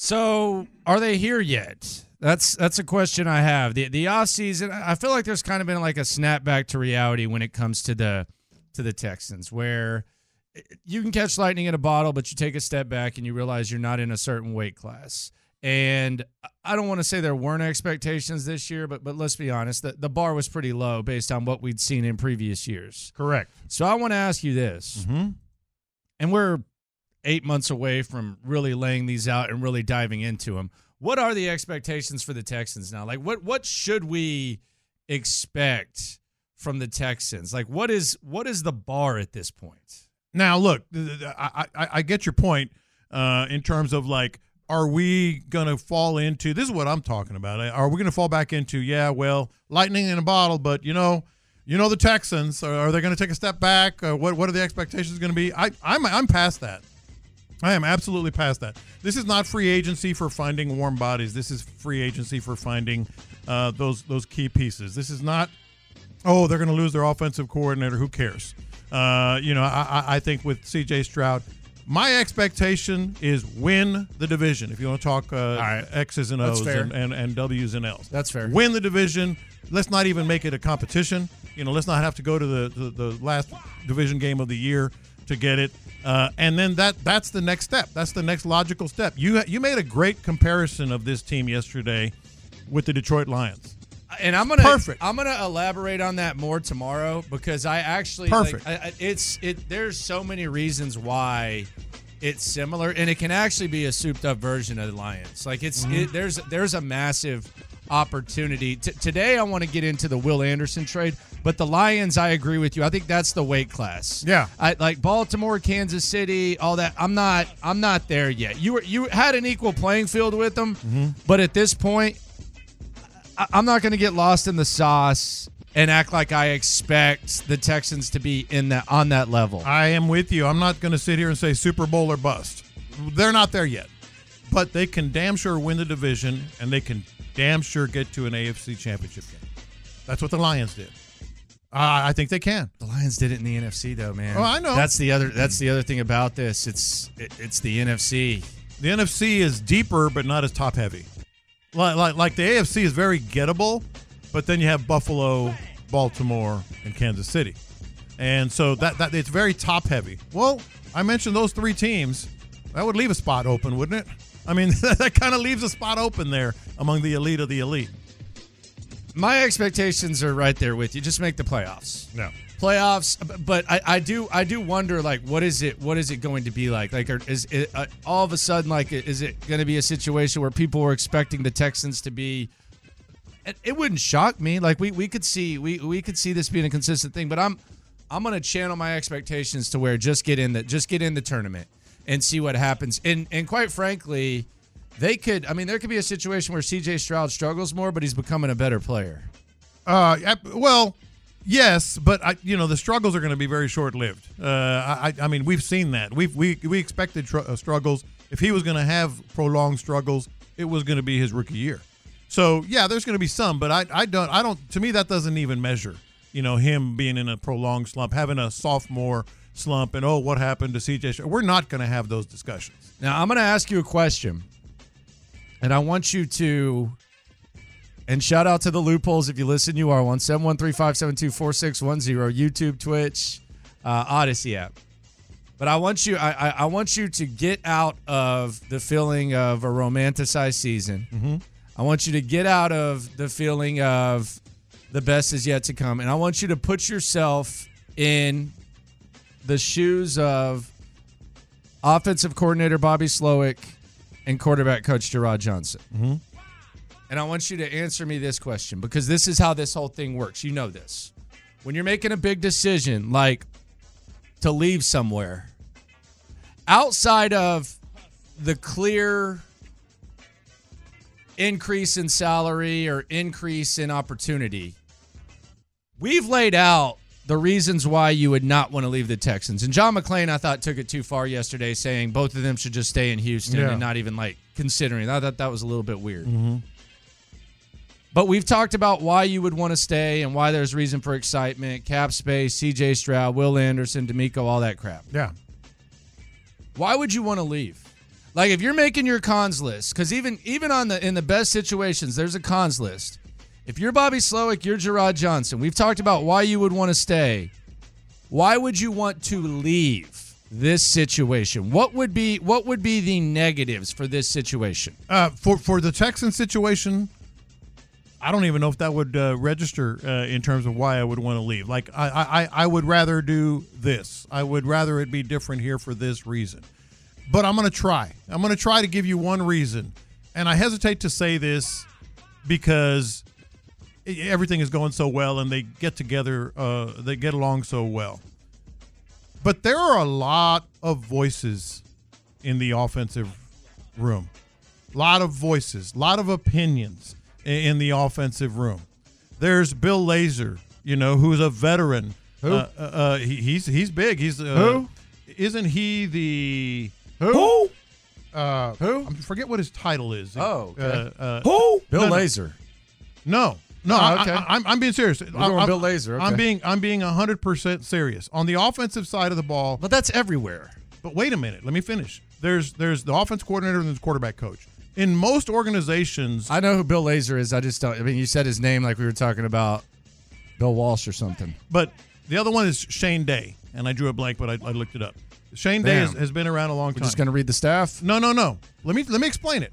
So, are they here yet? That's that's a question I have. The the off season, I feel like there's kind of been like a snapback to reality when it comes to the to the Texans where eh, you can catch lightning in a bottle, but you take a step back and you realize you're not in a certain weight class. And I don't want to say there weren't expectations this year, but but let's be honest, the, the bar was pretty low based on what we'd seen in previous years. Correct. So I want to ask you this, Mm-hmm. and we're eight months away from really laying these out and really diving into them. What are the expectations for the Texans now? Like, what what should we expect from the Texans? Like, what is what is the bar at this point? Now, look, th- th- I, I, I get your point uh, in terms of like, are we going to fall into this? Is what I'm talking about. eh, Are we going to fall back into, yeah, well, lightning in a bottle, but you know, you know the Texans. Are, are they going to take a step back? Or what What are the expectations going to be? I I'm I'm past that. I am absolutely past that. This is not free agency for finding warm bodies. This is free agency for finding uh, those those key pieces. This is not oh, they're going to lose their offensive coordinator. Who cares? Uh, you know, I, I- I think with C.J. Stroud, my expectation is win the division. If you want to talk uh, right. X's and That's O's fair. and, and, and W's and L's, That's fair. Win the division. Let's not even make it a competition. You know, let's not have to go to the the, the last division game of the year to get it. Uh, and then that that's the next step. That's the next logical step. You you made a great comparison of this team yesterday with the Detroit Lions. and I'm gonna Perfect. I'm gonna elaborate on that more tomorrow because I actually Perfect. Like, I, I- it's it. There's so many reasons why it's similar, and it can actually be a souped up version of the Lions. Like it's Mm-hmm. it, there's there's a massive opportunity T- today. I want to get into the Will Anderson trade, but the Lions. I agree with you. I think that's the weight class. Yeah. I like Baltimore, Kansas City, all that. I'm not I'm not there yet. You were you had an equal playing field with them, Mm-hmm. but at this point, I- I'm not going to get lost in the sauce and act like I expect the Texans to be in that on that level. I am with you. I'm not going to sit here and say Super Bowl or bust. They're not there yet, but they can damn sure win the division, and they can damn sure get to an AFC Championship game. That's what the Lions did. Uh, I think they can. the Lions did it in the NFC though, man. Oh, I know. That's the other that's the other thing about this. It's it, it's the NFC. The NFC is deeper, but not as top heavy. Like, like like the AFC is very gettable, but then you have Buffalo, Baltimore, and Kansas City, and so that that it's very top heavy. Well, I mentioned those three teams. That would leave a spot open, wouldn't it? I mean, that kind of leaves a spot open there among the elite of the elite. My expectations are right there with you. Just make the playoffs. No. playoffs but I, I do i do wonder like what is it what is it going to be like like are, is it uh, all of a sudden like is it going to be a situation where people were expecting the texans to be it, it wouldn't shock me like we we could see we we could see this being a consistent thing but i'm i'm going to channel my expectations to where just get in the just get in the tournament and see what happens and and quite frankly they could i mean there could be a situation where cj stroud struggles more but he's becoming a better player Uh, ap- well, yes, but I, you know the struggles are going to be very short lived. Uh, I, I I mean we've seen that. We've we we expected tr- uh, struggles. If he was going to have prolonged struggles, it was going to be his rookie year. So yeah, there's going to be some, but I I don't I don't to me that doesn't even measure. You know him being in a prolonged slump, having a sophomore slump, and oh what happened to CJ? Stroud? We're not going to have those discussions. Now, I'm going to ask you a question, and I want you to. And shout out to the loopholes if you listen. You are one seven one three five seven two four six one zero. YouTube, Twitch, uh, Odyssey app. But I want you, I, I, I want you to get out of the feeling of a romanticized season. I want you to get out of the feeling of The best is yet to come. And I want you to put yourself in the shoes of offensive coordinator Bobby Slowick and quarterback coach Gerard Johnson. Mm-hmm. And I want you to answer me this question because this is how this whole thing works. You know this. When you're making a big decision, like to leave somewhere, outside of the clear increase in salary or increase in opportunity, we've laid out the reasons why you would not want to leave the Texans. And John McClain, I thought, took it too far yesterday, saying both of them should just stay in Houston Yeah. Mm-hmm. and not even like considering. I thought that was a little bit weird. But we've talked about why you would want to stay and why there's reason for excitement, cap space, CJ Stroud, Will Anderson, D'Amico, all that crap. Yeah. Why would you want to leave? Like if you're making your cons list, because even even on the in the best situations, there's a cons list. If you're Bobby Slowick, you're Gerard Johnson. We've talked about why you would want to stay. Why would you want to leave this situation? What would be what would be the negatives for this situation? Uh, for for the Texan situation, I don't even know if that would uh, register uh, in terms of why I would want to leave. Like I, I I- I would rather do this. I would rather it be different here for this reason. But I'm gonna try. I'm gonna try to give you one reason, and I hesitate to say this because i- everything is going so well and they get together. Uh, they get along so well. But there are a lot of voices in the offensive room lot of voices, lot of opinions i- in the offensive room. There's Bill Lazor, you know, who's a veteran. Who? Uh, uh, uh, he, he's he's big. He's uh, Who? Isn't he the Who? Uh, Who? I forget what his title is. Oh, okay. Uh, uh, Who? Bill No, no. Laser. no, no. Oh, I- okay. I, am I'm being serious. We're going Bill Lazor, I'm okay. being I'm being 100 percent serious on the offensive side of the ball. But that's everywhere. But wait a minute, let me finish. There's there's the offense coordinator and there's the quarterback coach. In most organizations, I know who Bill Laser is. I just don't. I mean, you said his name like we were talking about Bill Walsh or something. But the other one is Shane Day, and I drew a blank, but I, I looked it up. Shane Day Damn. has, has been around a long We're time. just going to read the staff. no, no, no. Let me let me explain it.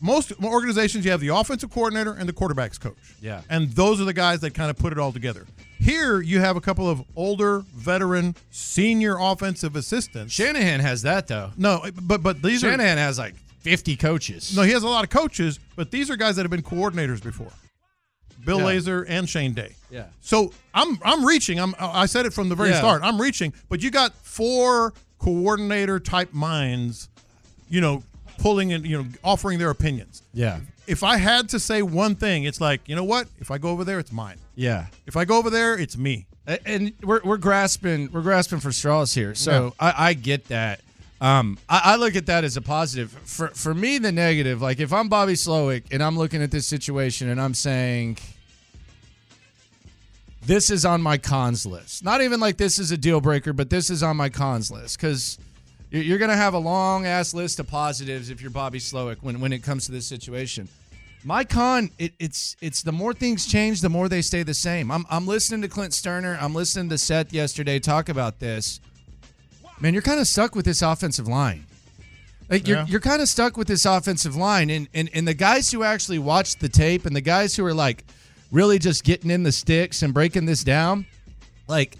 Most organizations, you have the offensive coordinator and the quarterbacks coach. Yeah. and those are the guys that kind of put it all together. Here, you have a couple of older, veteran, senior offensive assistants. Shanahan has that though. no, but but these are Shanahan has like 50 coaches. No, he has a lot of coaches, but these are guys that have been coordinators before. Bill Yeah. Lazor and Shane Day. Yeah. So I'm I'm reaching. I'm I said it from the very Yeah. start. I'm reaching, but you got four coordinator type minds, you know, pulling and you know offering their opinions. yeah. If I had to say one thing, it's like you know what? If I go over there, it's mine. Yeah. If I go over there, it's me. A- And we're, we're grasping we're grasping for straws here. So I, I get that. Um, I, I look at that as a positive. For for me, the negative, like if I'm Bobby Slowick and I'm looking at this situation and I'm saying this is on my cons list. Not even like this is a deal breaker, but this is on my cons list because you're going to have a long ass list of positives if you're Bobby Slowick when, when it comes to this situation. My con, it, it's it's the more things change, the more they stay the same. I'm I'm listening to Clint Sterner. I'm listening to Seth yesterday talk about this. Man, you're kind of stuck with this offensive line. Like you're Yeah. you're kind of stuck with this offensive line, and and and the guys who actually watched the tape, and the guys who are like really just getting in the sticks and breaking this down, like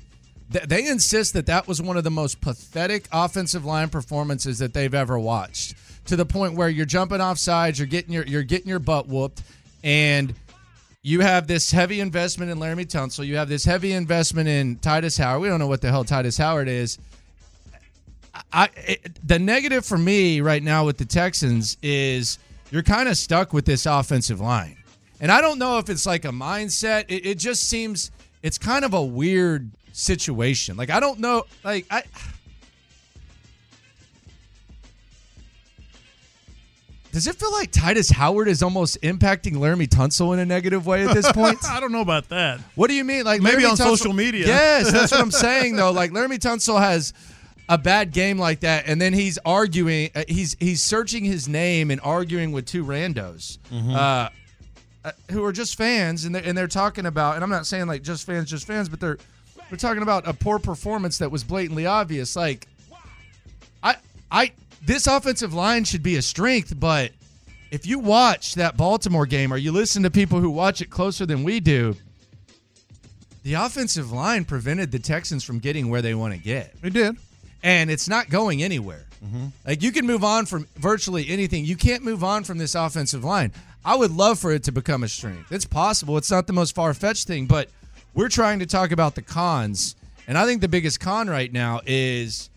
th- they insist that that was one of the most pathetic offensive line performances that they've ever watched to the point where you're jumping off sides you're getting your you're getting your butt whooped and you have this heavy investment in Laramie Tunsil. You have this heavy investment in Titus Howard. We don't know what the hell Titus Howard is. I it, the negative for me right now with the Texans is you're kind of stuck with this offensive line, and I don't know if it's like a mindset. It, it just seems it's kind of a weird situation. Like I don't know. Like I. Does it feel like Titus Howard is almost impacting Laramie Tunsil in a negative way at this point? I don't know about that. What do you mean? Like Maybe Laramie on Tunsil- social media. Yes, that's what I'm saying though. Like Laramie Tunsil has a bad game like that, and then he's arguing. uh, He's he's searching his name and arguing with two randos. Mm-hmm. Uh, uh, who are just fans and they're, and they're talking about and i'm not saying like just fans just fans but they're they're talking about a poor performance that was blatantly obvious like i i this offensive line should be a strength but if you watch that baltimore game or you listen to people who watch it closer than we do the offensive line prevented the Texans from getting where they want to get, They did. and it's not going anywhere. Mm-hmm. Like you can move on from virtually anything. You can't move on from this offensive line. I would love for it to become a strength. It's possible. It's not the most far fetched thing, but we're trying to talk about the cons, and I think the biggest con right now is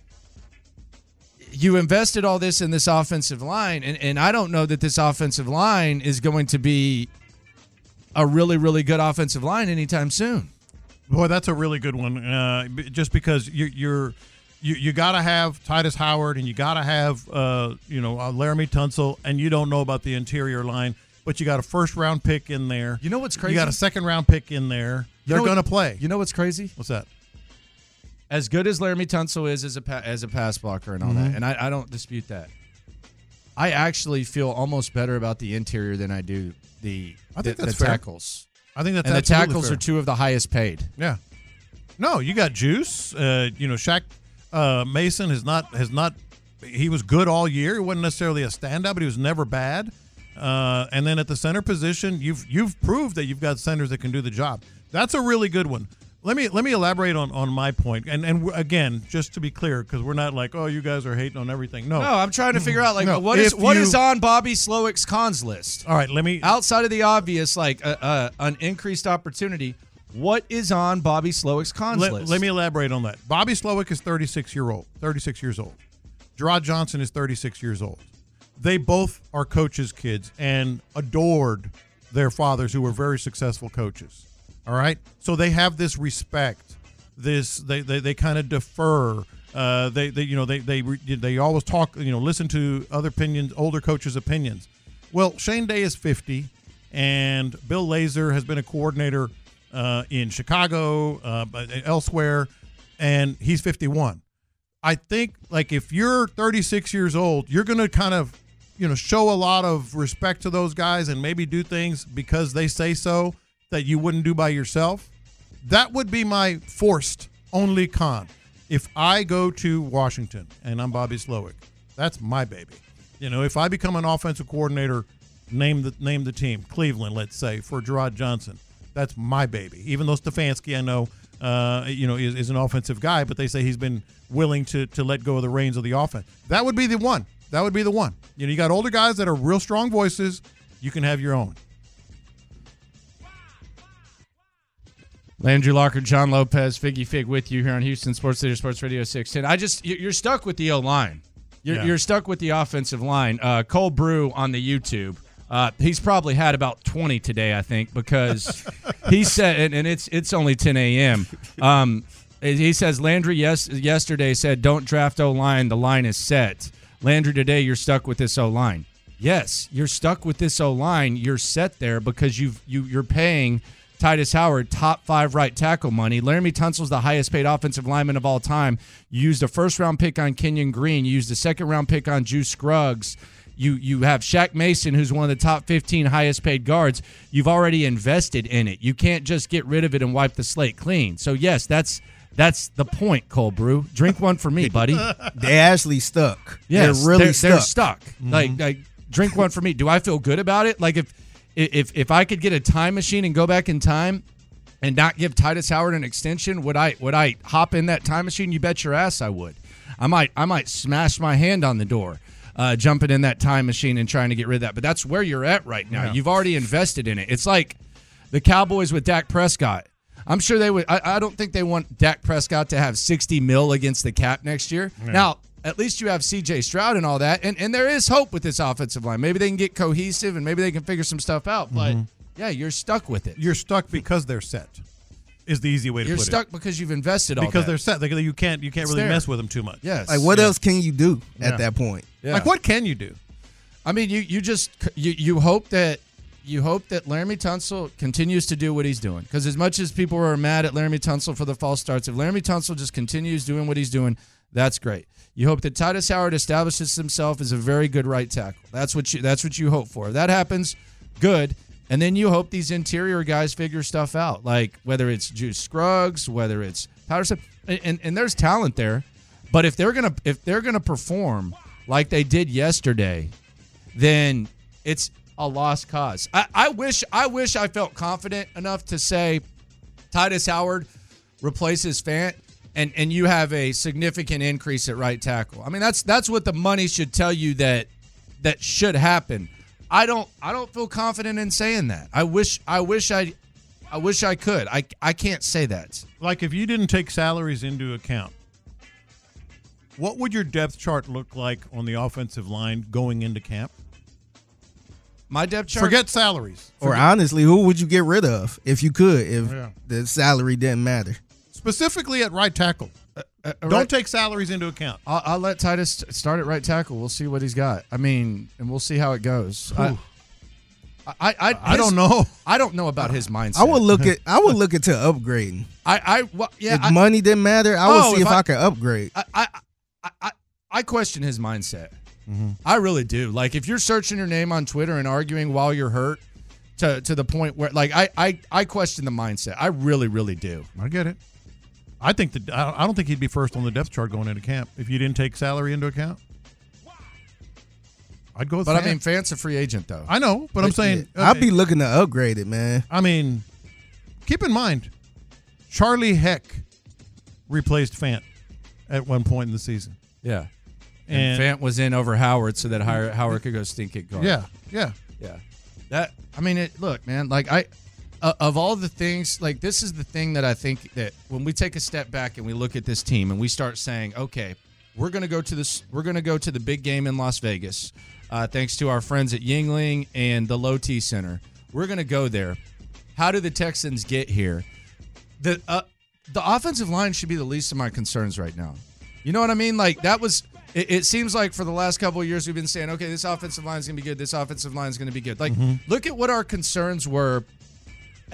you invested all this in this offensive line, and, and I don't know that this offensive line is going to be a really, really good offensive line anytime soon. Boy, that's a really good one. Uh, b- just because you, you're, you you gotta have Titus Howard and you gotta have uh, you know uh, Laramie Tunsil, and you don't know about the interior line, but you got a first round pick in there. You know what's crazy? You got a second round pick in there. You They're know what- gonna play. You know what's crazy? What's that? As good as Laramie Tunsil is as a pa- as a pass blocker and all Mm-hmm. that, and I, I don't dispute that. I actually feel almost better about the interior than I do the I think the, that's the fair. tackles. I think that's and the absolutely tackles fair. are two of the highest paid. Yeah. No, you got juice. Uh, you know, Shaq uh, Mason has not has not. He was good all year. He wasn't necessarily a standout, but he was never bad. Uh, and then at the center position, you've you've proved that you've got centers that can do the job. That's a really good one. Let me let me elaborate on, on my point. And and we're- again, just to be clear, because we're not like, oh, you guys are hating on everything. No. No, I'm trying to figure out like No, what is if what you- is on Bobby Slowick's cons list. All right. Let me. outside of the obvious, like uh, uh, an increased opportunity, what is on Bobby Slowick's cons let, list? let me elaborate on that. Bobby Slowick is 36 year old, 36 years old. Gerard Johnson is 36 years old. They both are coaches' kids and adored their fathers, who were very successful coaches. All right, so they have this respect. This they they, they kind of defer. Uh, they, they you know they they re- they always talk you know listen to other opinions, older coaches' opinions. Well, Shane Day is 50, and Bill Lazor has been a coordinator uh, in Chicago, uh, but elsewhere, and he's 51. I think like if you're 36 years old, you're going to kind of, you know, show a lot of respect to those guys and maybe do things because they say so that you wouldn't do by yourself. That would be my forced only con. If I go to Washington and I'm Bobby Slowick, that's my baby. You know, if I become an offensive coordinator, name the name the team, Cleveland, let's say, for Gerard Johnson, that's my baby. Even though Stefanski, I know, uh, you know, is, is an offensive guy, but they say he's been willing to to let go of the reins of the offense. That would be the one. That would be the one. You know, you got older guys that are real strong voices. You can have your own. Landry Locker, John Lopez, Figgy Fig with you here on Houston Sports Leader Sports Radio 610. I just, you- you're stuck with the O line. You're, Yeah. you're stuck with the offensive line. Uh, Cole Brew on the YouTube. Uh, he's probably had about 20 today, I think, because he said, and, and it's it's only 10 a.m. Um, he says Landry yes yesterday said don't draft O line. The line is set. Landry today you're stuck with this O line. Yes, you're stuck with this O line. You're set there because you've you you're paying Titus Howard top five right tackle money. Laramie Tunsil's the highest paid offensive lineman of all time. You used a first round pick on Kenyon Green. You used a second round pick on Juice Scruggs. You you have Shaq Mason, who's one of the top 15 highest paid guards. You've already invested in it. You can't just get rid of it and wipe the slate clean. So yes, that's that's the point, Cole Brew. Drink one for me, buddy. They actually stuck. Yes, they're really they're, stuck. they're stuck. Like, like, drink one for me. Do I feel good about it? Like, if if if I could get a time machine and go back in time and not give Titus Howard an extension, would I would I hop in that time machine? You bet your ass I would. I might I might smash my hand on the door. Uh, jumping in that time machine and trying to get rid of that, but that's where you're at right now. You've already invested in it. It's like the Cowboys with Dak Prescott. I'm sure they would. I, I don't think they want Dak Prescott to have 60 mil against the cap next year. Now, at least you have C.J. Stroud and all that, and and there is hope with this offensive line. Maybe they can get cohesive and maybe they can figure some stuff out. But yeah, you're stuck with it. Mm-hmm. You're stuck because they're set. Is the easy way to You're put it. stuck because you've invested all because that. they're set. Like, you can't you can't It's really there. mess with them too much. yes. Like, what else can you do at Yeah. that point? Yeah. Like what can you do? I mean, you you just you you hope that you hope that Laramie Tunsil continues to do what he's doing because as much as people are mad at Laramie Tunsil for the false starts, if Laramie Tunsil just continues doing what he's doing, that's great. You hope that Titus Howard establishes himself as a very good right tackle. That's what you that's what you hope for. If that happens, good. And then you hope these interior guys figure stuff out, like whether it's Juice Scruggs, whether it's Patterson, and, and, and there's talent there. But if they're gonna if they're gonna perform like they did yesterday, then it's a lost cause. I, I wish I wish I felt confident enough to say Titus Howard replaces Fant, and and you have a significant increase at right tackle. I mean, that's that's what the money should tell you that that should happen. I don't I don't feel confident in saying that. I wish I wish I I wish I could. I I can't say that. Like if you didn't take salaries into account, what would your depth chart look like on the offensive line going into camp? My depth chart. Forget salaries. Or honestly, who would you get rid of if you could, if Yeah. the salary didn't matter? Specifically at right tackle. Uh, Don't right- take salaries into account. I'll, I'll let Titus st- start at right tackle. We'll see what he's got. I mean, and we'll see how it goes. I, I, I, I his- don't know. I don't know about his mindset. I would look at I would look into upgrading. I, I, well, yeah. if I, money didn't matter, I would Oh, see if if I- I, could upgrade. I, I, I, I, I question his mindset. Mm-hmm. I really do. Like, if you're searching your name on Twitter and arguing while you're hurt, to to the point where, like, I, I, I question the mindset. I really, really do. I get it. I think that I I don't think he'd be first on the depth chart going into camp if you didn't take salary into account. I'd go with But I Fant. mean, Fant's a free agent, though. I know, but I'm saying I'd be looking to upgrade it, man. I mean, keep in mind, Charlie Heck replaced Fant at one point in the season. yeah. And, Fant was in over Howard so that Howard, Howard could go stink at guard. yeah, yeah. Yeah. That I mean it look, man, like I uh, of all the things, like this is the thing that I think that when we take a step back and we look at this team and we start saying, okay, we're going to go to this we're going to go to the big game in Las Vegas. Uh, thanks to our friends at Yingling and the Low T Center. We're going to go there. How do the Texans get here? the uh, the offensive line should be the least of my concerns right now. You know what I mean? Like that was. It, it seems like for the last couple of years we've been saying, okay, this offensive line is gonna be good. This offensive line is gonna be good. Like, look at what our concerns were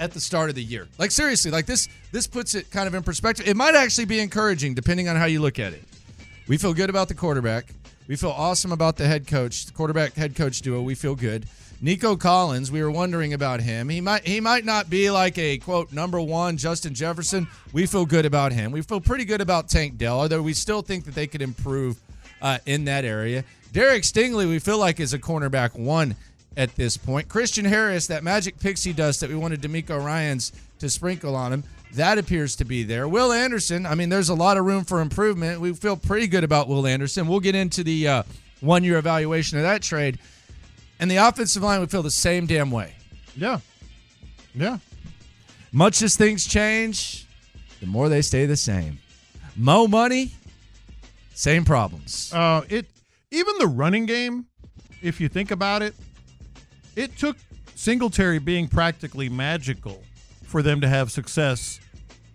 at the start of the year. Like seriously, like this this puts it kind of in perspective. It might actually be encouraging depending on how you look at it. We feel good about the quarterback. We feel awesome about the head coach, the quarterback head coach duo. We feel good. Nico Collins, we were wondering about him. He might he might not be like a quote number one Justin Jefferson. We feel good about him. We feel pretty good about Tank Dell, although we still think that they could improve uh, in that area. Derek Stingley, we feel like is a cornerback one at this point. Christian Harris, that magic pixie dust that we wanted D'Amico Ryan's to sprinkle on him, that appears to be there. Will Anderson, I mean, there's a lot of room for improvement. We feel pretty good about Will Anderson. We'll get into the uh, one year evaluation of that trade. And the offensive line would feel the same damn way. Yeah. Yeah. Much as things change, the more they stay the same. Mo money, same problems. Uh, it even the running game, if you think about it, it took Singletary being practically magical for them to have success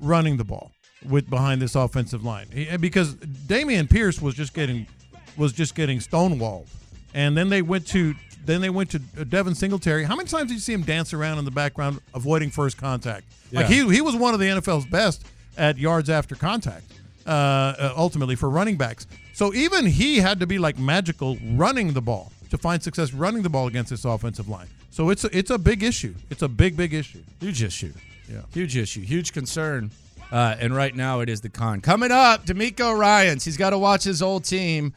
running the ball with behind this offensive line He- because Damian Pierce was just getting was just getting stonewalled, and then they went to then they went to Devin Singletary. How many times did you see him dance around in the background avoiding first contact? Like Yeah. he he was one of the NFL's best at yards after contact. Uh, uh, ultimately, for running backs, so even he had to be like magical running the ball to find success running the ball against this offensive line. So it's a, it's a big issue. It's a big big issue. Huge issue. Yeah. Huge issue. Huge concern. Uh, and right now it is the con. Coming up, D'Amico Ryans. He's got to watch his old team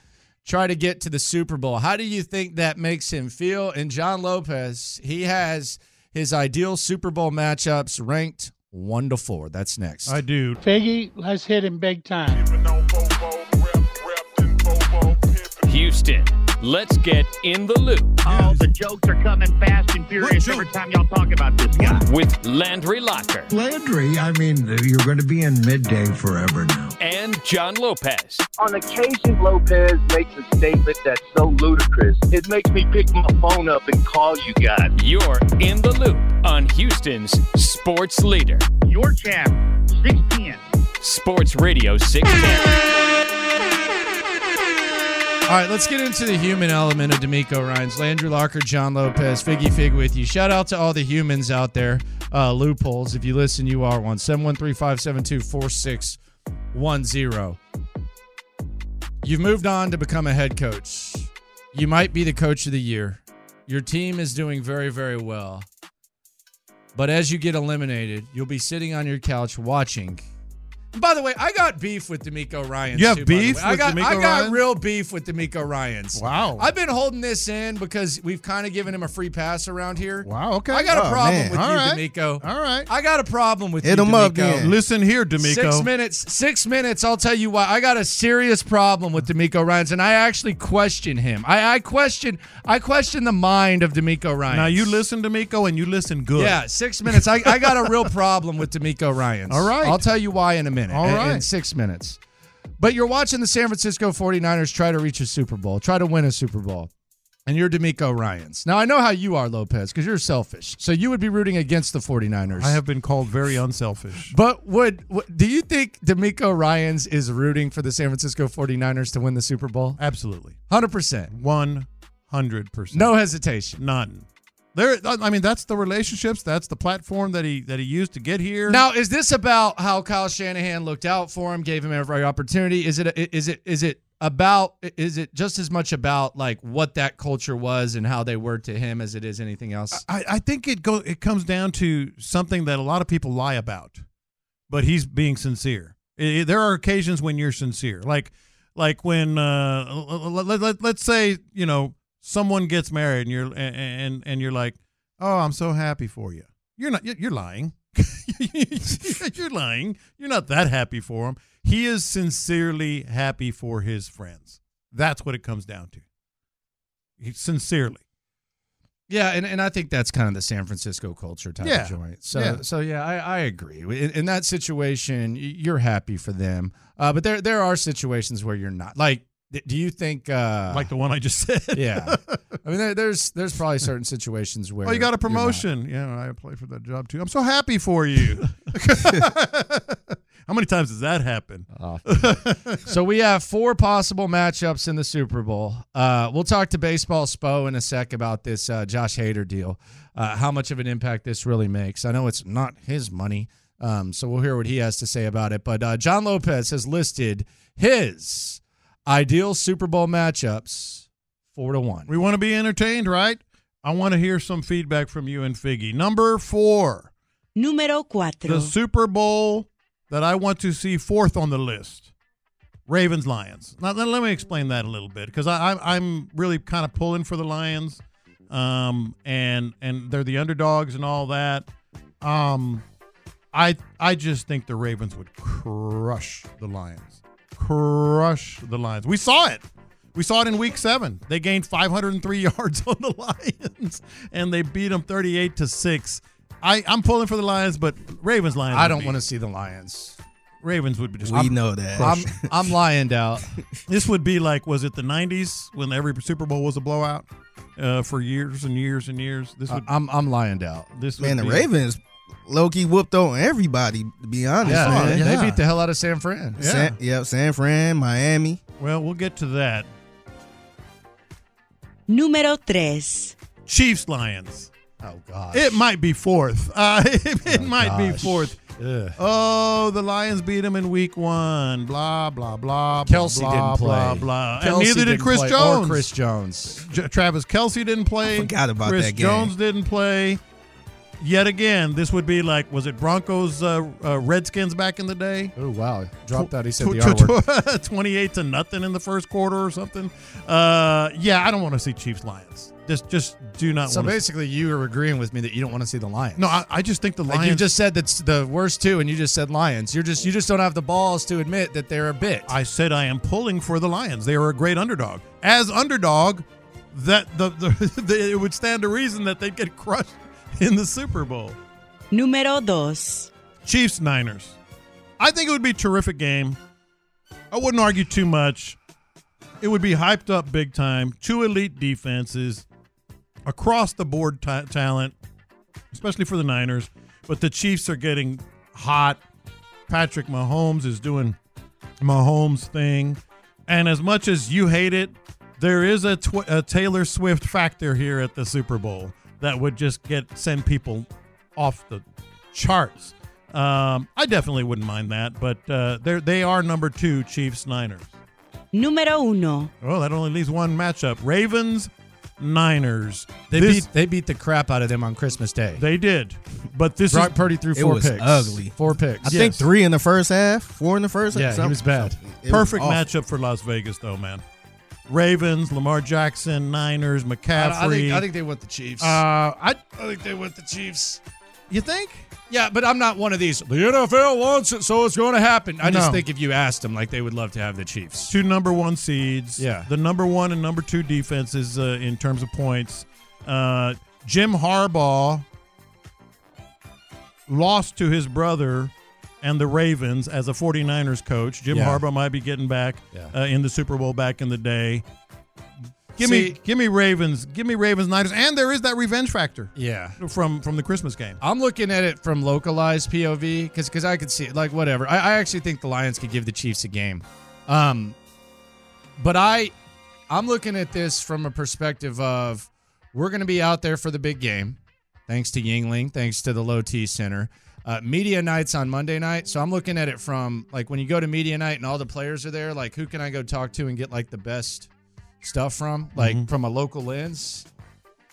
try to get to the Super Bowl. How do you think that makes him feel? And John Lopez, he has his ideal Super Bowl matchups ranked one to four. That's next. I do. Figgy, let's hit him big time. Houston, let's get in the loop Oh, the jokes are coming fast and furious What every time y'all talk about this guy. with Landry Locker Landry, I mean, you're going to be in midday forever now. and John Lopez. On occasion, Lopez makes a statement that's so ludicrous, it makes me pick my phone up and call you guys. You're in the loop on Houston's sports leader, Your chap, 6'10. Sports Radio 610. All right, let's get into the human element of D'Amico Ryan's. Landry Locker, John Lopez, Figgy Fig with you. Shout out to all the humans out there. Uh, loopholes, if you listen, you are one. 713-572-4610. You've moved on to become a head coach. You might be the coach of the year. Your team is doing very, very well. But as you get eliminated, you'll be sitting on your couch watching By the way, I got beef with D'Amico Ryan's. You have too, by the beef way. I with got D'Amico I got Ryan? real beef with D'Amico Ryan's. Wow. I've been holding this in because we've kind of given him a free pass around here. Wow, okay. I got a Oh, problem man. with All you, right. D'Amico. All right. I got a problem with Hit you, him up D'Amico. then. Listen here, D'Amico. Six minutes. Six minutes. I'll tell you why. I got a serious problem with D'Amico Ryan's, and I actually question him. I, I question. I question the mind of D'Amico Ryan's. Now you listen, D'Amico, and you listen good. Yeah, six minutes. I, I got a real problem with D'Amico Ryan's. All right. I'll tell you why in a minute. All in, In right. six minutes. But you're watching the San Francisco 49ers try to reach a Super Bowl, try to win a Super Bowl. And you're D'Amico Ryan's. Now, I know how you are, Lopez, because you're selfish. So you would be rooting against the 49ers. I have been called very unselfish. But would, what, do you think D'Amico Ryan's is rooting for the San Francisco 49ers to win the Super Bowl? Absolutely, 100%. one hundred percent. No hesitation. none. There, I mean, that's the relationships. That's the platform that he that he used to get here. Now, is this about how Kyle Shanahan looked out for him, gave him every opportunity? Is it is it is it about is it just as much about like what that culture was and how they were to him as it is anything else? I, I think it go it comes down to something that a lot of people lie about, but he's being sincere. I- I- there are occasions when you're sincere, like like when uh, let, let, let, let's say you know someone gets married and you're and, and and you're like, oh, I'm so happy for you. You're not. You're you're lying. you're lying. You're not that happy for him. He is sincerely happy for his friends. That's what it comes down to. He, sincerely. Yeah, and, and I think that's kind of the San Francisco culture type Yeah. of joint. So Yeah. so yeah, I, I agree. In, in that situation, y- you're happy for them, uh, but there there are situations where you're not. Like, th- do you think? Uh, like the one I just said. yeah, I mean, there, there's there's probably certain situations where Oh, you got a you're not. promotion. Yeah, I applied for that job too. I'm so happy for you. How many times does that happen? Oh, so we have four possible matchups in the Super Bowl. Uh, we'll talk to baseball Spo in a sec about this uh, Josh Hader deal, uh, how much of an impact this really makes. I know it's not his money, um, so we'll hear what he has to say about it. But uh, John Lopez has listed his ideal Super Bowl matchups four to one. We want to be entertained, right? I want to hear some feedback from you and Figgy. Number four, Número 4. the Super Bowl that I want to see fourth on the list. Ravens Lions. Now let, let me explain that a little bit because I, I I'm really kind of pulling for the Lions, um and and they're the underdogs and all that. Um, I I just think the Ravens would crush the Lions. Crush the Lions. We saw it. We saw it in week seven. They gained 503 yards on the Lions and they beat them 38 to 6. I, I'm pulling for the Lions, but Ravens Lions. I would don't be- want to see the Lions. Ravens would be just. We know that. I'm I'm lying out. This would be like, was it the 90s when every Super Bowl was a blowout uh, for years and years and years? This would. I'm I'm lying out. this would man, the be- Ravens low key whooped on everybody, to be honest, Yeah, man. they- yeah. they beat the hell out of San Fran. Yeah. San, yep, San Fran, Miami. Well, we'll get to that. Número 3. Chiefs Lions. Oh God. It might be fourth. Uh, it it might be gosh. fourth. Oh, the Lions beat him in week one. Blah blah blah. blah, Kelsey blah, didn't play. Blah blah. Kelsey and neither did didn't Chris play, Jones. Or Chris Jones. J- Travis Kelsey didn't play. I forgot about Chris that game. Jones didn't play. Yet again, this would be like was it Broncos uh, uh, Redskins back in the day? Oh wow! Dropped out. He said Tw- the tw- R word. tw- 28 to nothing in the first quarter or something. Uh, yeah, I don't want to see Chiefs Lions. Just just do not So want to basically, you are agreeing with me that you don't want to see the Lions. No, I, I just think the like Lions you just said that's the worst two, and you just said Lions. You're just you just don't have the balls to admit that they're a bit. I said I am pulling for the Lions. They are a great underdog. As underdog, that the, the, the it would stand to reason that they'd get crushed in the Super Bowl. Número 2. Chiefs Niners. I think it would be a terrific game. I wouldn't argue too much. It would be hyped up big time. Two elite defenses, across the board ta talent, especially for the Niners. But the Chiefs are getting hot. Patrick Mahomes is doing Mahomes thing. And as much as you hate it, there is a, tw- a Taylor Swift factor here at the Super Bowl that would just get send people off the charts. Um, I definitely wouldn't mind that, but uh, they they are number two Chiefs Niners. Número 1. Well, that only leaves one matchup: Ravens Niners. They This- beat they beat the crap out of them on Christmas Day. They did, but this Brock is Purdy threw It four was picks. ugly. Four picks. I think three in the first half, four in the first. Yeah, half, he something- was bad. something. It was perfect awful. matchup for Las Vegas, though, man. Ravens, Lamar Jackson, Niners, I, McCaffrey. I think I think they went the Chiefs. Uh, I I think they went the Chiefs. you think? Yeah, but I'm not one of these. The NFL wants it, so it's going to happen. I just No. think if you asked them, like they would love to have the Chiefs. two number one seeds. Yeah. the number one and number two defenses uh, in terms of points. Uh, Jim Harbaugh lost to his brother and the Ravens as a 49ers coach. Jim Yeah. Harbaugh might be getting back Yeah. uh, in the Super Bowl back in the day. Give me, See- give me Ravens, give me Ravens Niners, and there is that revenge factor Yeah. from from the Christmas game. I'm looking at it from localized POV because I could see it like whatever. I, I actually think the Lions could give the Chiefs a game, um, but I I'm looking at this from a perspective of we're going to be out there for the big game, thanks to Yingling, thanks to the Low T Center. Uh, media nights on Monday night, so I'm looking at it from like when you go to media night and all the players are there. Like who can I go talk to and get like the best stuff from, like from a local lens.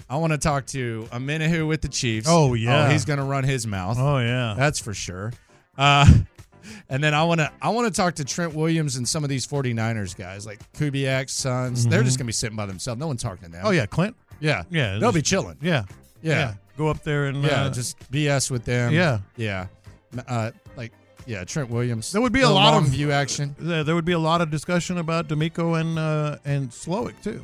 I want to talk to Aminahu with the Chiefs. Oh, yeah. he's gonna run his mouth. Oh yeah, That's for sure. Uh, and then I want to I want to talk to Trent Williams and some of these 49ers guys like Kubiak, Sons. They're just gonna be sitting by themselves. No one's talking to them. Mm-hmm. oh yeah, Clint. yeah, Yeah, They'll just- be chilling. Yeah, Yeah. Go up there and Yeah, uh, just BS with them. Yeah. yeah. Uh, like yeah, Trent Williams. There would be a Little lot of- long view action. there, there would be a lot of discussion about D'Amico and uh, and Slowick too.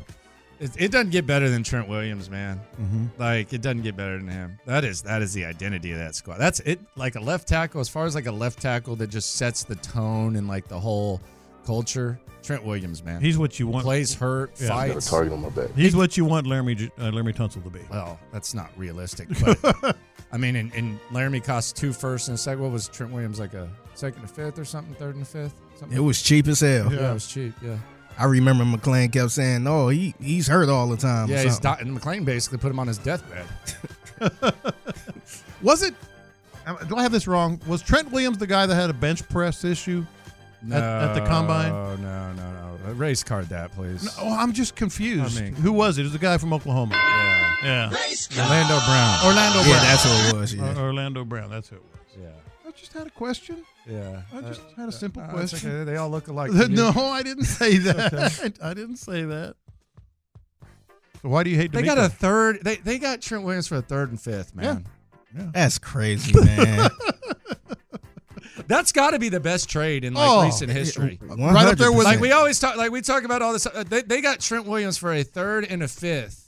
It, it doesn't get better than Trent Williams, man. Mm-hmm. Like it doesn't get better than him. That is that is the identity of that squad. That's it. Like a left tackle, as far as like a left tackle that just sets the tone and like the whole culture. Trent Williams, man. He's what you want. plays hurt, Yeah. fights. He's what you want Laramie Ju- uh, Laramie Tunsil to be. Well, that's not realistic. But I mean, and, and Laramie cost two first and a second. What was Trent Williams like a second to fifth or something? Third and fifth? Something. It was cheap as hell. yeah, it was cheap. Yeah. I remember McLean kept saying, "Oh, he he's hurt all the time." or Yeah, he's something. di- and McLean basically put him on his deathbed. Was it? um, Do I have this wrong? Was Trent Williams the guy that had a bench press issue? At- at the combine? No, no, no, no. Race card that, please. No, oh, I'm just confused. I mean- Who was it? It was a guy from Oklahoma. Yeah. Yeah, Orlando Brown. Orlando Yeah, Brown. that's what it was. Yeah. Or- Orlando Brown. That's who it was. Yeah. I just had a question. Yeah. I just had a simple Uh, no, it's question. okay. They all look alike. no, I didn't say that. I didn't say that. So why do you hate? They D'Amico? got a third. They, they got Trent Williams for a third and fifth, man. That's crazy, man. That's got to be the best trade in like Oh, recent history. Right up there with- Like we always talk, like we talk about all this. uh, They, they got Trent Williams for a third and a 5th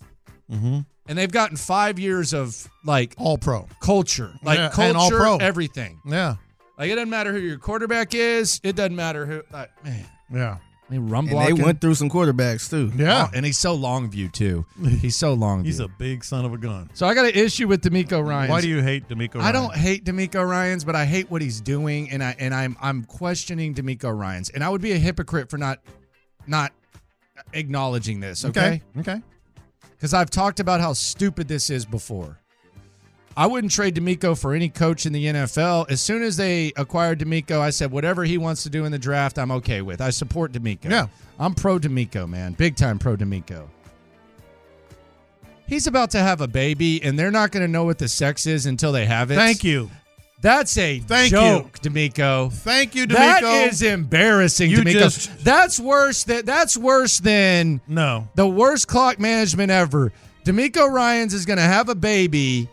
Mhm. and they've gotten five years of like all pro. culture, like Yeah, culture, and all pro. everything. Yeah, Like it doesn't matter who your quarterback is. It doesn't matter who. Like, man, yeah, I mean, run and they blocking. went through some quarterbacks too. yeah. Oh, and he's so long view too. He's so long view. He's a big son of a gun. so I got an issue with D'Amico Ryan. Why do you hate D'Amico? I Ryan? don't hate D'Amico Ryan's, but I hate what he's doing, and I and I'm I'm questioning D'Amico Ryan's, and I would be a hypocrite for not not acknowledging this, okay? Okay. Because I've talked about how stupid this is before. I wouldn't trade D'Amico for any coach in the NFL. As soon as they acquired D'Amico, I said whatever he wants to do in the draft, I'm okay with. I support D'Amico. Yeah. I'm pro D'Amico, man, big time pro D'Amico. He's about to have a baby, and they're not going to know what the sex is until they have it. Thank you. That's a Thank joke, D'Amico. Thank you, D'Amico. That is embarrassing, You D'Amico. just- that's worse. That that's worse than no. the worst clock management ever. D'Amico Ryan's is going to have a baby,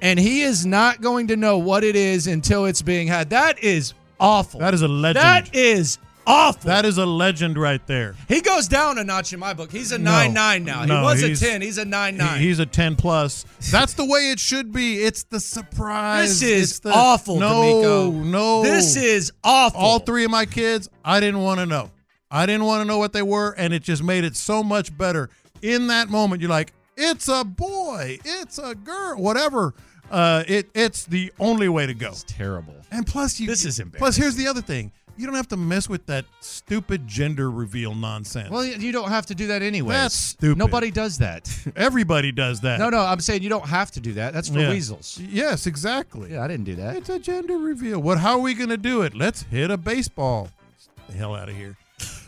and he is not going to know what it is until it's being had. That is awful. That is a legend. That is awful. that is a legend right there. he goes down a notch in my book. He's a nine nine now. No, he was a he's- ten. He's a nine nine. He- he's a 10 plus. That's the way it should be. It's the surprise. this is It's the- awful, No, D'Amico. no. This is awful. all three of my kids. I didn't want to know. I didn't want to know what they were, and it just made it so much better. In that moment, you're like, it's a boy, it's a girl, whatever. Uh, it it's the only way to go. It's terrible. And plus, you. This is Plus, here's the other thing: you don't have to mess with that stupid gender reveal nonsense. Well, you don't have to do that anyway. That's stupid. Nobody does that. everybody does that. no, no, I'm saying you don't have to do that. That's for Yeah. weasels. Yes, exactly. Yeah, I didn't do that. It's a gender reveal. What? How are we going to do it? Let's hit a baseball. Get the hell out of here.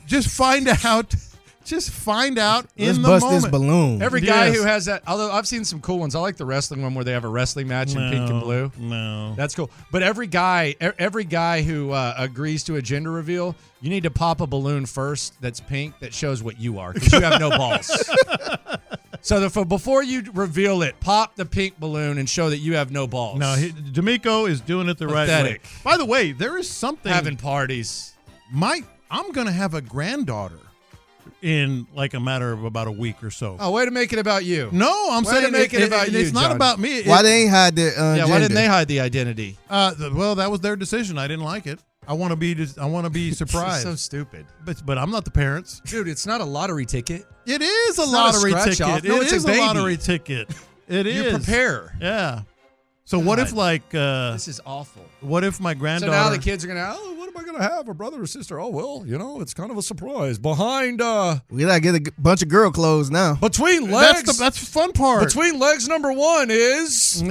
Just find out. Just find out in Let's the bust moment. this balloon. Every guy Yes. who has that, although I've seen some cool ones. I like the wrestling one where they have a wrestling match in pink No, and blue. No. That's cool. But every guy, e- every guy who uh, agrees to a gender reveal, you need to pop a balloon first that's pink that shows what you are because you have no balls. So the, for, before you reveal it, pop the pink balloon and show that you have no balls. No, he, D'Amico is doing it the Pathetic. right way. By the way, there is something. having parties. my, I'm gonna have a granddaughter in like a matter of about a week or so. Oh, way to make it about you. No, I'm Why saying they make it about and you, It's not John? about me. It- Why they ain't hide their uh, yeah. Why didn't gender? they hide the identity? Uh, th- well, that was their decision. I didn't like it. I want to be. dis- I want to be surprised. so stupid, but but I'm not the parents. dude. It's not a lottery ticket. It is a It's not a lottery scratch ticket. off. No, It it's a is baby. lottery ticket. It is. You prepare. Yeah. So what if God. like uh, This is awful. what if my So granddaughter? now the kids are gonna. Oh, what am I gonna have? A brother or sister? Oh well, you know, it's kind of a surprise. Behind, uh, We gotta get a g- bunch of girl clothes now. between legs. That's the that's the fun part. between legs number one is a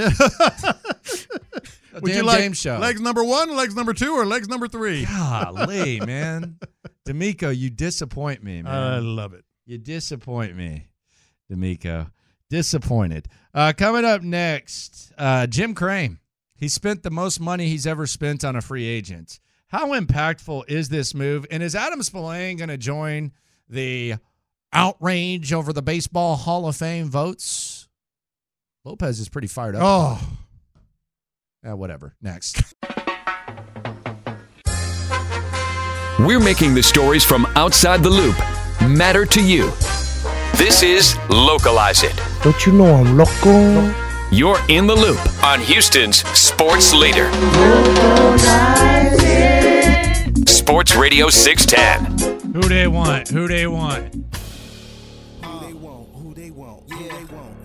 Would damn you like game show. legs number one, legs number two, or legs number three? Golly, man, D'Amico, you disappoint me, man. I love it. You disappoint me, D'Amico. Disappointed. Uh, coming up next, uh, Jim Crane. He spent the most money he's ever spent on a free agent. How impactful is this move? And is Adam Spillane going to join the outrage over the Baseball Hall of Fame votes? Lopez is pretty fired up. Oh, Yeah, whatever. Next. We're making the stories from outside the loop matter to you. This is Localize It. Don't you know I'm loco? You're in the loop on Houston's sports leader. Sports Radio 610. Who they want? Who they want? Who they want, who they want, who they want,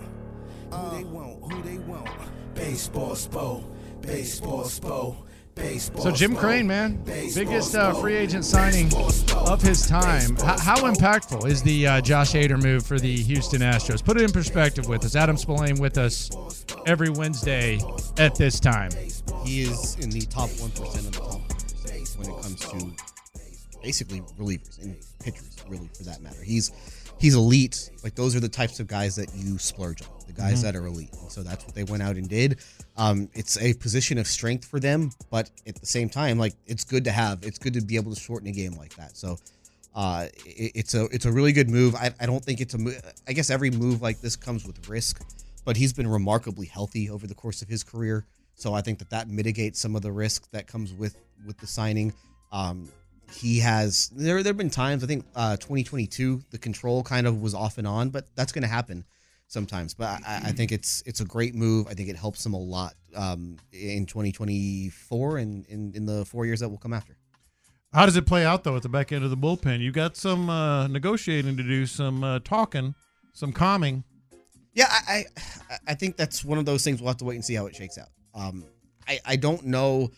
who they want, who they want. Baseball spo, baseball spo, baseball. So Jim Crane, man, biggest uh, free agent signing of his time. H- how impactful is the uh, Josh Hader move for the Houston Astros? Put it in perspective with us. Adam Spillane with us every Wednesday at this time. he is in the top 1% of the top 1% when it comes to basically relievers and pitchers, really, for that matter. He's he's elite. Like, those are the types of guys that you splurge on, the guys that are elite. And so that's what they went out and did. Um, it's a position of strength for them, but at the same time, like, it's good to have. It's good to be able to shorten a game like that. So. Uh, it, it's a it's a really good move. I, I don't think it's a move. I guess every move like this comes with risk, but he's been remarkably healthy over the course of his career. So I think that that mitigates some of the risk that comes with with the signing. Um, he has there there have been times I think uh, 2022 the control kind of was off and on, but that's going to happen sometimes. But I, I think it's it's a great move. I think it helps him a lot um, in 2024 and in, in the four years that will come after. how does it play out though at the back end of the bullpen? You got some uh, negotiating to do, some uh, talking, some calming. Yeah, I, I I think that's one of those things we'll have to wait and see how it shakes out. Um, I I don't know.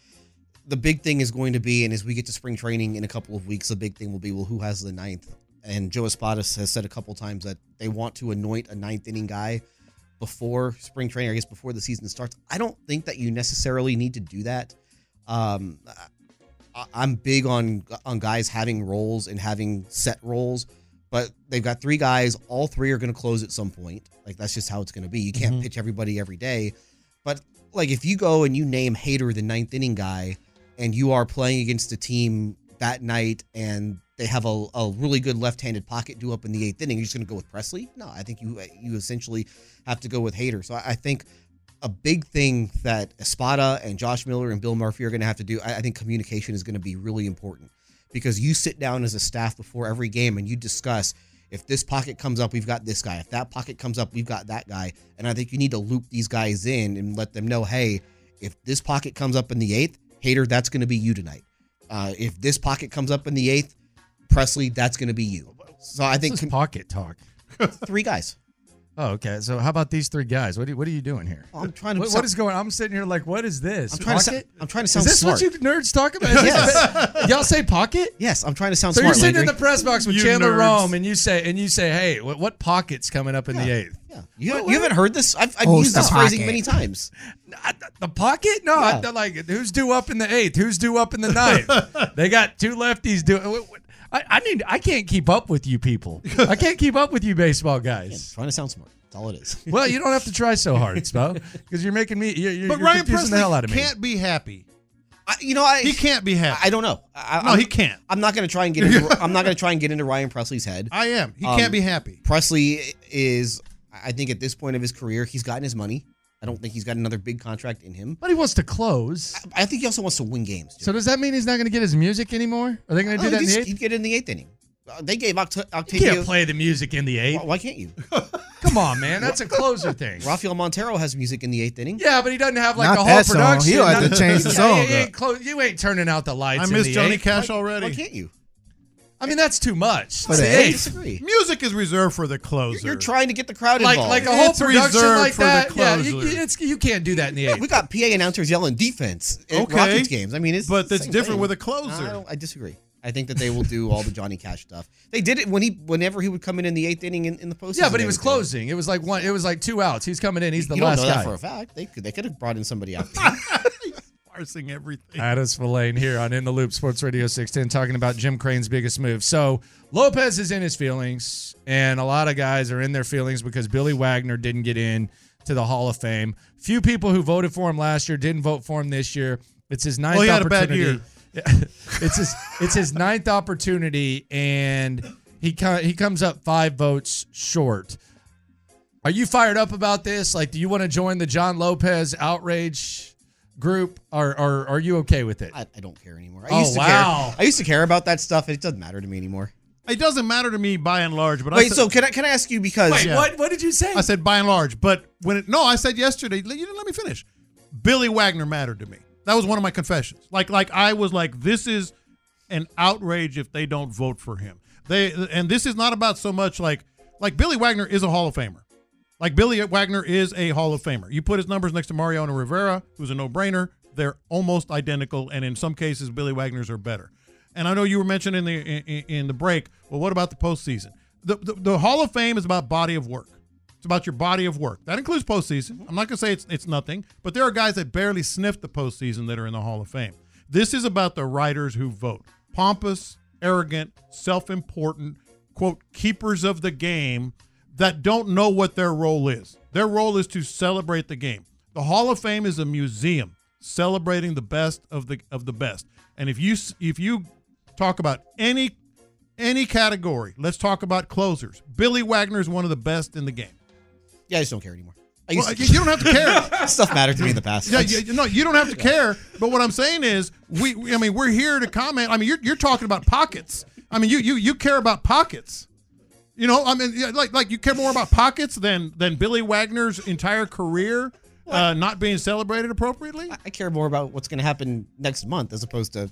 The big thing is going to be, and as we get to spring training in a couple of weeks, the big thing will be, well, who has the ninth? And Joe Espadas has said a couple times that they want to anoint a ninth inning guy before spring training, I guess before the season starts. I don't think that you necessarily need to do that. Um, I, I'm big on on guys having roles and having set roles, but they've got three guys. All three are going to close at some point. Like that's just how it's going to be. You can't pitch everybody every day. But like if you go and you name Hater the ninth inning guy, and you are playing against a team that night, and they have a, a really good left-handed pocket do up in the eighth inning, you're just going to go with Presley? No, I think you you essentially have to go with Hater. So I, I think a big thing that Espada and Josh Miller and Bill Murphy are going to have to do, I, I think communication is going to be really important because you sit down as a staff before every game and you discuss if this pocket comes up, we've got this guy. If that pocket comes up, we've got that guy. And I think you need to loop these guys in and let them know, hey, if this pocket comes up in the eighth, Hater, that's going to be you tonight. Uh, if this pocket comes up in the eighth, Presley, that's going to be you. So I think This is pocket talk. three guys. Oh, okay. So how about these three guys? What are, what are you doing here? I'm trying to. What- what is going? I'm sitting here like, what is this? I'm trying to. Pocket? sa- I'm trying to Is sound this smart. what you nerds talk about? Is Yes. this- y'all say pocket? Yes, I'm trying to sound So you're smart. sitting in Landry. the press box with You Chandler nerds. Rome, and you say, and you say, "Hey, what, what pocket's coming up in the Yeah. eighth? Yeah. You, What- you what- haven't heard this? I've, I've Oh, used this the phrasing pocket. many times. I- th- the pocket? No, I- Yeah. they're like who's due up in the eighth? Who's due up in the ninth? they got two lefties due. what- what- I- I, I need. I can't keep up with you people. I can't keep up with you baseball guys. trying to sound smart. That's all it is. Well, you don't have to try so hard, Spo, because you're making me. You're, you're, But you're Ryan confusing the hell Presley out of me. can't be happy. I, you know, I, he can't be happy. I don't know. I, No, I'm- he can't. I'm not going to try and get. Into, I'm not going to try and get into Ryan Presley's head. I am. He Um, can't be happy. Presley is, I think, at this point of his career, he's gotten his money. I don't think he's got another big contract in him. But he wants to close. I think he also wants to win games. So does that mean he's not going to get his music anymore? Are they going to do Oh, that in he'd the just- eighth? He'd get in the eighth inning. Uh, They gave Oct- You can't Octavio. play the music in the eighth. Why, why can't you? Come on, man. That's a closer thing. Rafael Montero has music in the eighth inning. Yeah, but he doesn't have like Not the whole that song. production. He'll have to Not- change the Yeah, song You ain't, up. clo- you ain't turning out the lights. I in miss the Johnny eighth. Cash Why- already. Why can't you? I mean, that's too much. For the It's the eighth? eighth. Music is reserved for the closer. You're trying to get the crowd Like, involved. like a whole It's production reserved like for the that. Yeah, you, closer. it's, you can't do that in the eighth. we got PA announcers yelling defense at Okay. Rockets games. I mean, it's But the that's same different thing. with a closer. I, don't- I disagree. I think that they will do all the Johnny Cash stuff. They did it when he, whenever he would come in in the eighth inning in, in the postseason. Yeah, but he and was everything. closing. It was like one. It was like two outs. He's coming in. He's the you last don't know guy. that for a fact. They could, they could have brought in somebody out. parsing everything. At us, Villain, here on In the Loop Sports Radio 610, talking about Jim Crane's biggest move. So Lopez is in his feelings, and a lot of guys are in their feelings because Billy Wagner didn't get in to the Hall of Fame. Few people who voted for him last year didn't vote for him this year. It's his ninth Well, Oh, he had a bad opportunity. it's his it's his ninth opportunity, and he co- he comes up five votes short. Are you fired up about this? Like, do you want to join the John Lopez outrage group, or, or are you okay with it? I, I don't care anymore. I Oh, used to wow. Care. I used to care about that stuff. It doesn't matter to me anymore. It doesn't matter to me by and large. But I Wait, said, so can I can I ask you because Wait, Yeah. what- did you say? I said by and large. But when it, no, I said yesterday. You didn't let me finish. Billy Wagner mattered to me. That was one of my confessions. Like like I was like this is an outrage if they don't vote for him. They and this is not about so much like like Billy Wagner is a Hall of Famer. Like Billy Wagner is a Hall of Famer. You put his numbers next to Mariano Rivera, who's a no-brainer. They're almost identical, and in some cases, Billy Wagner's are better. And I know you were mentioning in the in, in the break. Well, what about the postseason? The, the the Hall of Fame is about body of work. It's about your body of work. That includes postseason. I'm not gonna say it's it's nothing, but there are guys that barely sniff the postseason that are in the Hall of Fame. This is about the writers who vote. Pompous, arrogant, self-important, quote keepers of the game that don't know what their role is. Their role is to celebrate the game. The Hall of Fame is a museum celebrating the best of the of the best. And if you s- if you talk about any any category, let's talk about closers. Billy Wagner is one of the best in the game. Yeah, I just don't care anymore. I Well, you you don't have to care. stuff mattered to me in the past. Yeah, yeah, no, you don't have to care. But what I'm saying is, we, we- I mean, we're here to comment. I mean, you're, you're talking about pockets. I mean, you, you, you care about pockets. You know, I mean, yeah, like, like you care more about pockets than, than Billy Wagner's entire career uh, not being celebrated appropriately. I care more about what's going to happen next month as opposed to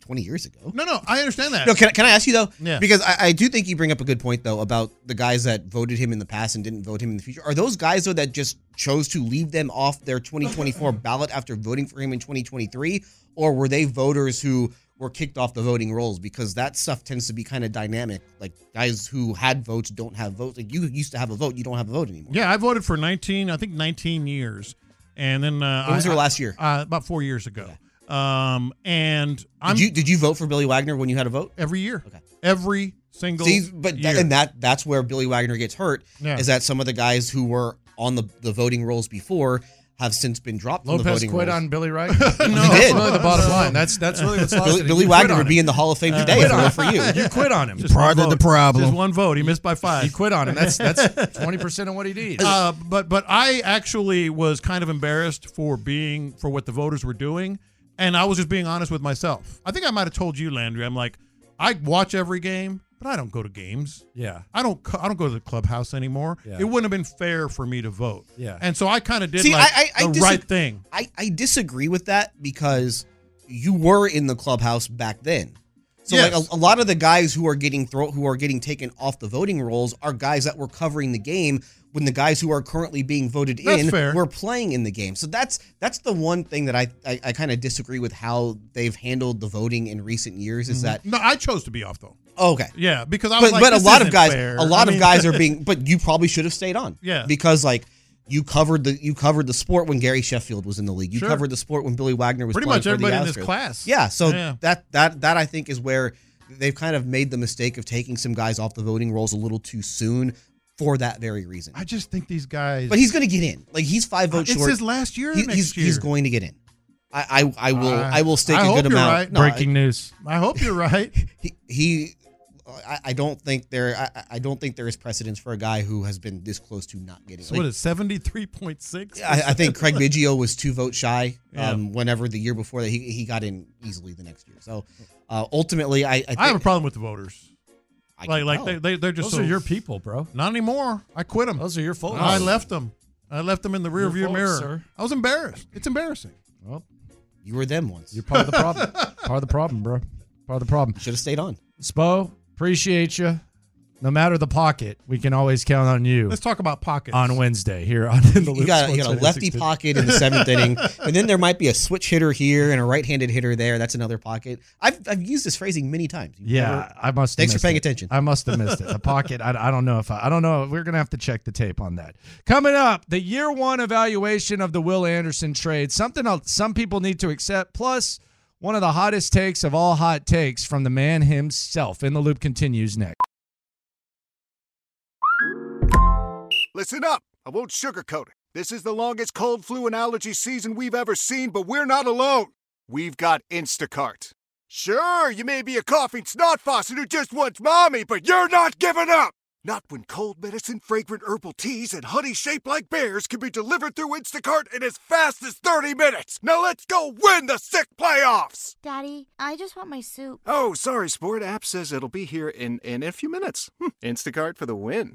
20 years ago. No, no, I understand that. No, can, I- can I ask you though? Yeah. Because I, I do think you bring up a good point though about the guys that voted him in the past and didn't vote him in the future. Are those guys though that just chose to leave them off their 2024 ballot after voting for him in 2023, or were they voters who were kicked off the voting rolls? Because that stuff tends to be kind of dynamic. Like guys who had votes don't have votes. Like you used to have a vote, you don't have a vote anymore. Yeah, I voted for 19, I think 19 years. And then uh, When was I- your last year? Uh, about four years ago. Um, and I'm Did you did you vote for Billy Wagner when you had a vote? every year, every single See, but year. that, and that that's where Billy Wagner gets hurt Yeah. is that some of the guys who were on the, the voting rolls before have since been dropped from the Lopez voting quit rolls. on Billy Wagner. no, that's did. really the bottom line. That's that's really what's lost. Billy, in it. Billy You quit Wagner on would be him. in the Hall of Fame You today quit if it on were him. for you. You quit on him. Just Part one of the vote. problem. Just one vote. He missed by five. You quit on him. That's that's twenty percent of what he needs. Uh, but but I actually was kind of embarrassed for being for what the voters were doing, and I was just being honest with myself. I think I might have told you, Landry. I'm like, I watch every game, but I don't go to games. yeah. I don't. co- I don't go to the clubhouse anymore. Yeah. It wouldn't have been fair for me to vote. Yeah. And so I kind of did See, like I, I, I the disa- right thing. I, I disagree with that because you were in the clubhouse back then. So Yes. like a, a lot of the guys who are getting throw, who are getting taken off the voting rolls are guys that were covering the game when the guys who are currently being voted That's in fair. were playing in the game. So that's that's the one thing that I I, I kind of disagree with how they've handled the voting in recent years is that No, I chose to be off though. oh, okay. Yeah, because I was But, like, but a this lot of isn't guys fair. a lot I of mean- guys are being but you probably should have stayed on. Yeah. Because like you covered the you covered the sport when Gary Sheffield was in the league. You Sure. covered the sport when Billy Wagner was Pretty playing much for the everybody in this Astros. class. Yeah, so Yeah. that that that I think is where they've kind of made the mistake of taking some guys off the voting rolls a little too soon for that very reason. I just think these guys. But he's going to get in. Like he's five votes It's short. his last year or He- next he's, year? he's going to get in. I I, I will Uh, I, will stake I a hope good you're amount. right. No, Breaking I, news. I hope you're right. he, he I, I don't think there I- I, I don't think there is precedence for a guy who has been this close to not getting. So what is seventy three point six? I, I think Craig Biggio was two votes shy. Um, Yeah. Whenever the year before that, he, he got in easily the next year. So uh, ultimately, I I I, have think- a problem with the voters. I like can like tell. they, they they're just Those so, are your Oh, people, bro. Not anymore. I quit them. Those are your folks. I left them. I left them in the Your rearview folks, mirror. sir. I was embarrassed. It's embarrassing. Well, you were them once. You're part of the problem. part of the problem, bro. Part of the problem. Should have stayed on. Spo, appreciate you. No matter the pocket, we can always count on you. Let's talk about pockets. on Wednesday here on in the You Loop got, you got a Sports lefty 96. pocket in the seventh inning, and then there might be a switch hitter here and a right-handed hitter there. That's another pocket. I've, I've used this phrasing many times. You've Yeah, never- I must. have Thanks for missed paying it. attention. I must have missed it. The pocket. I, I don't know if I, I don't know. We're gonna have to check the tape on that. Coming up, the year one evaluation of the Will Anderson trade. Something else some people need to accept. Plus, one of the hottest takes of all hot takes from the man himself. In the loop continues next. Listen up. I won't sugarcoat it. This is the longest cold flu and allergy season we've ever seen, but we're not alone. We've got Instacart. Sure, you may be a coughing snot faucet who just wants mommy, but you're not giving up! Not when cold medicine, fragrant herbal teas, and honey shaped like bears can be delivered through Instacart in as fast as 30 minutes! Now let's go win the sick playoffs! Daddy, I just want my soup. Oh, sorry, Sport App says it'll be here in, in a few minutes. Hm, Instacart for the win.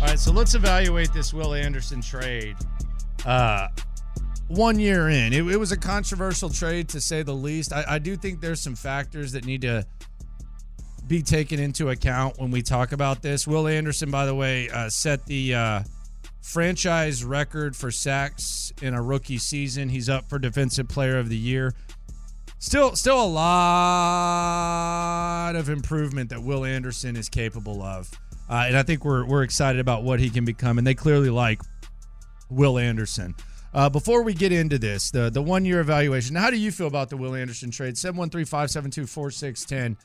All right, so let's evaluate this Will Anderson trade. Uh, one year in, it, it was a controversial trade to say the least. I, I do think there's some factors that need to be taken into account when we talk about this. Will Anderson, by the way, uh, set the uh, franchise record for sacks in a rookie season. He's up for Defensive Player of the Year. Still, still a lot of improvement that Will Anderson is capable of, uh, and I think we're we're excited about what he can become. And they clearly like Will Anderson. Uh, before we get into this, the the one year evaluation. How do you feel about the Will Anderson trade? 713-572-4610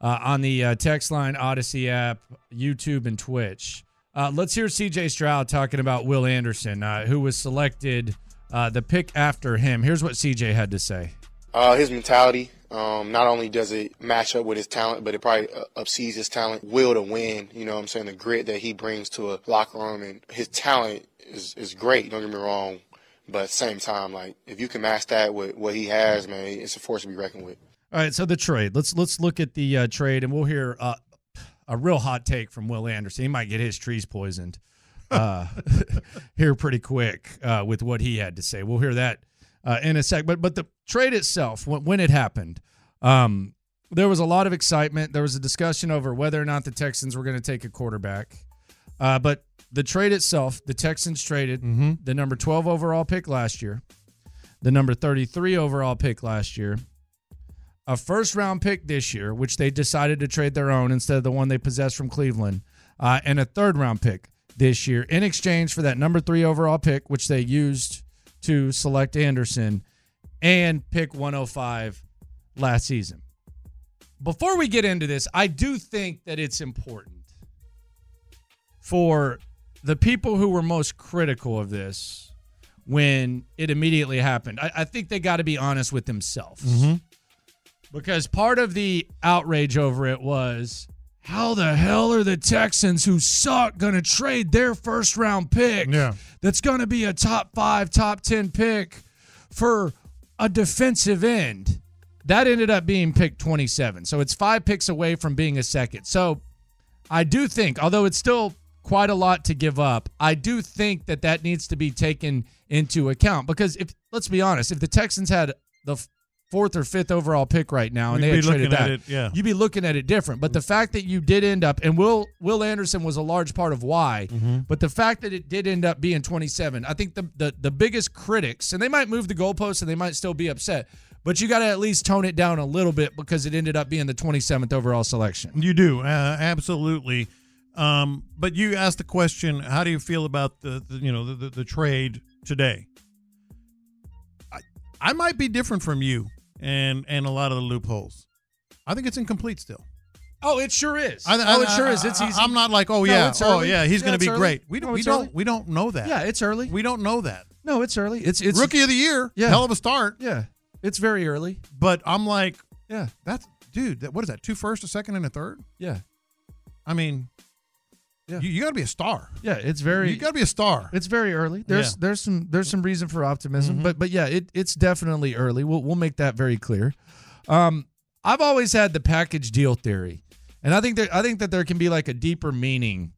uh, on the uh, text line, Odyssey app, YouTube, and Twitch. Uh, let's hear CJ Stroud talking about Will Anderson, uh, who was selected uh, the pick after him. Here's what CJ had to say. Uh, his mentality, um, not only does it match up with his talent, but it probably uh, upsees his talent, will to win, you know what I'm saying, the grit that he brings to a locker room. And his talent is, is great, don't get me wrong. But at the same time, like, if you can match that with what he has, man, it's a force to be reckoned with. All right, so the trade. Let's let's look at the uh, trade, and we'll hear uh, a real hot take from Will Anderson. He might get his trees poisoned uh, here pretty quick uh, with what he had to say. We'll hear that uh, in a sec. But but the trade itself, when, when it happened, um, there was a lot of excitement. There was a discussion over whether or not the Texans were going to take a quarterback. Uh, but the trade itself, the Texans traded the number 12 overall pick last year, the number 33 overall pick last year, a first round pick this year, which they decided to trade their own instead of the one they possessed from Cleveland, uh, and a third round pick this year in exchange for that number three overall pick, which they used to select Anderson, and pick 105 last season. Before we get into this, I do think that it's important for the people who were most critical of this when it immediately happened. I, I think they got to be honest with themselves Because part of the outrage over it was how the hell are the Texans who suck going to trade their first round pick Yeah. that's going to be a top five, top 10 pick for a defensive end? That ended up being pick 27. So it's five picks away from being a second. So I do think, although it's still quite a lot to give up, I do think that that needs to be taken into account because if let's be honest, if the Texans had the f- fourth or fifth overall pick right now We'd and they had be traded looking at that, it, yeah. you'd be looking at it different. But the fact that you did end up, and Will Will Anderson was a large part of why, Mm-hmm. but the fact that it did end up being 27, I think the the the biggest critics, and they might move the goalposts and they might still be upset. But you got to at least tone it down a little bit because it ended up being the 27th overall selection. You do uh, absolutely. Um, but you asked the question: How do you feel about the, the you know the, the, the trade today? I I might be different from you and and a lot of the loopholes. I think it's incomplete still. Oh, it sure is. I, I- oh, it sure is. I- It's I- easy. I'm not like, oh No, yeah, it's oh early. yeah, he's Yeah, going to it's be early. great. We, don't No, we it's don't early. we don't know that. Yeah, it's early. We don't know that. No, it's early. It's it's rookie of the year. Yeah. hell of a start. Yeah, it's very early. But I'm like, yeah, that's dude. That, what is that? Two first, a second, and a third. Yeah. I mean, Yeah. you, got to be a star. Yeah, it's very. You got to be a star. It's very early. There's there's some there's some reason for optimism, but but yeah, it it's definitely early. We'll we'll make that very clear. Um, I've always had the package deal theory, and I think that I think that there can be like a deeper meaning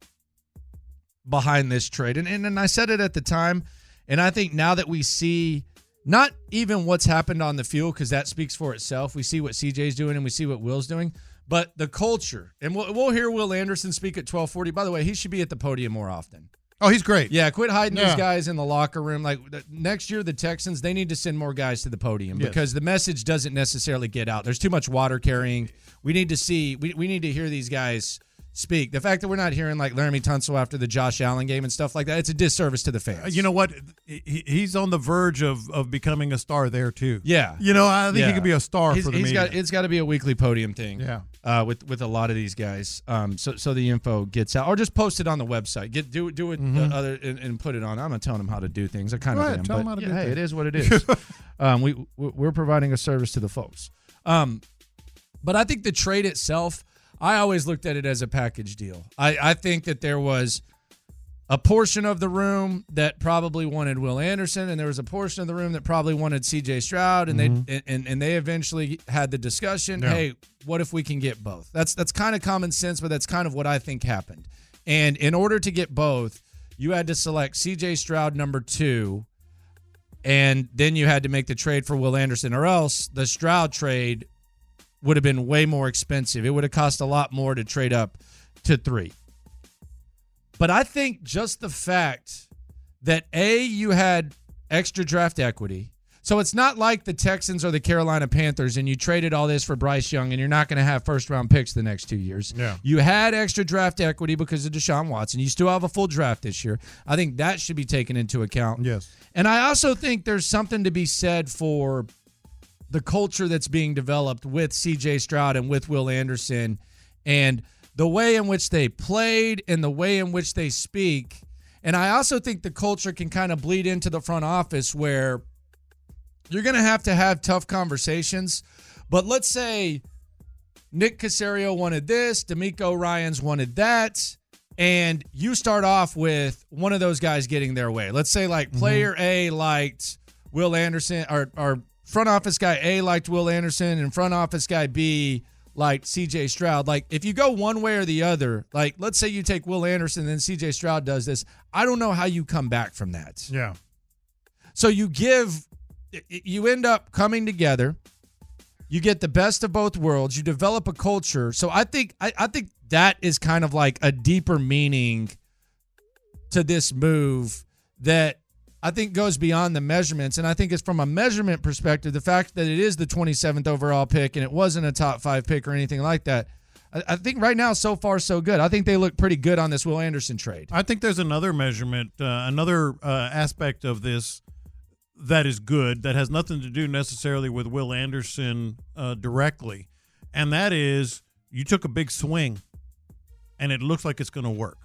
behind this trade. And, and and I said it at the time, and I think now that we see not even what's happened on the field because that speaks for itself. We see what CJ's doing and we see what Will's doing, but the culture. And we'll, we'll hear Will Anderson speak at 12:40. By the way, he should be at the podium more often. Oh, he's great. Yeah, quit hiding Yeah. these guys in the locker room. Like th- next year, the Texans they need to send more guys to the podium Yes. because the message doesn't necessarily get out. There's too much water carrying. We need to see. We, we need to hear these guys speak. The fact that we're not hearing like Laramie Tunsil after the Josh Allen game and stuff like that, it's a disservice to the fans. Uh, You know what? He, he's on the verge of of becoming a star there too. Yeah. You know, I think Yeah. he could be a star He's- for the he's media. got- it's got to be a weekly podium thing. Yeah. Uh, with with a lot of these guys, um, so so the info gets out, or just post it on the website. Get do do it Mhm. uh, other and, and put it on. I'm not telling them how to do things. I kind Go of ahead, am. tell but 'em how to yeah, do hey, things. it is what it is. um, we we- we're providing a service to the folks. Um, but I think the trade itself, I always looked at it as a package deal. I, I think that there was a portion of the room that probably wanted Will Anderson, and there was a portion of the room that probably wanted CJ Stroud, and Mhm. they and- and, and they eventually had the discussion, Yeah. hey, what if we can get both? That's that's kind of common sense, but that's kind of what I think happened. And in order to get both, you had to select CJ Stroud number two, and then you had to make the trade for Will Anderson, or else the Stroud trade would have been way more expensive. It would have cost a lot more to trade up to three. But I think just the fact that A, you had extra draft equity. So it's not like the Texans or the Carolina Panthers and you traded all this for Bryce Young and you're not going to have first round picks the next two years. Yeah. You had extra draft equity because of Deshaun Watson. You still have a full draft this year. I think that should be taken into account. Yes. And I also think there's something to be said for the culture that's being developed with CJ Stroud and with Will Anderson and the way in which they played and the way in which they speak. And I also think the culture can kind of bleed into the front office where you're going to have to have tough conversations. But let's say Nick Casario wanted this, D'Amico Ryan's wanted that, and you start off with one of those guys getting their way. Let's say like player A liked Will Anderson, or, or front office guy A liked Will Anderson, and front office guy B liked CJ Stroud. Like if you go one way or the other, like let's say you take Will Anderson, then CJ Stroud does this. I don't know how you come back from that. Yeah. So you give, y- y- you end up coming together. You get the best of both worlds. You develop a culture. So I think I, I think that is kind of like a deeper meaning to this move that I think goes beyond the measurements. And I think it's from a measurement perspective, the fact that it is the 27th overall pick and it wasn't a top five pick or anything like that. I, I think right now, so far, so good. I think they look pretty good on this Will Anderson trade. I think there's another measurement, uh, another uh, aspect of this that is good that has nothing to do necessarily with Will Anderson uh, directly, and that is you took a big swing, and it looks like it's going to work.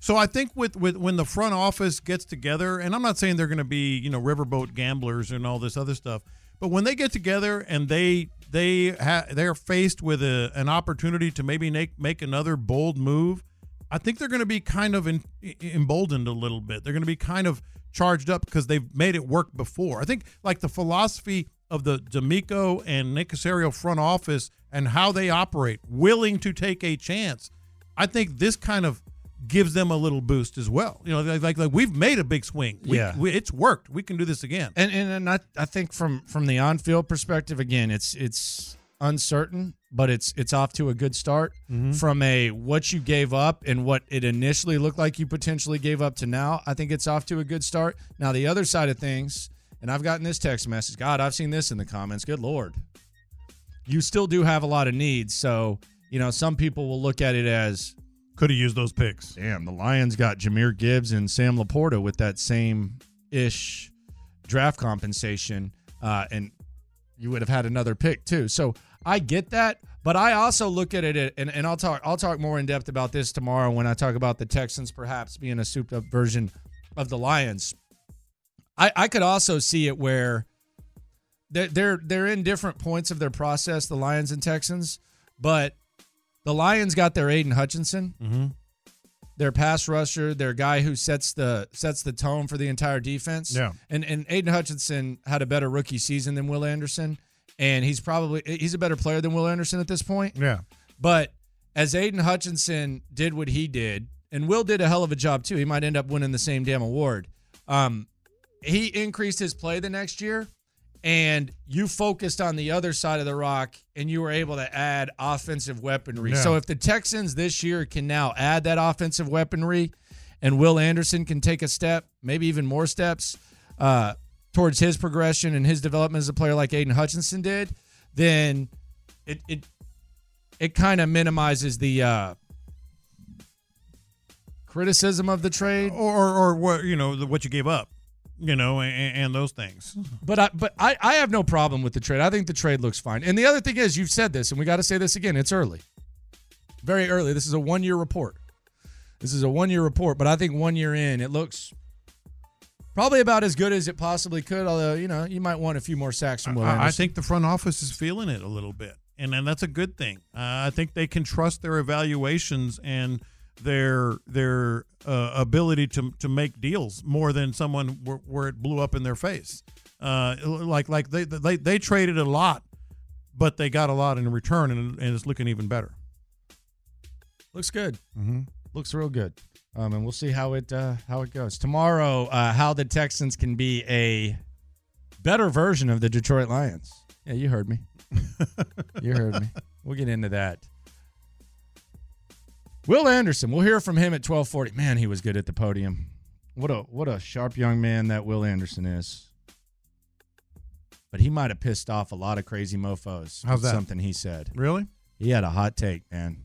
So I think with, with when the front office gets together, and I'm not saying they're going to be you know riverboat gamblers and all this other stuff, but when they get together and they they ha- they're faced with a, an opportunity to maybe make make another bold move, I think they're going to be kind of en- emboldened a little bit. They're going to be kind of charged up because they've made it work before. I think like the philosophy of the D'Amico and Nick Casario front office and how they operate, willing to take a chance. I think this kind of gives them a little boost as well. You know, like like, like we've made a big swing. We, Yeah. we, it's worked. We can do this again. And and, and I, I think from from the on field perspective, again, it's it's uncertain, but it's it's off to a good start. Mm-hmm. From a what you gave up and what it initially looked like you potentially gave up to now, I think it's off to a good start. Now the other side of things, and I've gotten this text message. God, I've seen this in the comments. Good lord, you still do have a lot of needs. So you know, some people will look at it as could have used those picks. Damn, the Lions got Jameer Gibbs and Sam Laporta with that same ish draft compensation, uh, and you would have had another pick too. So I get that, but I also look at it, and, and I'll talk I'll talk more in depth about this tomorrow when I talk about the Texans perhaps being a souped up version of the Lions. I, I could also see it where they're, they're they're in different points of their process, the Lions and Texans, but the Lions got their Aiden Hutchinson, their pass rusher, their guy who sets the sets the tone for the entire defense. Yeah. and and Aiden Hutchinson had a better rookie season than Will Anderson, and he's probably he's a better player than Will Anderson at this point. Yeah. But as Aiden Hutchinson did what he did, and Will did a hell of a job too. He might end up winning the same damn award. Um, he increased his play the next year, and you focused on the other side of the rock, and you were able to add offensive weaponry. Yeah. So if the Texans this year can now add that offensive weaponry, and Will Anderson can take a step, maybe even more steps, uh, towards his progression and his development as a player, like Aiden Hutchinson did, then it it it kind of minimizes the uh, criticism of the trade or or, or what you know the, what you gave up, you know, and, and those things. But I but I, I have no problem with the trade. I think the trade looks fine. And the other thing is, you've said this, and we got to say this again. It's early, very early. This is a one year report. This is a one year report, but I think one year in, it looks probably about as good as it possibly could. Although you know, you might want a few more sacks from Will. I, I Anderson. think the front office is feeling it a little bit, and and that's a good thing. Uh, I think they can trust their evaluations and their their uh, ability to to make deals more than someone where, where it blew up in their face. Uh, like like they they they traded a lot, but they got a lot in return, and, and it's looking even better. Looks good. Looks real good. Um, and we'll see how it uh, how it goes tomorrow. Uh, how the Texans can be a better version of the Detroit Lions. Yeah, you heard me. you heard me. We'll get into that. Will Anderson. We'll hear from him at twelve forty. Man, he was good at the podium. What a what a sharp young man that Will Anderson is. But he might have pissed off a lot of crazy mofo's. How's with that? Something he said. Really? He had a hot take, man.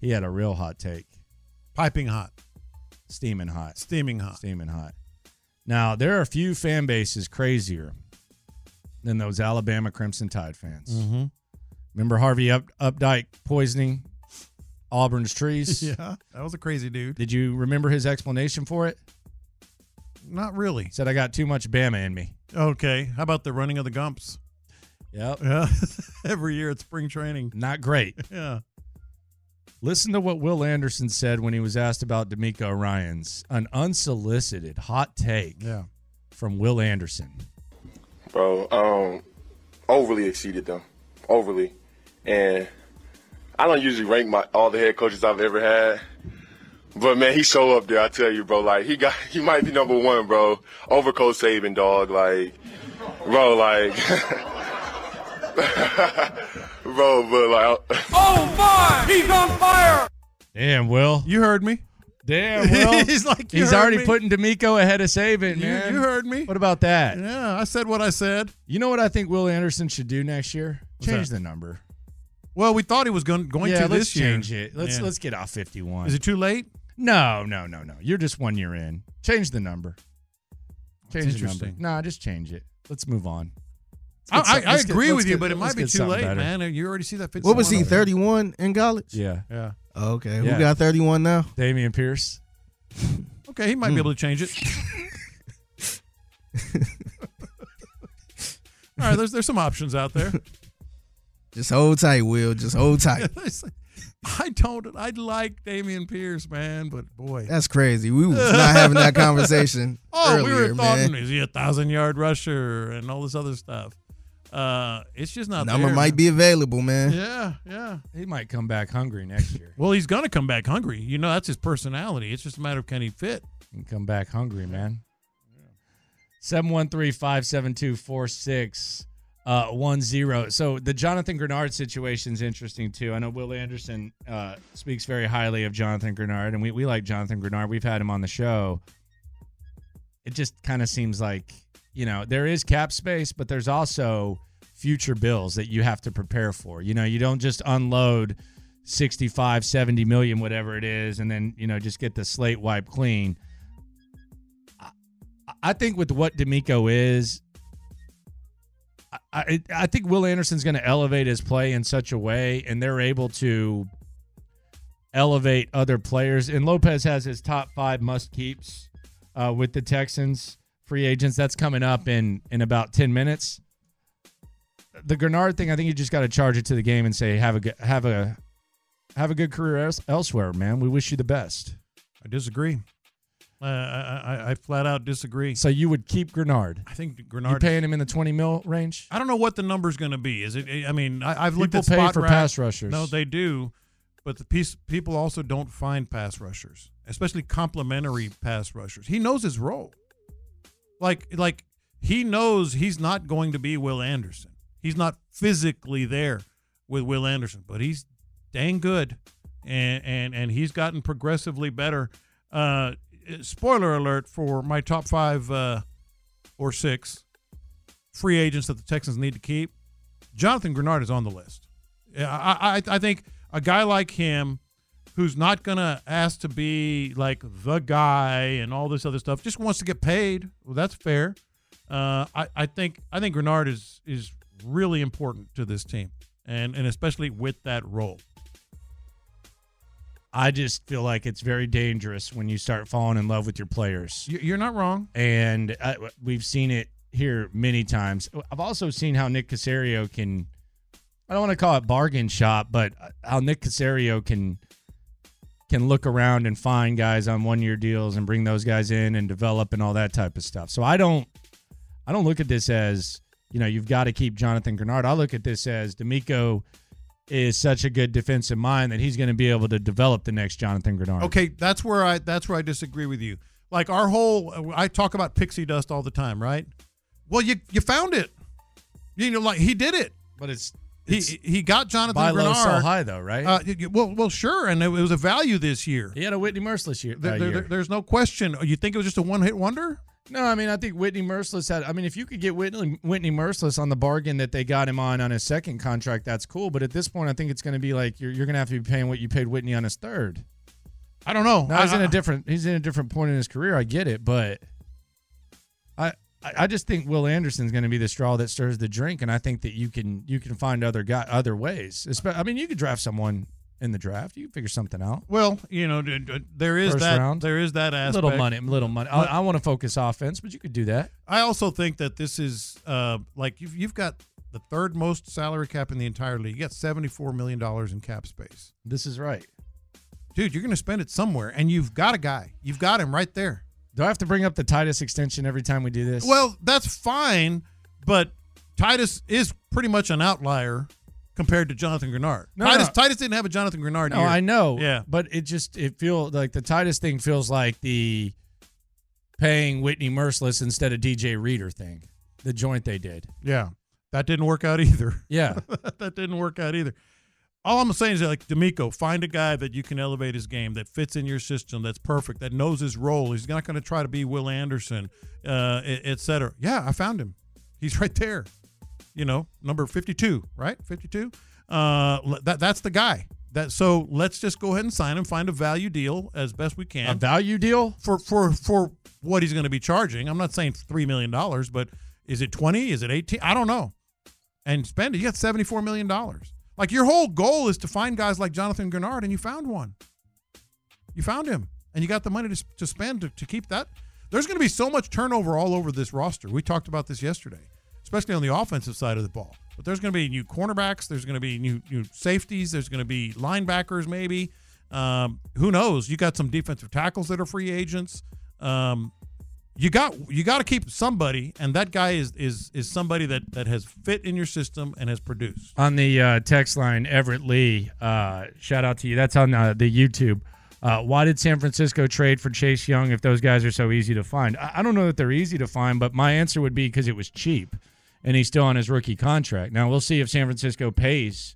He had a real hot take. Piping hot. Steaming hot. Steaming hot. Steaming hot. Now, there are few fan bases crazier than those Alabama Crimson Tide fans. Mhm. Remember Harvey Up- Updike poisoning Auburn's trees? Yeah, that was a crazy dude. Did you remember his explanation for it? Not really. Said I got too much Bama in me. Okay, how about the running of the Gumps? Yep. Yeah. Every year at spring training. Not great. Yeah. Listen to what Will Anderson said when he was asked about D'Amico Ryan's an unsolicited hot take yeah. from Will Anderson. bro. Um, overly exceeded them, overly, and I don't usually rank my all the head coaches I've ever had, but man, he so up there. I tell you, bro. Like he got, he might be number one, bro. Over Coach Saban, dog. Like, bro, like, bro, but like. Oh my! He's on fire! Damn, Will. You heard me. Damn, Will. He's like, "You he's heard already me." putting D'Amico ahead of Saban, You- man. you heard me. What about that? Yeah, I said what I said. You know what I think Will Anderson should do next year? What's Change that? the number. Well, we thought he was going going yeah, to let's this year. change it. Let's Yeah. let's get off fifty one. Is it too late? No, no, no, no. You're just one year in. Change the number. That's Change the number. interesting. Nah, just change it. Let's move on. I, Let's get I, some- I let's get- agree let's with you, get- but it might let's be get too something late, better. man. You already see that. What 51 was he, over there. 31 in college? Yeah. Yeah. Okay, Yeah. who got 31 now? Damian Pierce. Okay, he might Hmm. be able to change it. All right, there's there's some options out there. Just hold tight, Will. Just hold tight. I don't. I like Damian Pierce, man, but boy, That's crazy. We was not having that conversation. oh, we earlier, were man. talking, is he a thousand yard rusher and all this other stuff? Uh, it's just not. Number there, might man. be available, man. Yeah, yeah. He might come back hungry next year. Well, he's gonna come back hungry. You know, that's his personality. It's just a matter of can he fit. He can come back hungry, man. 713-572-4610. uh, So the Jonathan Grenard situation is interesting too. I know Will Anderson uh, speaks very highly of Jonathan Grenard, and we, we like Jonathan Grenard. We've had him on the show. It just kind of seems like, you know, there is cap space, but there's also future bills that you have to prepare for. You know, you don't just unload 65, 70 million, whatever it is, and then, you know, just get the slate wiped clean. I think with what D'Amico is, I, I, I think Will Anderson's going to elevate his play in such a way, and they're able to elevate other players. And Lopez has his top five must keeps uh, with the Texans free agents. That's coming up in in about ten minutes. The Grenard thing, I think you just got to charge it to the game and say have a good- have a have a good career else, elsewhere, man. We wish you the best. I disagree. Uh, I, I, I flat out disagree. So you would keep Grenard? I think You Grenard. paying him in the twenty mil range? I don't know what the number's going to be. Is it? I mean, I, I've looked People at pay spot for rack. pass rushers. No, they do, but the piece, people also don't find pass rushers, especially complimentary pass rushers. He knows his role. Like, like he knows he's not going to be Will Anderson. He's not physically there with Will Anderson, but he's dang good, and and and he's gotten progressively better. Uh, spoiler alert for my top five uh, or six free agents that the Texans need to keep. Jonathan Grenard is on the list. Yeah, I, I, I think a guy like him, who's not gonna ask to be like the guy and all this other stuff, just wants to get paid. Well, that's fair. Uh, I, I think I think Grenard is is really important to this team, and and especially with that role. I just feel like it's very dangerous when you start falling in love with your players. You- You're not wrong. And I, we've seen it here many times. I've also seen how Nick Casario can, I don't want to call it bargain shop, but uh, how Nick Casario can can look around and find guys on one year deals and bring those guys in and develop and all that type of stuff. So I don't I don't look at this as, you know, you've got to keep Jonathan Grenard. I look at this as D'Amico is such a good defensive mind that he's going to be able to develop the next Jonathan Grenard. Okay, that's where I that's where I disagree with you. Like our whole, I talk about pixie dust all the time, right? Well, you you found it. You know, like he did it. But it's, he he got Jonathan buy low, Grenard. sell high, though, right? Uh, y- y- well, well, sure, and it, was a value this year. He had a Whitney Merciless year. There- uh, there- year. there's no question. You think it was just a one hit wonder? No, I mean I think Whitney Merciless had. I mean, if you could get Whitney Whitney Merciless on the bargain that they got him on on his second contract, that's cool. But at this point, I think it's going to be like you're you're going to have to be paying what you paid Whitney on his third. I don't know. Now he's I- in a I- different he's in a different point in his career. I get it, but I I I just think Will Anderson's going to be the straw that stirs the drink, and I think that you can you can find other guy other ways. Espe- I mean, you could draft someone in the draft. You can figure something out. Well, you know, d- d- there is First that. round. There is that aspect. Little money, little money. I, I want to focus offense, but you could do that. I also think that this is uh, like you've you've got the third most salary cap in the entire league. You got seventy four million dollars in cap space. This is right, dude. You're going to spend it somewhere, and you've got a guy. You've got him right there. Do I have to bring up the Titus extension every time we do this? Well, that's fine, but Titus is pretty much an outlier compared to Jonathan Grenard. No, Titus no. Titus didn't have a Jonathan Grenard. No, year. I know. Yeah. but it just it feels like the Titus thing feels like the paying Whitney Merciless instead of DJ Reader thing, the joint they did. Yeah. That didn't work out either. Yeah. that didn't work out either. All I'm saying is like D'Amico, find a guy that you can elevate his game, that fits in your system, that's perfect, that knows his role. He's not going to try to be Will Anderson, uh, et et cetera. Yeah, I found him. He's right there. You know, number 52, right? 52. Uh, le- that that's the guy. That so let's just go ahead and sign him, find a value deal as best we can. A value deal for for for what he's going to be charging. I'm not saying three million dollars, but is it twenty? Is it eighteen? I don't know. And spend it. You got seventy four million dollars. Like your whole goal is to find guys like Jonathan Grenard, and you found one. You found him, and you got the money to, to spend to, to keep that. There's going to be so much turnover all over this roster. We talked about this yesterday, especially on the offensive side of the ball. But there's going to be new cornerbacks. There's going to be new new safeties. There's going to be linebackers. Maybe um, who knows? You got some defensive tackles that are free agents. Um, you got you got to keep somebody, and that guy is is is somebody that that has fit in your system and has produced. on the uh, text line, Everett Lee. Uh, shout out to you. That's on uh, the YouTube. Uh, why did San Francisco trade for Chase Young if those guys are so easy to find? I, I don't know that they're easy to find, but my answer would be because it was cheap, and he's still on his rookie contract. Now we'll see if San Francisco pays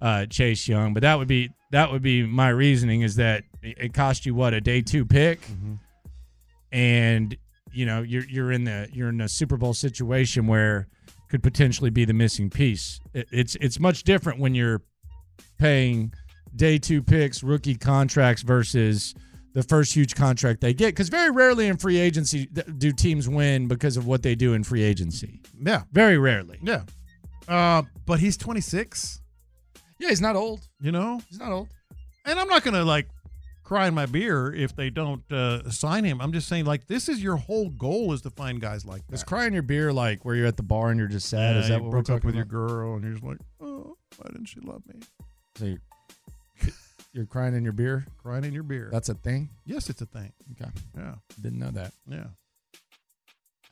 uh, Chase Young, but that would be that would be my reasoning is that it it cost you what a day two pick, and you know you're you're in the you're in a Super Bowl situation where could potentially be the missing piece. It- it's it's much different when you're paying day two picks, rookie contracts versus the first huge contract they get because very rarely in free agency th- do teams win because of what they do in free agency. Yeah, very rarely. Yeah, uh, but he's 26. Yeah, he's not old. You know, he's not old. And I'm not gonna like cry in my beer if they don't uh, sign him. I'm just saying like this is your whole goal is to find guys like that. Is crying your beer like where you're at the bar and you're just sad? Yeah, Is that you what broke we're up talking with about? your girl and you're just like, oh, why didn't she love me? So you're, you're crying in your beer. Crying in your beer. That's a thing. Yes, it's a thing. Okay. Yeah. Didn't know that. Yeah.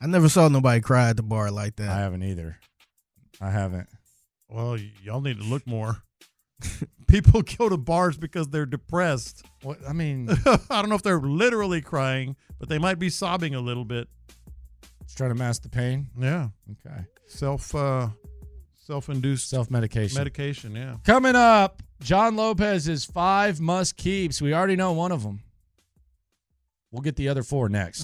I never saw nobody cry at the bar like that. I haven't either. I haven't. Well, y- y'all need to look more. People go to bars because they're depressed. What I mean, I don't know if they're literally crying, but they might be sobbing a little bit. Just trying to mask the pain. Yeah. Okay. Self uh self-induced self-medication. Medication, yeah. Coming up, John Lopez's five must keeps. We already know one of them. We'll get the other four next.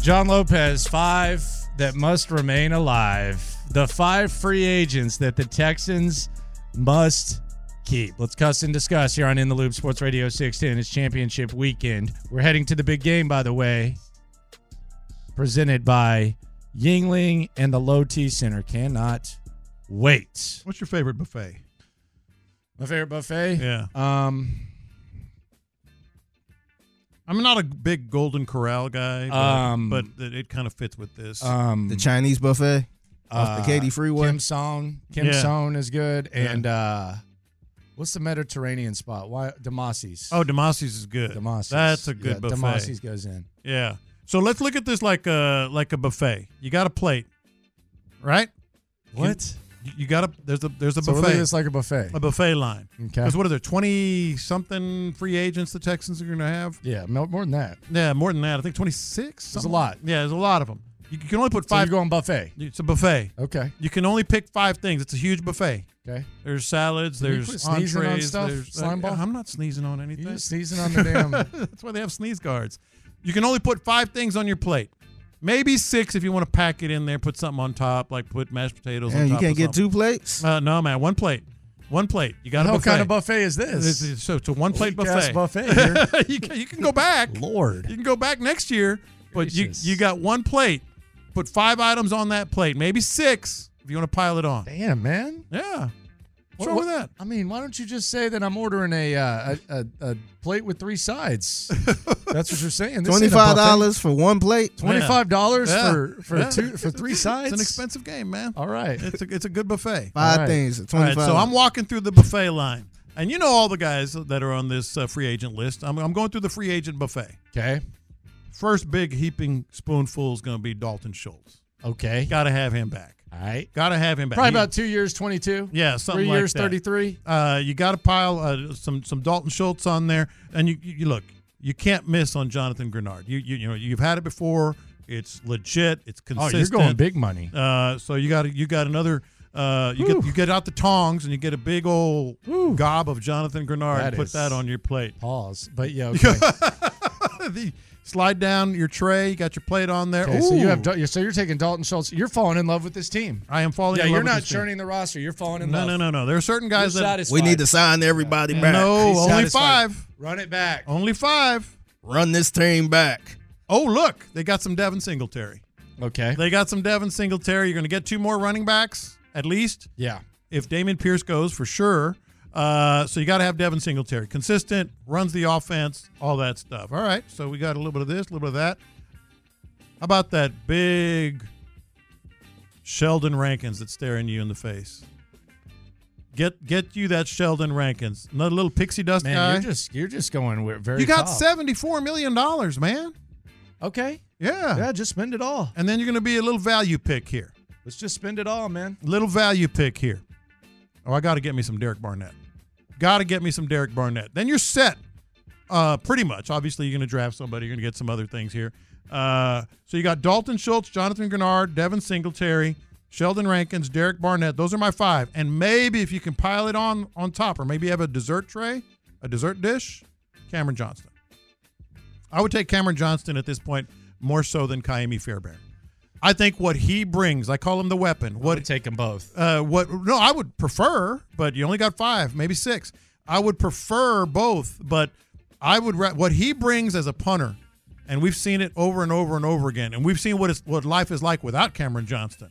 John Lopez, five that must remain alive. The five free agents that the Texans must keep. Let's cuss and discuss here on In the Loop Sports Radio 610. It's championship weekend. We're heading to the big game, by the way, presented by Yingling and the Low T Center. Cannot wait. What's your favorite buffet? My favorite buffet? Yeah. Um I'm not a big Golden Corral guy, but, Um, but it, it kind of fits with this. Um, the Chinese buffet off uh, the Katy Freeway. Kim Song. Kim Yeah. Song is good. Yeah. And uh what's the Mediterranean spot? Why Damasis. oh, Demasi's is good. Damasis. That's a good Yeah, buffet. Damasis goes in. Yeah. So let's look at this like a like a buffet. You got a plate, right? What? You, you got a there's a there's a So we're buffet. looking at this like a buffet. A buffet line. Okay. Because what are there twenty something free agents the Texans are going to have? Yeah, more more than that. Yeah, more than that. I think twenty six. There's a lot. Yeah, there's a lot of them. You can only put So five. you're going buffet. It's a buffet. Okay. You can only pick five things. It's a huge buffet. Okay. There's salads. Can you There's quit sneezing on entrees. stuff, There's uh, slime ball? I'm not sneezing on anything. You're just sneezing on the damn- That's why they have sneeze guards. You can only put five things on your plate. Maybe six if you want to pack it in there. Put something on top, like put mashed potatoes. Man, on you top can't of get something. two plates? Uh, no, man, one plate. One plate. You got a What buffet. kind of buffet is this? This is- so it's a one plate Weak-ass buffet. buffet here. you, can, you can go back. Lord. You can go back next year, but you you got one plate Put five items on that plate, maybe six if you want to pile it on. Damn, man. Yeah. What's wrong with that? I mean, why don't you just say that I'm ordering a uh, a, a, a plate with three sides? That's what you're saying. This ain't a buffet. $25 for one plate? Twenty-five dollars Yeah. for for Yeah. two for three It's sides. an expensive game, man. All right. It's a, it's a good buffet. Five things at All right, so $25. I'm walking through the buffet line. And you know all the guys that are on this uh, free agent list. I'm, I'm going through the free agent buffet. Okay. First big heaping spoonful is going to be Dalton Schultz. Okay. Got to have him back. All right. Got to have him back. Probably He- about two years, twenty-two. yeah, something three like years, that. thirty-three. Uh, you got to pile uh, some some Dalton Schultz on there, and you, you you look. You can't miss on Jonathan Grenard. You you, you know you've had it before. It's legit. It's Oh, you're consistent. going big money. Uh, so you got you got another. Uh, you get you get out the tongs and you get a big old gob of Jonathan Grenard. That and put is- that on your plate. Pause. But yeah, okay. The- slide down your tray. You got your plate on there. Okay, so you have Ooh. Dal- so you're taking Dalton Schultz. You're falling in love with this team. I am falling. Yeah, in love you're with not this team. churning the roster. You're falling in No, love. no, no, no. There are certain guys You're that satisfied. We need to sign everybody back. No, He's only satisfied. five. Run it back. Only five. Run this team back. Oh, look, they got some Devin Singletary. Okay. They got some Devin Singletary. You're going to get two more running backs at least. Yeah. If Damon Pierce goes, for sure. Uh, so you got to have Devin Singletary. Consistent, runs the offense, all that stuff. All right. So we got a little bit of this, a little bit of that. How about that big Sheldon Rankins that's staring you in the face? Get get you that Sheldon Rankins. Another little pixie dust Man, guy. you're just you're just going where very. you got top. $74 million, man. Okay. Yeah. Yeah. Just spend it all. And then you're going to be a little value pick here. Let's just spend it all, man. Little value pick here. Oh, I got to get me some Derek Barnett. Got to get me some Derek Barnett. Then you're set, uh, pretty much. Obviously, you're going to draft somebody. You're going to get some other things here. Uh, so you got Dalton Schultz, Jonathan Grenard, Devin Singletary, Sheldon Rankins, Derek Barnett. Those are my five. And maybe if you can pile it on on top, or maybe you have a dessert tray, a dessert dish, Cameron Johnston. I would take Cameron Johnston at this point more so than Kaimi Fairbairn. I think what he brings, I call him the weapon. What take them both? Uh, what? No, I would prefer, but you only got five, maybe six. I would prefer both, but I would ra- what he brings as a punter, and we've seen it over and over and over again, and we've seen what it's what life is like without Cameron Johnston.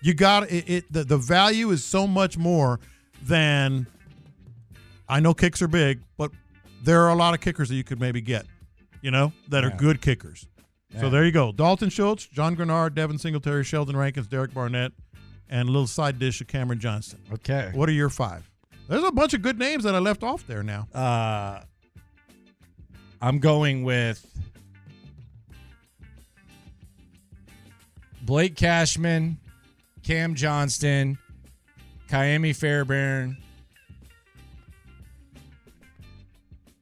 You got it. it the, the value is so much more than I know kicks are big, but there are a lot of kickers that you could maybe get, you know, that are Yeah. good kickers. Yeah. So there you go. Dalton Schultz, John Grenard, Devin Singletary, Sheldon Rankins, Derek Barnett, and a little side dish of Cameron Johnston. Okay. What are your five? There's a bunch of good names that I left off there now. Uh, I'm going with Blake Cashman, Cam Johnston, Kiami Fairbairn.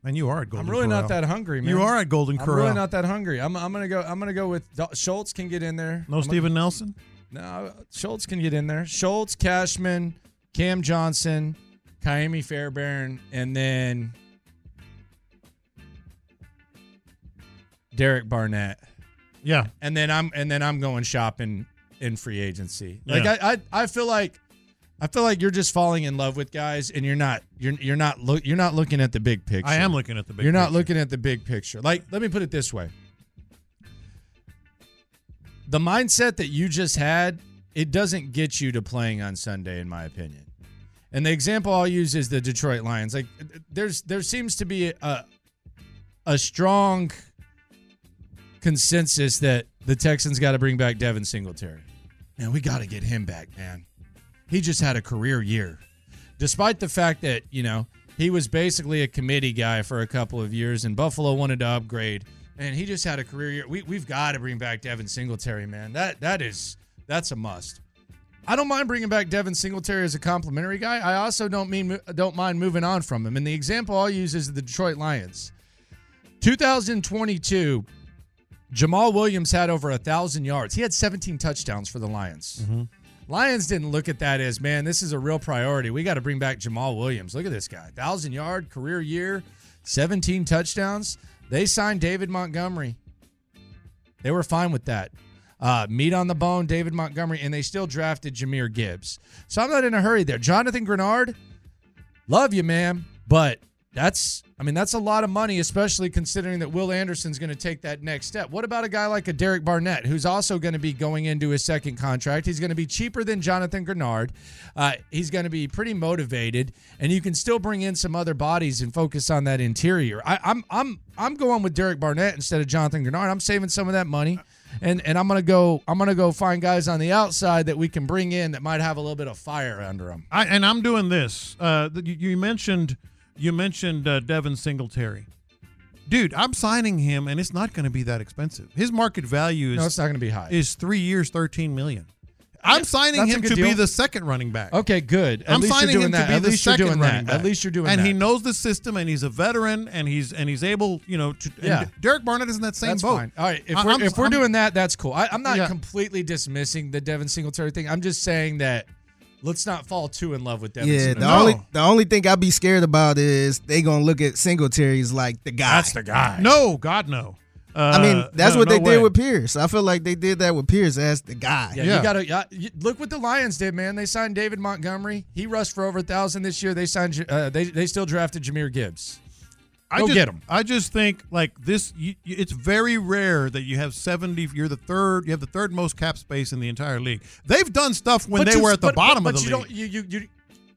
And you are at Golden I'm really not Corral. that hungry, man. You are at Golden I'm Corral. really not that hungry. I'm, I'm gonna go. I'm gonna go with Dal- Schultz can get in there. No I'm gonna- Steven Nelson? No, Schultz can get in there. Schultz, Cashman, Cam Johnson, Kaimi Fairbairn, and then Derek Barnett. Yeah. And then I'm and then I'm going shopping in free agency. Like Yeah. I, I I feel like I feel like you're just falling in love with guys and you're not you're you're not look you're not looking at the big picture. I am looking at the big You're not picture. looking at the big picture. Like let me put it this way. The mindset that you just had, it doesn't get you to playing on Sunday in my opinion. And the example I'll use is the Detroit Lions. Like there's there seems to be a a strong consensus that the Texans got to bring back Devin Singletary. Man, we got to get him back, man. He just had a career year. Despite the fact that, you know, he was basically a committee guy for a couple of years and Buffalo wanted to upgrade, and he just had a career year. We, we've got to bring back Devin Singletary, man. That That is, that's a must. I don't mind bringing back Devin Singletary as a complimentary guy. I also don't mean don't mind moving on from him. And the example I'll use is the Detroit Lions. 2022, Jamal Williams had over a thousand yards. He had 17 touchdowns for the Lions. Lions didn't look at that as, man, this is a real priority. We got to bring back Jamal Williams. Look at this guy. 1,000 yard career year, 17 touchdowns. They signed David Montgomery. They were fine with that. Uh, meat on the bone, David Montgomery, and they still drafted Jameer Gibbs. So I'm not in a hurry there. Jonathan Grenard, love you, man, but That's I mean that's a lot of money, especially considering that Will Anderson's going to take that next step. What about a guy like a Derek Barnett, who's also going to be going into his second contract? He's going to be cheaper than Jonathan Grenard. Uh, he's going to be pretty motivated, and you can still bring in some other bodies and focus on that interior. I, I'm I'm I'm going with Derek Barnett instead of Jonathan Grenard. I'm saving some of that money. And, and I'm gonna go. I'm gonna go find guys on the outside that we can bring in that might have a little bit of fire under them. I, and I'm doing this. Uh, th- you, you mentioned you mentioned uh, Devin Singletary, dude. I'm signing him, and it's not going to be that expensive. His market value is No, it's not gonna be high. Is three years, thirteen million. I'm signing that's a him good to be deal. the second running back. Okay, good. At I'm least you're signing doing him that. to be At the least you're second doing running that. At back. least you're doing and he that. knows the system, and he's a veteran, and he's and he's able, you know, to. and Yeah. Derek Barnett is in that same that's boat. fine. All right, if I- we're, I'm- if we're I'm- doing that, that's cool. I, I'm not Yeah. completely dismissing the Devin Singletary thing. I'm just saying that let's not fall too in love with Devin. yeah, the Singletary. only the only thing I'd be scared about is they gonna look at Singletary as like the guy. That's the guy. No, God no. I mean, Uh, that's no, what no they did way. with Pierce. I feel like they did that with Pierce as the guy. Yeah, you gotta yeah, you- look what the Lions did, man. They signed David Montgomery. He rushed for over a thousand this year. They signed. Uh, they they still drafted Jameer Gibbs. I Go just, get him. I just think like this. You, you- it's very rare that you have seventy. You're the third. You have the third most cap space in the entire league. They've done stuff when But they you- were at the but- but- bottom but of the you league. Don't, you you you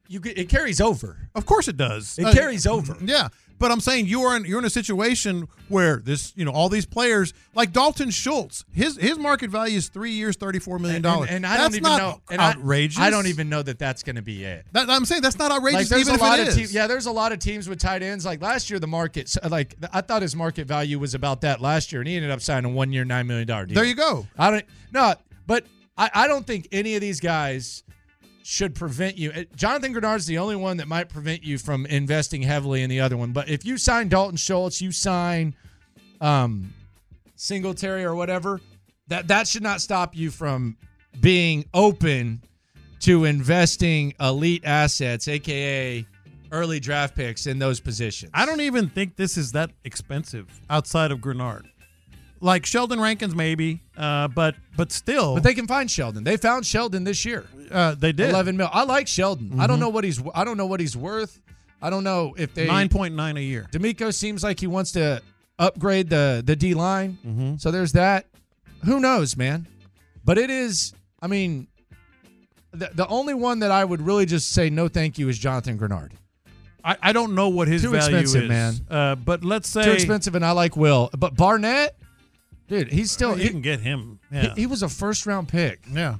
you get- it carries over. Of course it does. It Uh, carries over. Yeah, but I'm saying you are in, you're in a situation where this you know all these players like Dalton Schultz. His his market value is three years, thirty four million And, dollars. and I that's don't even not know. and I- outrageous. I don't even know that that's going to be it. That, I'm saying that's not outrageous. Like there's even a if lot it of is. teams. Yeah, there's a lot of teams with tight ends. Like last year, the market so, like th- I thought his market value was about that last year, and he ended up signing a one year nine million dollar deal. There you go. I don't no, but I, I don't think any of these guys should prevent you. Uh, Jonathan Grenard's the only one that might prevent you from investing heavily in the other one. But if you sign Dalton Schultz, you sign um Singletary or whatever, that that should not stop you from being open to investing elite assets, aka early draft picks in those positions. I don't even think this is that expensive outside of Grenard. Like Sheldon Rankins, maybe, uh, but but still, But they can find Sheldon. They found Sheldon this year. Uh, they did. eleven mil. I like Sheldon. I Mhm. don't know what he's. I don't know what he's worth. I don't know if they nine point nine a year. D'Amico seems like he wants to upgrade the the D line. Mm-hmm. So there's that. Who knows, man? But it is. I mean, the the only one that I would really just say no thank you is Jonathan Grenard. I, I don't know what his Too value expensive, is, man. Uh, but let's say Too expensive, and I like Will, but Barnett, dude, he's still. You can get him. He- Yeah. He, was a first round pick. Yeah.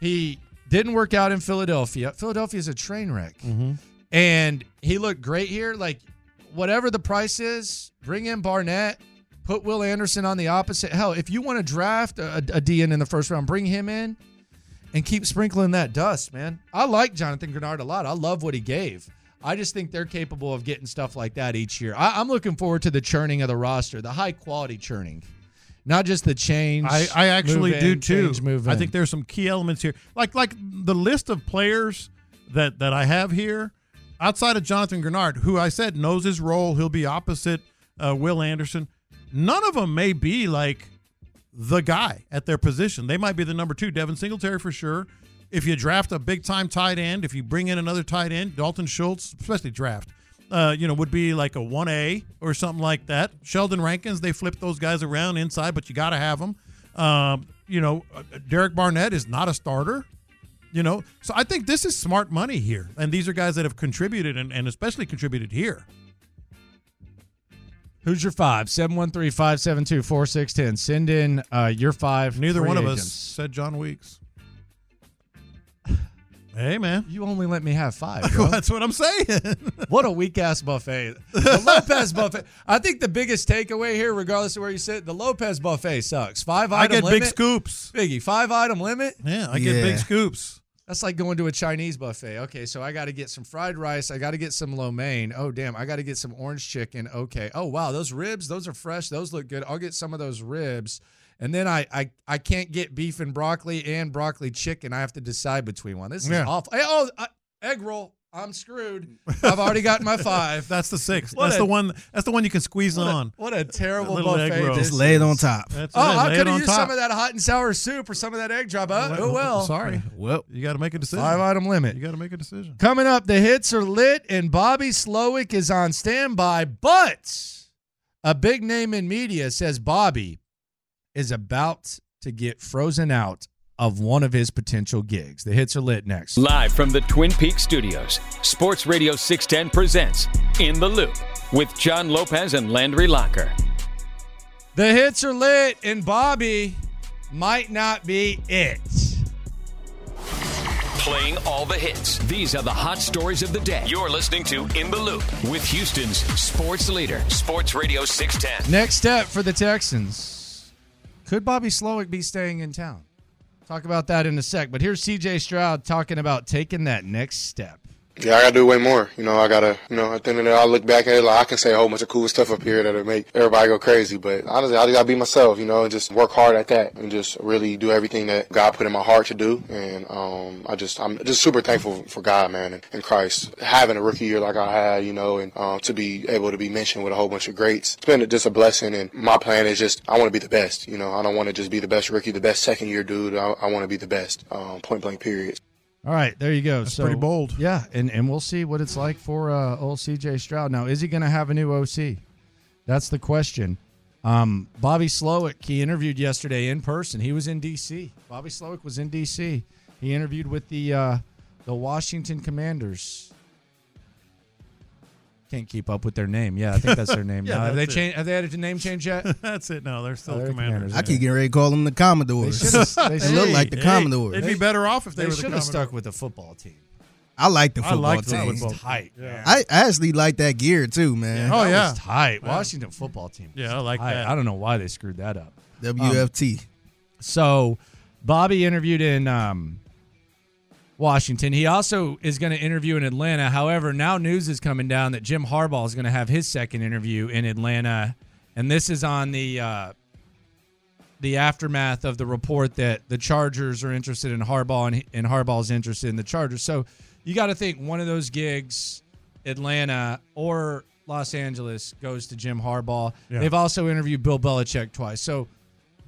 He didn't work out in Philadelphia. Philadelphia is a train wreck. Mm-hmm. And he looked great here. Like, whatever the price is, bring in Barnett, put Will Anderson on the opposite. Hell, if you want to draft a, a DN in the first round, bring him in and keep sprinkling that dust, man. I like Jonathan Grenard a lot. I love what he gave. I just think they're capable of getting stuff like that each year. I, I'm looking forward to the churning of the roster, the high quality churning, not just the change. I, I actually move do in, too. change, move I in. think there's some key elements here, like like the list of players that that I have here, outside of Jonathan Grenard, who I said knows his role. He'll be opposite uh, Will Anderson. None of them may be like the guy at their position. They might be the number two, Devin Singletary for sure. If you draft a big time tight end, if you bring in another tight end, Dalton Schultz, especially draft, uh, you know, would be like a one A or something like that. Sheldon Rankins, they flip those guys around inside, but you got to have them. Um, you know, uh, Derek Barnett is not a starter. You know, so I think this is smart money here, and these are guys that have contributed and, and especially contributed here. Who's your five? 713 572 4610. Send in uh, your five. Neither free one of us agents. said John Weeks. Hey, man. You only let me have five. bro. That's what I'm saying. what a weak ass buffet. The Lopez buffet. I think the biggest takeaway here, regardless of where you sit, the Lopez buffet sucks. Five I item get big limit. scoops. Biggie, five item limit? Yeah, I get big Yeah. scoops. That's like going to a Chinese buffet. Okay, so I got to get some fried rice. I got to get some lo mein. Oh, damn. I got to get some orange chicken. Okay. Oh, wow. Those ribs, those are fresh. Those look good. I'll get some of those ribs. And then I, I, I can't get beef and broccoli and broccoli chicken. I have to decide between one. This is Yeah. awful. Hey, oh, uh, egg roll. I'm screwed. I've already got my five. That's the sixth. What that's a- the one. That's the one you can squeeze what a- on. what a terrible little egg buffet roll. this Just lay it on top. That's oh, it. Lay I it could have on used top. some of that hot and sour soup or some of that egg drop. Uh, oh well. Sorry. Well, you got to make a decision. Five item limit. You got to make a decision. Coming up, the hits are lit, and Bobby Slowick is on standby. But a big name in media says Bobby is about to get frozen out of one of his potential gigs. The hits are lit next. Live from the Twin Peaks studios, Sports Radio 610 presents In the Loop with John Lopez and Landry Locker. The hits are lit, and Bobby might not be it. Playing all the hits. These are the hot stories of the day. You're listening to In the Loop with Houston's sports leader, Sports Radio 610. Next step for the Texans. Could Bobby Slowick be staying in town? Talk about that in a sec. But here's CJ Stroud talking about taking that next step. Yeah, I gotta do way more. You know, I gotta, you know, at the end of the day, I look back at it, like, I can say a whole bunch of cool stuff up here that'll make everybody go crazy, but honestly, I just gotta be myself, you know, and just work hard at that and just really do everything that God put in my heart to do. And, um, I just, I'm just super thankful for God, man, and, and Christ. Having a rookie year like I had, you know, and, um, to be able to be mentioned with a whole bunch of greats, it's been just a blessing. And my plan is just, I wanna be the best, you know, I don't wanna just be the best rookie, the best second year dude. I, I wanna be the best, um, point blank period. All right, there you go. That's pretty bold. Yeah, and, and we'll see what it's like for uh, old CJ Stroud. Now, is he going to have a new OC? That's the question. Um, Bobby Slowick, he interviewed yesterday in person. He was in D.C. Bobby Slowick was in D.C. He interviewed with the uh, the Washington Commanders. Can't keep up with their name. Yeah, I think that's their name. Yeah, now. Have they that's it. changed? Have they had a name change yet? Oh, that's it. No, they're still they're commanders. I keep getting ready to call them the Commodores. They, should've- look Hey, like the hey, Commodores. They'd be better off if they, They were the should have stuck Commodores. with the football team. I like the I football liked the team. football team. Tight, man. Oh, I I actually like that gear too, man. That was tight. Washington football team. Oh, Yeah, I like I- that. I don't know why they screwed that up. Um, WFT. So, Bobby interviewed in um, Washington. He also is going to interview in Atlanta. However, now news is coming down that Jim Harbaugh is going to have his second interview in Atlanta, and this is on the uh, the aftermath of the report that the Chargers are interested in Harbaugh and, and Harbaugh's interested in the Chargers. So, you got to think one of those gigs, Atlanta or Los Angeles, goes to Jim Harbaugh. Yeah. They've also interviewed Bill Belichick twice. So.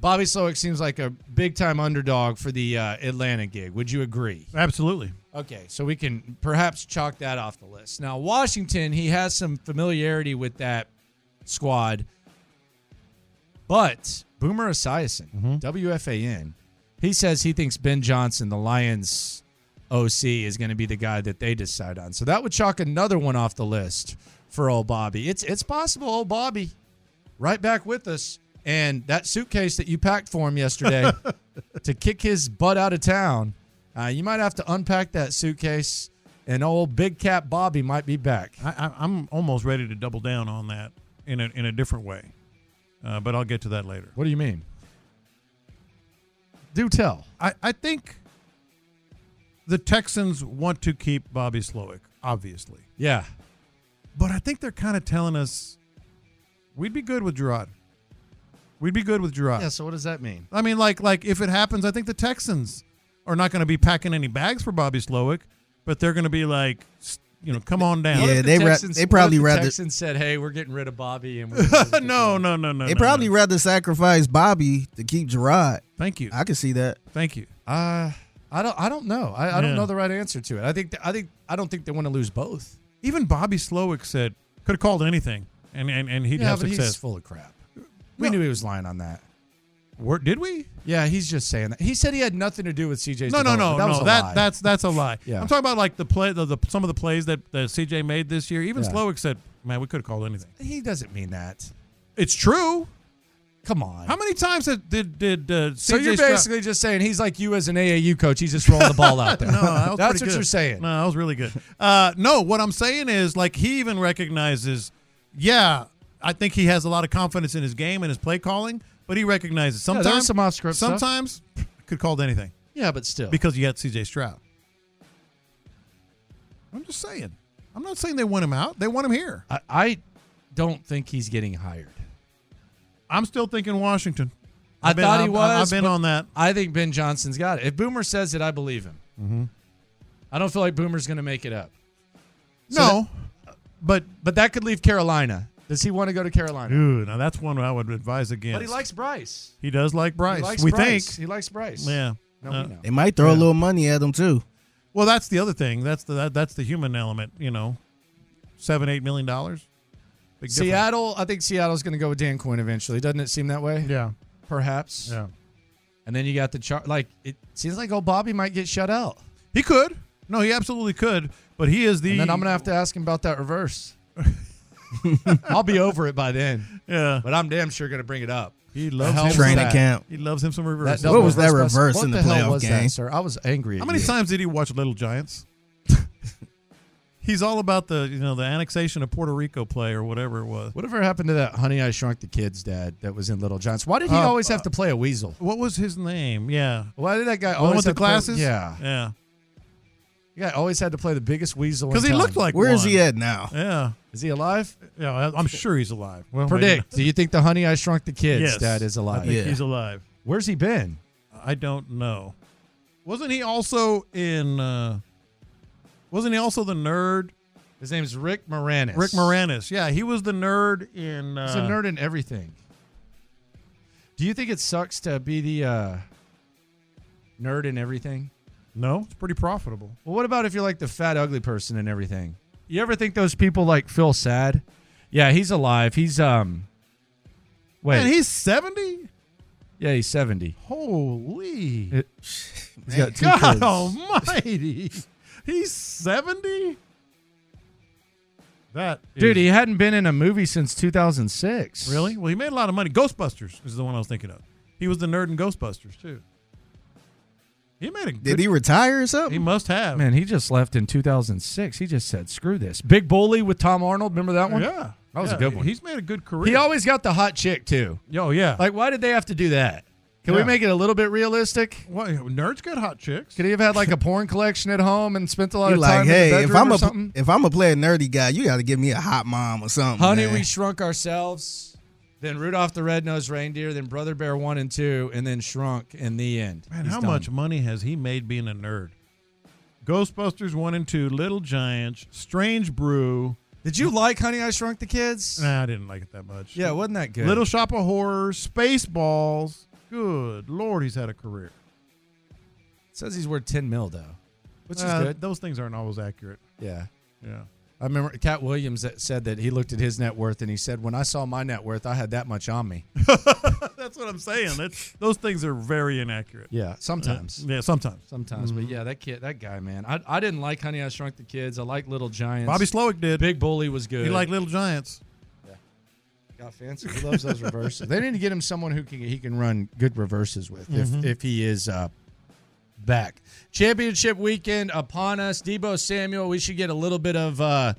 Bobby Slowick seems like a big time underdog for the uh, Atlanta gig. Would you agree? Absolutely. Okay, so we can perhaps chalk that off the list. Now, Washington, he has some familiarity with that squad, but Boomer Esiason, WFAN, he says he thinks Ben Johnson, the Lions OC, is going to be the guy that they decide on. So that would chalk another one off the list for old Bobby. It's it's possible old Bobby right back with us. And that suitcase that you packed for him yesterday to kick his butt out of town, uh, you might have to unpack that suitcase, and old Big Cat Bobby might be back. I, I, I'm almost ready to double down on that in a, in a different way, uh, but I'll get to that later. What do you mean? Do tell. I, I think the Texans want to keep Bobby Slowick, obviously. Yeah. But I think they're kind of telling us we'd be good with Gerard. We'd be good with Gerard. Yeah, so what does that mean? I mean, like, like if it happens, I think the Texans are not going to be packing any bags for Bobby Slowick, but they're going to be like, s- you know, come on down. What if Yeah, the they ra- Texans- they what if probably the rather- Texans said, hey, we're getting rid of Bobby, and no, no, no, no. They no, probably no. rather sacrifice Bobby to keep Gerard. Thank you. I can see that. Thank you. Uh, I don't. I don't know. I, I don't Yeah. know the right answer to it. I think. I think. I don't think they want to lose both. Even Bobby Slowick said could have called anything, and and, and he'd yeah, have but success. he's full of crap. We knew he was lying on that. Where, did we? Yeah, he's just saying that. He said he had nothing to do with CJ's. no, no, no, development. that was no. a That lie. that's that's a lie. Yeah. I'm talking about like the play, the, the some of the plays that, that CJ made this year. Even Yeah. Slowick said, "Man, we could have called anything." He doesn't mean that. It's true. Come on. How many times did did, did uh, CJ? so you're Stroud- basically just saying he's like you as an AAU coach. He's just rolling the ball out there. no, that was that's pretty what good. you're saying. No, that was really good. Uh, no, what I'm saying is like he even recognizes. Yeah, I think he has a lot of confidence in his game and his play calling, but he recognizes Yeah, there was sometimes some off-script stuff. Sometimes I could have called anything Yeah, but still. because you had CJ Stroud. I'm just saying. I'm not saying they want him out. They want him here. I, I don't think he's getting hired. I'm still thinking Washington. I I've been- thought he I've- was. I've been but on that. I think Ben Mm-hmm. Johnson's got it. If Boomer says it, I believe him. I don't feel like Boomer's going to make it up. No. that- but but that could leave Carolina. Does he want to go to Carolina? Dude, now that's one I would advise against. But he likes Bryce. He does like Bryce. He likes we Bryce. think he likes Bryce. Yeah. No, Uh, we know. They might throw a little money at him too. Well, that's the other thing. That's the that, that's the human element. You know, seven eight million dollars. Big difference. Seattle. I think Seattle's going to go with Dan Quinn eventually. Doesn't it seem that way? Yeah. Perhaps. Yeah. And then you got the chart. Like it seems like old Bobby might get shut out. He could. No, he absolutely could. But he is the. And then I'm gonna have to ask him about that reverse. I'll be over it by then. Yeah. But I'm damn sure gonna bring it up. He loves hell him was training that? camp. He loves him some That reverse. double bus- what hell was that, sir? I was angry. How at many you. times did he watch Little Giants? He's all about the you know the annexation of Puerto Rico play or whatever it was. Whatever happened to that Honey I Shrunk the Kids dad that was in Little John's? Why did he Uh, always have to play a weasel? What was his name? Yeah. Why did that guy The one always with the have to play- glasses? yeah. Yeah. Yeah, always had to play the biggest weasel in Because he town. looked like. Where is one. Yeah. Is he alive? Yeah, I- I'm sure he's alive. Well, maybe Predict. not. Do you think the Honey I Shrunk the Kids Yes. dad is alive? I think he's alive. Where's he been? I don't know. Wasn't he also in? uh Wasn't he also the nerd? His name's Rick Moranis. Rick Moranis. Yeah, he was the nerd in. Uh, He's a nerd in everything. Do you think it sucks to be the uh, nerd in everything? No, it's pretty profitable. Well, what about if you're like the fat, ugly person and everything? You ever think those people like feel sad? Yeah, he's alive. He's um. Wait, Man, he's seventy. yeah, he's seventy. Holy! It- he's got two God kids. Almighty! He's seventy. That Dude, is- he hadn't been in a movie since 2006. really? Well, he made a lot of money. Ghostbusters is the one I was thinking of. He was the nerd in Ghostbusters too. He made a. Did he retire or something? He must have. Man, he just left in 2006. He just said, "Screw this." Big Bully with Tom Arnold. Remember that one? Yeah, that was Yeah, a good one. He's made a good career. He always got the hot chick too. Oh yeah. Like, why did they have to do that? Can we Yeah. make it a little bit realistic? What, nerds got hot chicks. Could he have had like a porn collection at home and spent a lot You of like, time in hey, the if bedroom I'm or a something? if I'm a player nerdy guy, you got to give me a hot mom or something. Honey, man. we shrunk ourselves. Then Rudolph the Red-Nosed Reindeer. Then Brother Bear one and two, and then shrunk in the end. Man, He's how done. much money has he made being a nerd? Ghostbusters one and two, Little Giants, Strange Brew. Did you like Honey I Shrunk the Kids? Nah, I didn't like it that much. Yeah, wasn't that good? Little Shop of Horrors, Spaceballs. Good lord, he's had a career, says he's worth ten mil though, which is Uh, good. Those things aren't always accurate. Yeah. Yeah. I remember Cat Williams that said that he looked at his net worth and he said, "When I saw my net worth, I had that much on me." That's what I'm saying. That's, those things are very inaccurate. Yeah, sometimes. Uh, yeah, sometimes. Sometimes, but yeah, that kid, that guy, man. I, I didn't like Honey I Shrunk the Kids. I like Little Giants. Bobby Slowick did. Big Bully was good. He liked Little Giants. got fancy. He loves those reverses. they need to get him someone who can he can run good reverses with Mhm. if if he is uh, back. Championship weekend upon us. Debo Samuel, we should get a little bit of uh,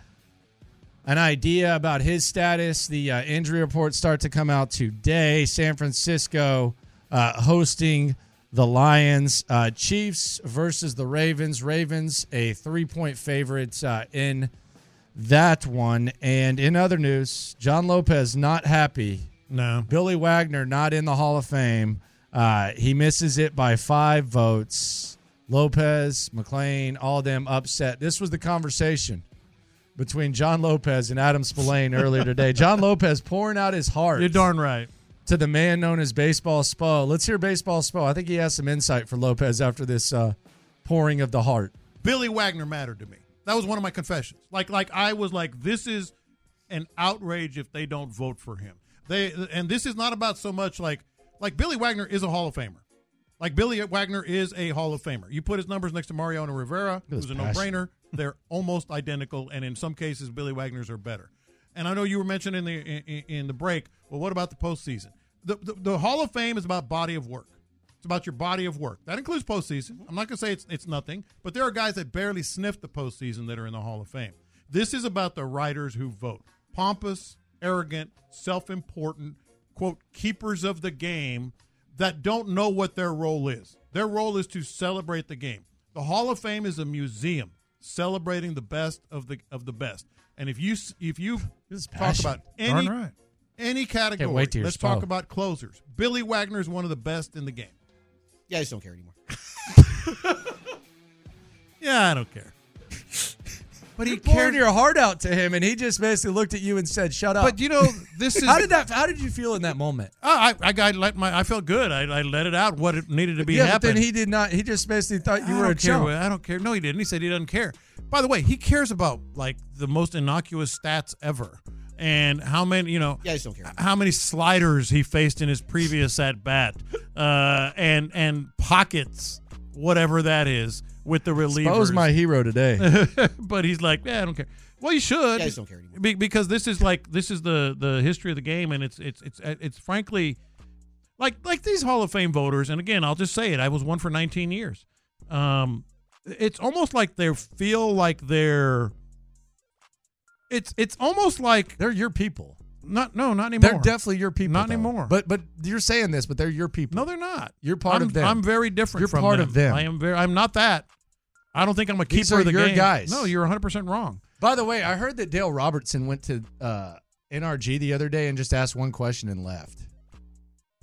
an idea about his status. The uh, injury reports start to come out today. San Francisco uh, hosting the Lions, uh, Chiefs versus the Ravens. Ravens a three point favorite uh, in that one. And in other news, John Lopez not happy. No. Billy Wagner not in the Hall of Fame. Uh, he misses it by five votes. Lopez, McLean, all of them upset. This was the conversation between John Lopez and Adam Spillane earlier today. John Lopez pouring out his heart. You're darn right. To the man known as Baseball Spo. Let's hear Baseball Spo. I think he has some insight for Lopez after this uh, pouring of the heart. Billy Wagner mattered to me. That was one of my confessions. Like like I was like this is an outrage if they don't vote for him. They and this is not about so much like like Billy Wagner is a Hall of Famer. Like Billy Wagner is a Hall of Famer. You put his numbers next to Mariano Rivera, Look at who's his a passion. no-brainer. They're almost identical, and in some cases, Billy Wagner's are better. And I know you were mentioning in the in, in the break. Well, what about the postseason? The, the the Hall of Fame is about body of work. It's about your body of work. That includes postseason. I'm not going to say it's it's nothing, but there are guys that barely sniff the postseason that are in the Hall of Fame. This is about the writers who vote. Pompous, arrogant, self-important, quote keepers of the game that don't know what their role is. Their role is to celebrate the game. The Hall of Fame is a museum celebrating the best of the of the best. And if you s- if you talk passion. about Darn any right. any category, wait to hear let's Spo. talk about closers. Billy Wagner is one of the best in the game. Yeah, I just don't care anymore. Yeah, I don't care. But he poured your heart out to him, and he just basically looked at you and said, "Shut up." But you know, this is- how did that? How did you feel in that moment? I, I, I let my, I felt good. I, I let it out what it needed to be yeah, happened. but then he did not. He just basically thought you I were a don't care. chump. what- I don't care. No, he didn't. He said he doesn't care. By the way, he cares about like the most innocuous stats ever, and how many you know. Yeah, I just don't care. How many sliders he faced in his previous at bat, uh, and and pockets, whatever that is, with the relievers. Spo's my hero today. but he's like, yeah, I don't care. Well, you should. Yeah, I just don't care anymore. Be- because this is like this is the the history of the game, and it's it's it's it's frankly like like these Hall of Fame voters. And again, I'll just say it. I was one for 19 years. Um, it's almost like they feel like they're. It's it's almost like they're your people. Not no, not anymore. They're definitely your people. Not though. anymore. But but you're saying this, but they're your people. No, they're not. You're part I'm, of them. I'm very different. You're from part of them. I am very. I'm not that. I don't think I'm a keeper These are of the your game. guys. No, you're 100 percent wrong. By the way, I heard that Dale Robertson went to uh, NRG the other day and just asked one question and left.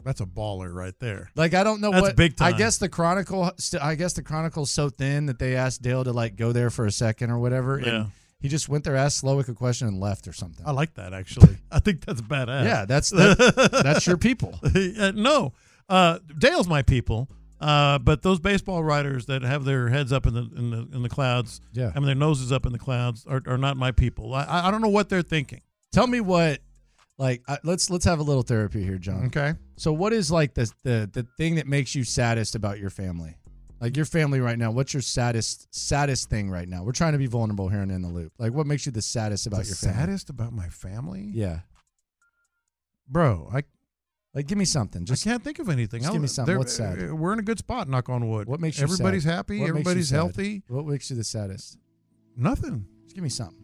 That's a baller right there. Like I don't know That's what big time. I guess the Chronicle. st- I guess the Chronicle's so thin that they asked Dale to like go there for a second or whatever. and Yeah. he just went there, asked Slowick a question, and left or something. I like that actually. I think that's badass. Yeah, that's- that- that's your people. Uh, no, uh, Dale's my people. Uh, but those baseball writers that have their heads up in the in the in the clouds, Yeah. I mean their noses up in the clouds, are, are not my people. I I I don't know what they're thinking. Tell me what, like, I, let's let's have a little therapy here, John. Okay. So what is like the the the thing that makes you saddest about your family? Like your family right now. What's your saddest saddest thing right now? We're trying to be vulnerable here and in the loop. Like, what makes you the saddest about The your family? saddest about my family? Yeah, bro. I like give me something. Just I can't think of anything. Just I- give me something. they're- What's sad? uh, We're in a good spot. Knock on wood. What makes you everybody's sad? happy? What makes you everybody's sad? healthy. What makes you the saddest? Nothing. Just give me something.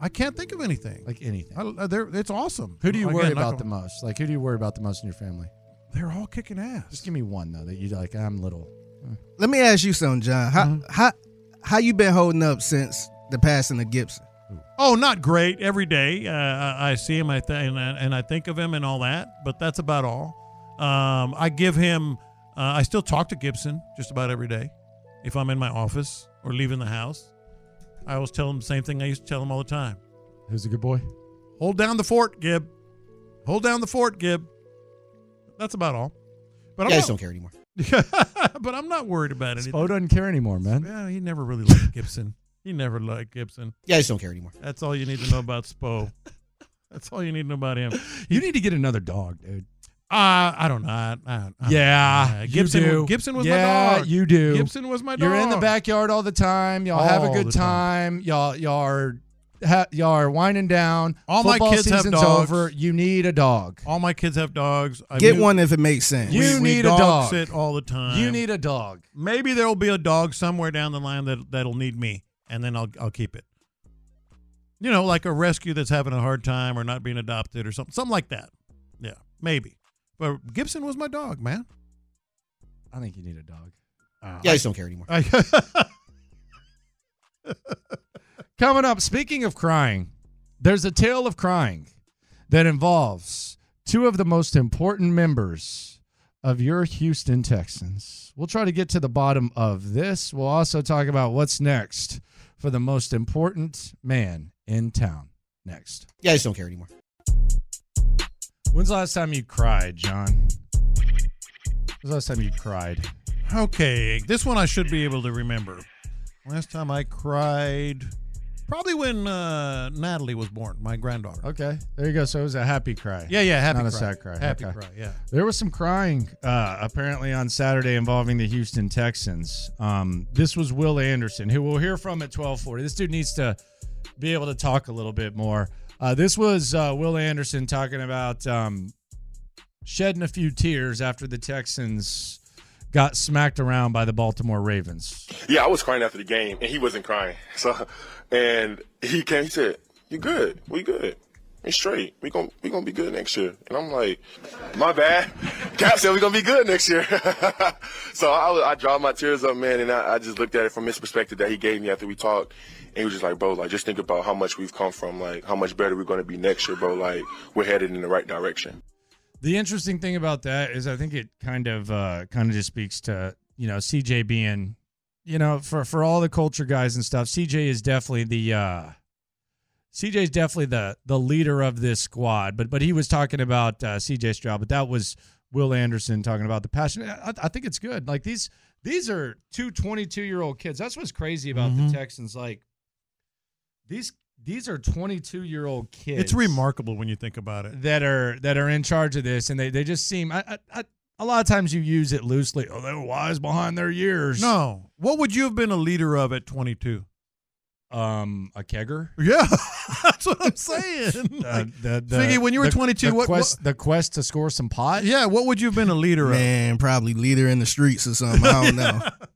I can't think of anything. Like anything. I, I- they're- it's awesome. Who do you Again, worry knock about on- the most? Like who do you worry about the most in your family? They're all kicking ass. Just give me one though that you like. I'm little. Uh, Let me ask you something, John. How Mm-hmm. how how you been holding up since the passing of Gibson? Oh, not great. Every day uh, I I see him I th- and, I, and I think of him and all that, but that's about all. Um, I give him, uh, I still talk to Gibson just about every day if I'm in my office or leaving the house. I always tell him the same thing I used to tell him all the time Who's a good boy? Hold down the fort, Gib. Hold down the fort, Gib. That's about all. But Yeah, I not- just don't care anymore. but I'm not worried about anything. Spo doesn't care anymore, man. Yeah, he never really liked Gibson. He never liked Gibson. Yeah, I just don't care anymore. That's all you need to know about Spo. That's all you need to know about him. You need to get another dog, dude. Uh, I don't know. I, I, I don't know. Yeah, Uh, you Gibson. do. Gibson was yeah, my dog. You do. Gibson was my dog. You're in the backyard all the time. Y'all have a All good the time. Y'all y'all are ha- y'all are winding down. All my Football kids have season's dogs. over. You need a dog. All my kids have dogs. I Get knew- one if it makes sense. You we need a dog. Sit all the time. You need a dog. Maybe there will be a dog somewhere down the line that that'll need me, and then I'll I'll keep it. You know, like a rescue that's having a hard time or not being adopted or something, something like that. Yeah, maybe. But Gibson was my dog, man. I think you need a dog. Uh, Yeah, I just don't care anymore. Coming up, speaking of crying, there's a tale of crying that involves two of the most important members of your Houston Texans. We'll try to get to the bottom of this. We'll also talk about what's next for the most important man in town. Next. Yeah, I just don't care anymore. When's the last time you cried, John? When's the last time you cried? Okay, this one I should be able to remember. Last time I cried, probably when uh, Natalie was born, my granddaughter. Okay, there you go. So it was a happy cry. Yeah, yeah, happy Not cry. a sad cry. Happy Okay. cry, yeah. There was some crying uh, apparently on Saturday involving the Houston Texans. Um, this was Will Anderson, who we'll hear from at twelve forty. This dude needs to be able to talk a little bit more. Uh, this was uh, Will Anderson talking about um, shedding a few tears after the Texans got smacked around by the Baltimore Ravens. Yeah, I was crying after the game, and he wasn't crying. So, and he came. He said, "You good? We good? We straight? We gon' we gonna be good next year?" And I'm like, "My bad." Cap said we gonna be good next year. so I, was- I dried my tears up, man, and I, I just looked at it from his perspective that he gave me after we talked. And he was just like, bro, like, just think about how much we've come from, like, how much better we're going to be next year, bro. Like, we're headed in the right direction. The interesting thing about that is, I think it kind of uh, kind of just speaks to you know CJ being you know, for for all the culture guys and stuff, CJ is definitely the uh CJ's definitely the the leader of this squad. But but he was talking about uh, CJ Stroud, but that was Will Anderson talking about the passion. I, I think it's good. Like these these are two 22 year old kids. That's what's crazy about Mhm. the Texans. Like these these are 22 year old kids It's remarkable when you think about it. that are that are in charge of this, and they they just seem. I, I, I, a lot of times you use it loosely. Oh, they were wise behind their years. No. What would you have been a leader of at 22? Um, a kegger. Yeah, that's what I'm saying. Uh, Like, the, the, Figgy, when you were the- 22, the what, quest, the quest to score some pot? Yeah, what would you have been a leader of? Man, probably leader in the streets or something. I don't know. what-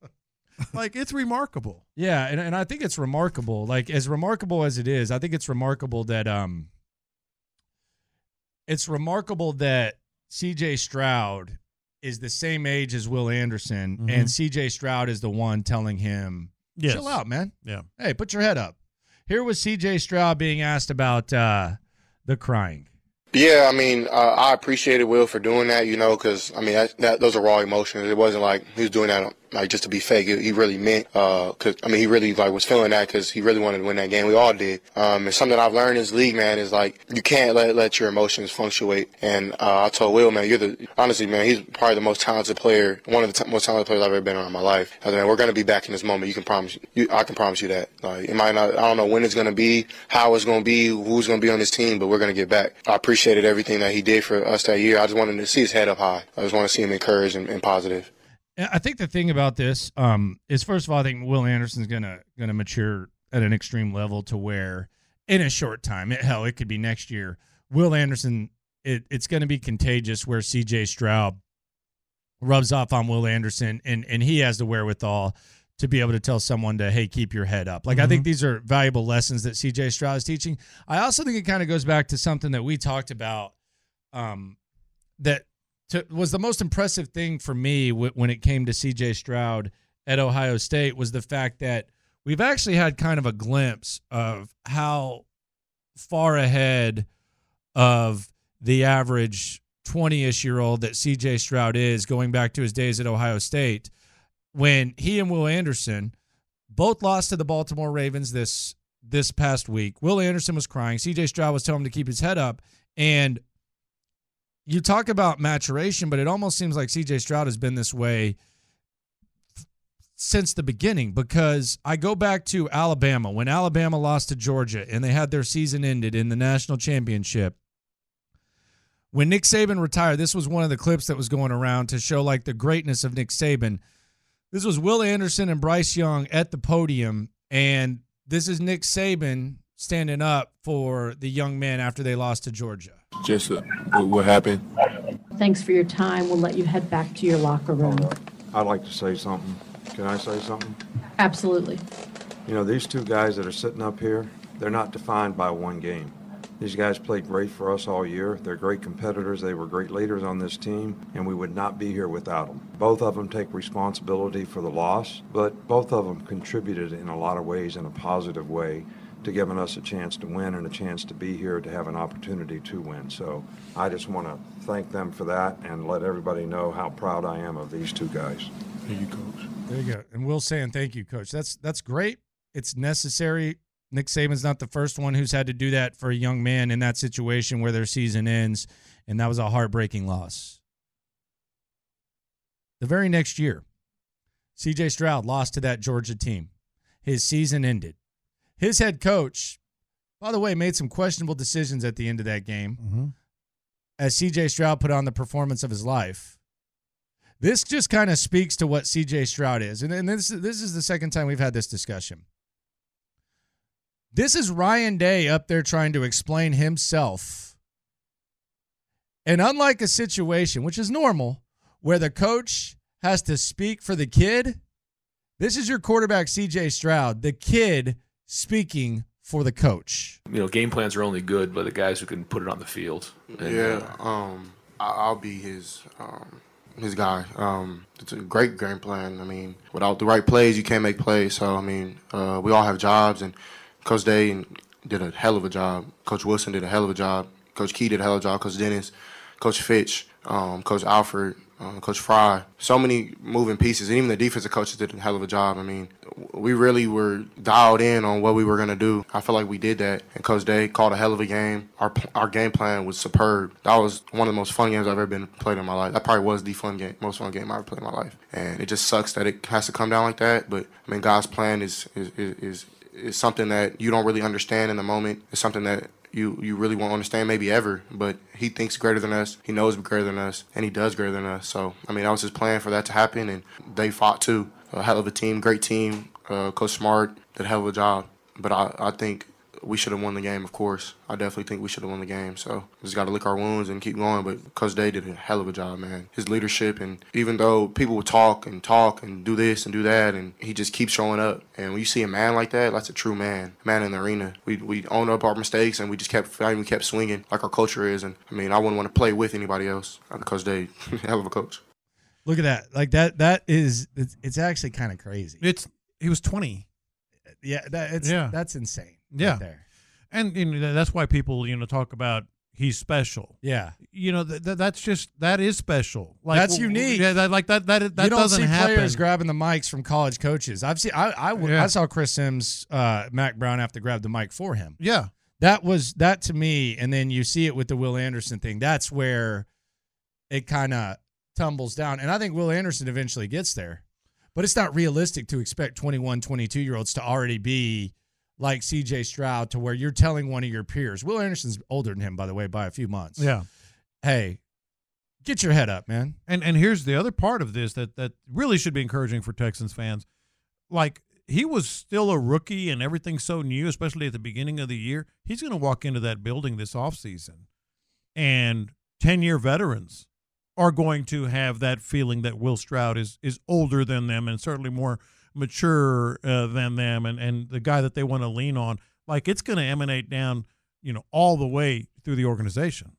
like it's remarkable. Yeah, and, and I think it's remarkable. Like as remarkable as it is, I think it's remarkable that um it's remarkable that CJ Stroud is the same age as Will Anderson and Mhm. CJ Stroud is the one telling him Yes. chill out, man. Yeah. Hey, put your head up. Here was CJ Stroud being asked about uh the crying. Yeah, I mean, uh, I appreciated Will for doing that, you know, because I mean, that, that those are raw emotions. It wasn't like he was doing that like just to be fake. He he really meant, uh 'cause I mean, he really like was feeling that because he really wanted to win that game. We all did. Um, and something I've learned in this league, man, is like you can't let let your emotions fluctuate. And uh, I told Will, man, you're the honestly, man, he's probably the most talented player, one of the t- most talented players I've ever been around in my life. I was like, man, we're gonna be back in this moment. You can promise, you, I can promise you that. Like, it might not, I don't know when it's gonna be, how it's gonna be, who's gonna be on this team, but we're gonna get back. I appreciated everything that he did for us that year. I just wanted to see his head up high. I just want to see him encouraged and, and positive. And I think the thing about this um, is, first of all, I think Will Anderson's gonna gonna mature at an extreme level to where, in a short time, hell, it could be next year. Will Anderson, it, it's gonna be contagious where C.J. Stroud rubs off on Will Anderson, and and he has the wherewithal to be able to tell someone to hey keep your head up. Like I think these are valuable lessons that CJ Stroud is teaching. I also think it kind of goes back to something that we talked about um that to, was the most impressive thing for me w- when it came to CJ Stroud at Ohio State was the fact that we've actually had kind of a glimpse of how far ahead of the average 20-ish year old that CJ Stroud is going back to his days at Ohio State when he and Will Anderson both lost to the Baltimore Ravens this this past week. Will Anderson was crying. CJ Stroud was telling him to keep his head up and you talk about maturation, but it almost seems like CJ Stroud has been this way since the beginning because I go back to Alabama when Alabama lost to Georgia and they had their season ended in the national championship. When Nick Saban retired, this was one of the clips that was going around to show like the greatness of Nick Saban. This was Will Anderson and Bryce Young at the podium, and this is Nick Saban standing up for the young men after they lost to Georgia. Just uh, what what happened. Thanks for your time. We'll let you head back to your locker room. I'd like to say something. Can I say something? Absolutely. You know, these two guys that are sitting up here, they're not defined by one game. These guys played great for us all year. They're great competitors. They were great leaders on this team, and we would not be here without them. Both of them take responsibility for the loss, but both of them contributed in a lot of ways in a positive way to giving us a chance to win and a chance to be here to have an opportunity to win. So I just want to thank them for that and let everybody know how proud I am of these two guys. Thank you, Coach. There you go. And Will saying thank you, coach. That's that's great. It's necessary. Nick Saban's not the first one who's had to do that for a young man in that situation where their season ends, and that was a heartbreaking loss. The very next year, CJ Stroud lost to that Georgia team. His season ended. His head coach, by the way, made some questionable decisions at the end of that game as CJ Stroud put on the performance of his life. This just kind of speaks to what CJ Stroud is. And, and this, this is the second time we've had this discussion. This is Ryan Day up there trying to explain himself. And unlike a situation, which is normal, where the coach has to speak for the kid, this is your quarterback, CJ Stroud, the kid speaking for the coach. you know, game plans are only good by the guys who can put it on the field. And, Yeah, uh, um, I- I'll be his um, his guy. Um, it's a great game plan. I mean, without the right plays, you can't make plays. So I mean, uh, we all have jobs, and Coach Day did a hell of a job. Coach Wilson did a hell of a job. Coach Key did a hell of a job. Coach Dennis, Coach Fitch, um, Coach Alfred. uh, Coach Fry. So many moving pieces, and even the defensive coaches did a hell of a job. I mean, w- we really were dialed in on what we were going to do. I feel like we did that, and Coach Day called a hell of a game. Our p- our game plan was superb. That was one of the most fun games I've ever been played in my life. That probably was the fun game, most fun game I ever played in my life. And it just sucks that it has to come down like that. But I mean, God's plan is is is. is is something that you don't really understand in the moment. It's something that you you really won't understand maybe ever. But he thinks greater than us. He knows greater than us, and he does greater than us. So I mean, that was his plan for that to happen, and they fought too. A hell of a team, great team. Uh, Coach Smart did a hell of a job. But I, I think we should have won the game. Of course, I definitely think we should have won the game. So just got to lick our wounds and keep going. But Coach Day did a hell of a job, man. His leadership, and even though people would talk and talk and do this and do that, and he just keeps showing up. And when you see a man like that, that's a true man, man in the arena. We we owned up our mistakes and we just kept fighting, we kept swinging like our culture is. And I mean, I wouldn't want to play with anybody else. Coach Day, hell of a coach. Look at that. Like that. That is. It's, it's actually kind of crazy. It's he was twenty. Yeah. That, it's, Yeah. That's insane. right Yeah. there. And you know, that's why people you know talk about he's special. Yeah. You know th- th- that's just that is special. That's w- w- unique. Yeah, that, like that that that you don't doesn't see happen. players grabbing the mics from college coaches. I've seen. I I, w- Yeah. I saw Chris Sims, uh, Mac Brown have to grab the mic for him. Yeah. That was that to me, and then you see it with the Will Anderson thing. That's where it kind of tumbles down, and I think Will Anderson eventually gets there, but it's not realistic to expect 21, 22 year olds to already be like C.J. Stroud to where you're telling one of your peers. Will Anderson's older than him, by the way, by a few months. Yeah. Hey, get your head up, man. And and here's the other part of this that that really should be encouraging for Texans fans. Like he was still a rookie and everything's so new, especially at the beginning of the year. He's going to walk into that building this offseason and 10-year veterans are going to have that feeling that Will Stroud is is older than them and certainly more mature uh, than them and and the guy that they want to lean on. Like it's going to emanate down, you know, all the way through the organization.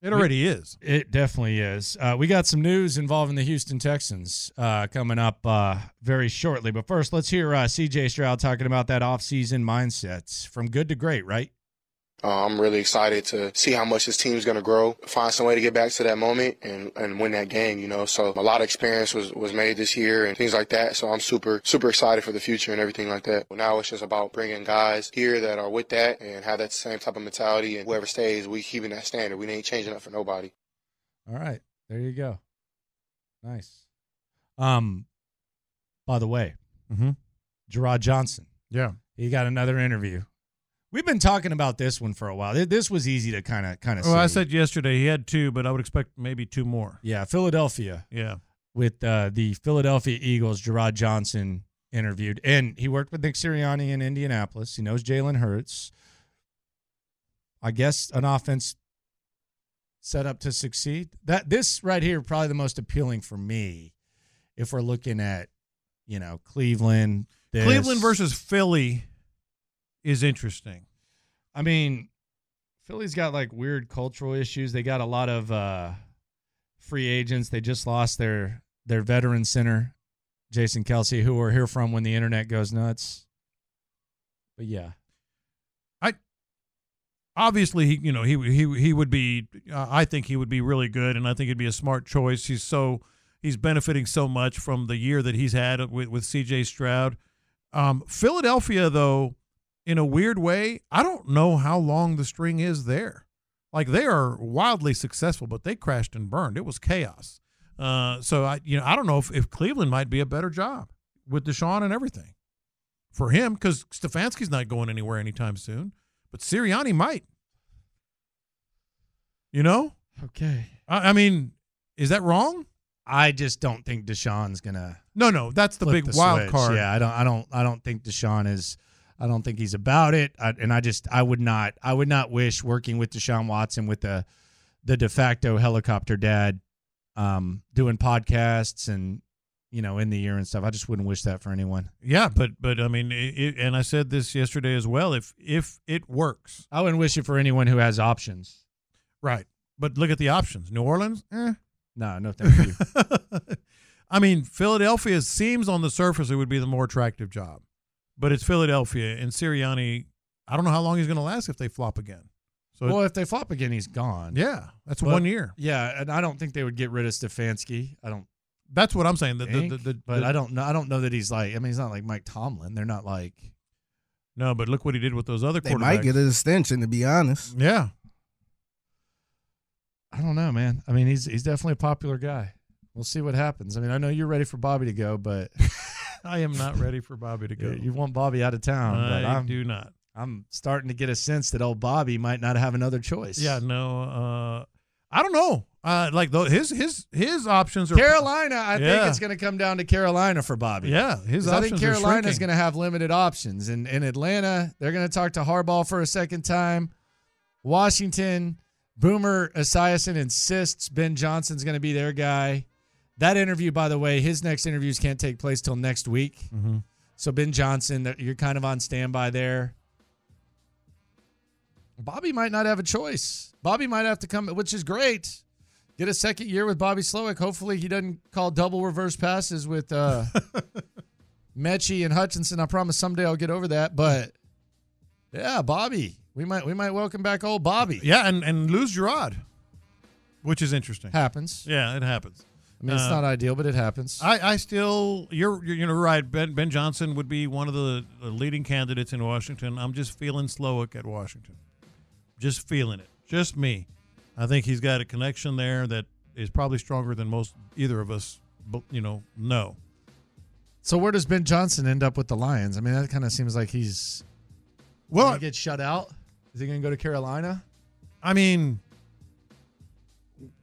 It already is. It definitely is. Uh, we got some news involving the Houston Texans uh, coming up uh, very shortly. But first, let's hear uh, CJ Stroud talking about that offseason mindset from good to great, right? Uh, I'm really excited to see how much this team's going to grow, find some way to get back to that moment and, and win that game, you know. So a lot of experience was, was made this year and things like that. So I'm super, super excited for the future and everything like that. Now it's just about bringing guys here that are with that and have that same type of mentality. And whoever stays, we keeping that standard. We ain't changing up for nobody. All right. There you go. Nice. Um, by the way, Mhm. Gerard Johnson. Yeah. He got another interview. We've been talking about this one for a while. Th- This was easy to kind of kind of Well, see. I said yesterday he had two, but I would expect maybe two more. Yeah, Philadelphia. Yeah. With uh, the Philadelphia Eagles, Gerard Johnson interviewed, and he worked with Nick Sirianni in Indianapolis. He knows Jalen Hurts. I guess an offense set up to succeed. That this right here probably the most appealing for me, if we're looking at, you know, Cleveland. this. Cleveland versus Philly is interesting. I mean, Philly's got like weird cultural issues. They got a lot of uh, free agents. They just lost their their veteran center, Jason Kelsey, who we're here from when the internet goes nuts. But yeah, Obviously, he you know he he he would be. Uh, I think he would be really good, and I think it'd be a smart choice. He's so he's benefiting so much from the year that he's had with with C.J. Stroud. Um, Philadelphia, though, in a weird way, I don't know how long the string is there. Like they are wildly successful, but they crashed and burned. It was chaos. Uh, so I you know I don't know if, if Cleveland might be a better job with Deshaun and everything. for him because Stefanski's not going anywhere anytime soon, but Sirianni might. You know? Okay. I, I mean, is that wrong? I just don't think Deshaun's gonna. No, no, that's the flip big wild switch. card. Yeah, I don't, I don't, I don't think Deshaun is. I don't think he's about it. I, and I just, I would not, I would not wish working with Deshaun Watson with the, the de facto helicopter dad, um, doing podcasts and, you know, in the ear and stuff. I just wouldn't wish that for anyone. Yeah, but but I mean, it, it, and I said this yesterday as well. If if it works, I wouldn't wish it for anyone who has options. Right, but look at the options. New Orleans, eh? No, no, thank you. I mean, Philadelphia seems on the surface it would be the more attractive job, but it's Philadelphia and Sirianni. I don't know how long he's going to last if they flop again. So well, if they flop again, he's gone. Yeah, that's one year. Yeah, and I don't think they would get rid of Stefanski. I don't. That's what I'm saying. The- the- think, the- the- but the- I don't know. I don't know that he's like. I mean, he's not like Mike Tomlin. They're not like. No, but look what he did with those other They might get an extension, to be honest. Yeah. I don't know, man. I mean, he's he's definitely a popular guy. We'll see what happens. I mean, I know you're ready for Bobby to go, but I am not ready for Bobby to go. You want Bobby out of town? but I I'm, do not. I'm starting to get a sense that old Bobby might not have another choice. Yeah, no. Uh, I don't know. Uh, like though his his his options are Carolina, I Yeah. think it's going to come down to Carolina for Bobby. Yeah, his 'Cause I think options are Carolina's shrinking. going to have limited options, and in Atlanta, they're going to talk to Harbaugh for a second time. Washington, Boomer Esiason insists Ben Johnson's going to be their guy. That interview, by the way, his next interviews can't take place till next week. Mhm. So Ben Johnson, that- you're kind of on standby there. Bobby might not have a choice. Bobby might have to come, which is great. Get a second year with Bobby Slowick. Hopefully, he doesn't call double reverse passes with uh, Mechie and Hutchinson. I promise someday I'll get over that. But yeah, Bobby, we might we might welcome back old Bobby. Yeah, and and lose Gerard, which is interesting. Happens. Yeah, it happens. I mean, it's Uh, not ideal, but it happens. I, I still you're you're, you're right. Ben Ben Johnson would be one of the, the leading candidates in Washington. I'm just feeling Slowick at Washington, just feeling it. Just me. I think he's got a connection there that is probably stronger than most either of us. bu- You know, know. So where does Ben Johnson end up with the Lions? I mean, that kind of seems like he's well get shut out. Is he going to go to Carolina? I mean,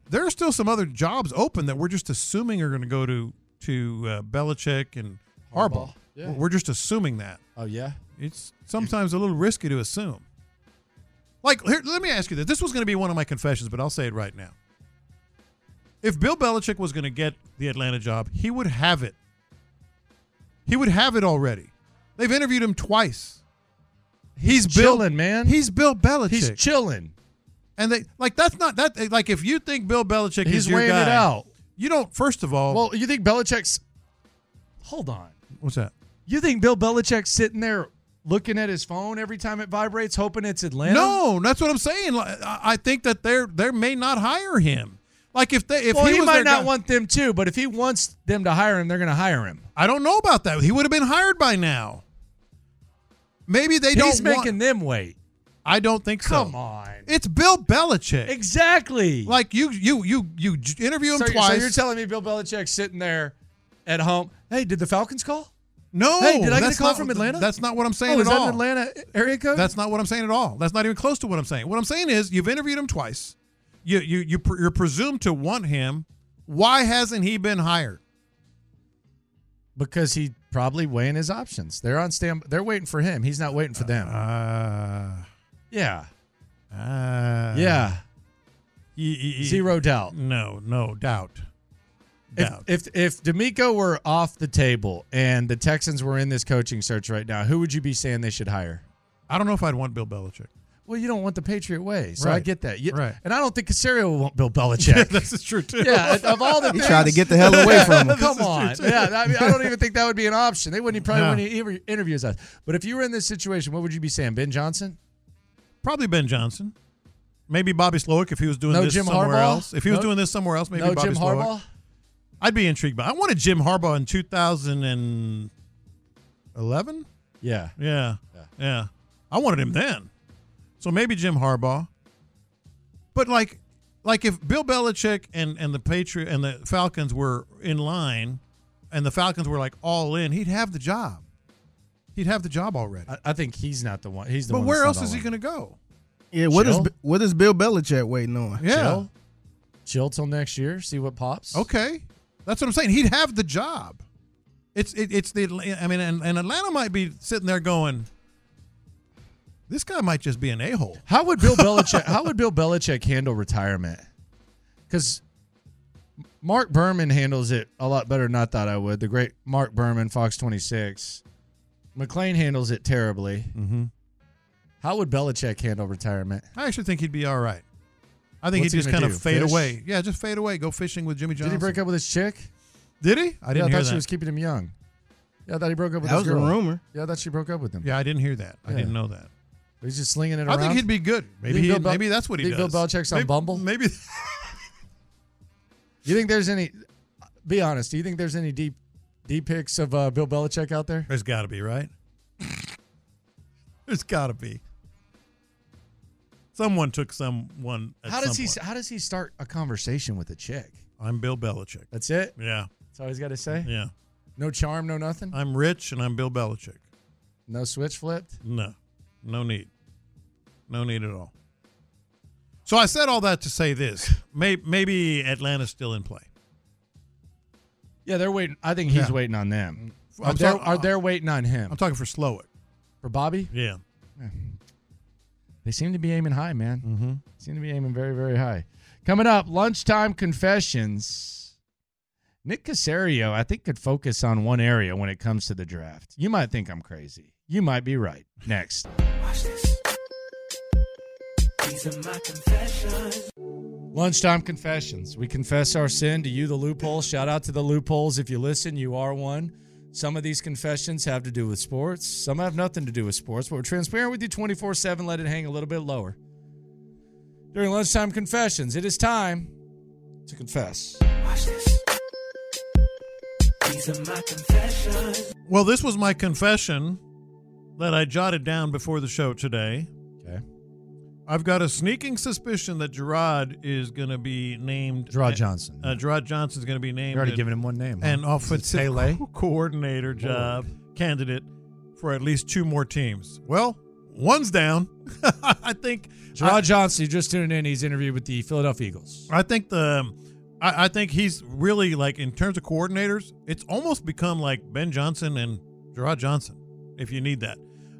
there are still some other jobs open that we're just assuming are going to go to to uh, Belichick and Harbaugh. Harbaugh, yeah. We're just assuming that. Oh yeah, it's sometimes a little risky to assume. Like, here, let me ask you this: This was going to be one of my confessions, but I'll say it right now. If Bill Belichick was going to get the Atlanta job, he would have it. He would have it already. They've interviewed him twice. He's, chilling, man. He's Bill Belichick. He's chilling. And they like that's not that like if you think Bill Belichick He's is your weighing guy, it out. You don't. First of all, Well, oh, you think Belichick's? Hold on. what's that? You think Bill Belichick's sitting there looking at his phone every time it vibrates, hoping it's Atlanta? No, that's what I'm saying. Like, I I think that they're they may not hire him. Like if they if well, he, he, was might their not guy- want them too, but if he wants them to hire him, they're going to hire him. I don't know about that. He would have been hired by now. Maybe they don't. He's making them wait. I don't think so. Come on. It's Bill Belichick. Exactly. Like you you you you j- interview him So, you're- twice. so you're telling me Bill Belichick's sitting there at home? Hey, did the Falcons call? no. Hey, did I get a that's call not- from Atlanta? That's not what I'm saying Oh, at is that an all. Atlanta area code? That's not what I'm saying at all. That's not even close to what I'm saying. What I'm saying is you've interviewed him twice. You you you pre- you're presumed to want him. Why hasn't he been hired? because he probably weighing his options. They're on stand. They're waiting for him. He's not waiting for them. Uh, yeah. uh, yeah. Zero doubt. No, no doubt. If, Doubt. if if D'Amico were off the table and the Texans were in this coaching search right now, who would you be saying they should hire? I don't know if I'd want Bill Belichick. Well, you don't want the Patriot way, so I Right. get that. You- Right. And I don't think Casario will want Bill Belichick. Yeah, this is true too. Yeah, of all the He things- tried to get the hell away from him. Come This is on, true, too. yeah. I, mean, I don't even think that would be an option. They wouldn't probably No. wouldn't even interview us. But if you were in this situation, what would you be saying, Ben Johnson? Probably Ben Johnson. Maybe Bobby Slowick if he was doing No this Jim somewhere Harbaugh? else. If he was No- doing this somewhere else, maybe no Bobby Jim Slowick. Harbaugh? I'd be intrigued by. I wanted Jim Harbaugh in 2011. Yeah. Yeah. Yeah. I wanted him then. So maybe Jim Harbaugh. But like like if Bill Belichick and and the Patriot and the Falcons were in line and the Falcons were like all in, he'd have the job. He'd have the job already. I, I think he's not the one. He's the but one where that's else not is he all going to go? Yeah, what is Chill. what is Bill Belichick waiting on? in. Chill. Chill till next year. See what pops. Okay. That's what I'm saying. He'd have the job. It's it, it's the Atla- I mean and, and Atlanta might be sitting there going this guy might just be an a-hole. How would Bill Belichick? how would Bill Belichick handle retirement? Because Mark Berman handles it a lot better than I thought I would. The great Mark Berman, Fox Twenty Six. McLean handles it terribly. Mm-hmm. How would Belichick handle retirement? I actually think he'd be all right. I think What's he'd he just gonna kind do, of fade fish? away. Yeah, just fade away. Go fishing with Jimmy Did Johnson. he break up with his chick? Did he? I yeah, didn't I hear thought that. she was keeping him young. Yeah, I thought he broke up with That his was a girl. rumor. Yeah, I thought she broke up with him. yeah, I didn't hear that. I Yeah. didn't know that. He's just slinging it I around. think he'd be good. Maybe Think he, Bill Bel- maybe that's what he think does. Bill Belichick's on Maybe- Bumble. Maybe. you think there's any? Be honest. Do you think there's any deep, deep pics of uh, Bill Belichick out there? There's got to be, right? There's got to be. Someone took someone. At How does some he? point. How does he start a conversation with a chick? I'm Bill Belichick. That's it. Yeah. That's all he's got to say. Yeah. No charm, no nothing. I'm rich and I'm Bill Belichick. No switch flipped. No, no need. No need at all. So I said all that to say this. Maybe, maybe Atlanta's still in play. Yeah, they're waiting. I think he's Yeah. waiting on them. I'm Are they sorry, are they waiting on him? I'm talking for Slowick. For Bobby? Yeah. They seem to be aiming high, man. Mm-hmm. Seem to be aiming very, very high. Coming up, lunchtime confessions. Nick Casario, I think, could focus on one area when it comes to the draft. You might think I'm crazy. You might be right. Next. These are my confessions. Lunchtime confessions. We confess our sin to you, the loophole. Shout out to the loopholes. If you listen, you are one. Some of these confessions have to do with sports, some have nothing to do with sports, but we're transparent with you 24 7. Let it hang a little bit lower. During lunchtime confessions, it is time to confess. These are my confessions. Well, this was my confession that I jotted down before the show today. Okay. I've got a sneaking suspicion that Gerard is going to be named Gerard Johnson. Uh, Gerard Johnson is going to be named. You're already an- giving him one name, huh? An Is it offensive Pele? co- coordinator job candidate for at least two more teams. Well, one's down. I think Gerard Johnson, you just tuned in. He's interviewed with the Philadelphia Eagles. I think the, um, I, I think he's really like in terms of coordinators, it's almost become like Ben Johnson and Gerard Johnson, if you need that.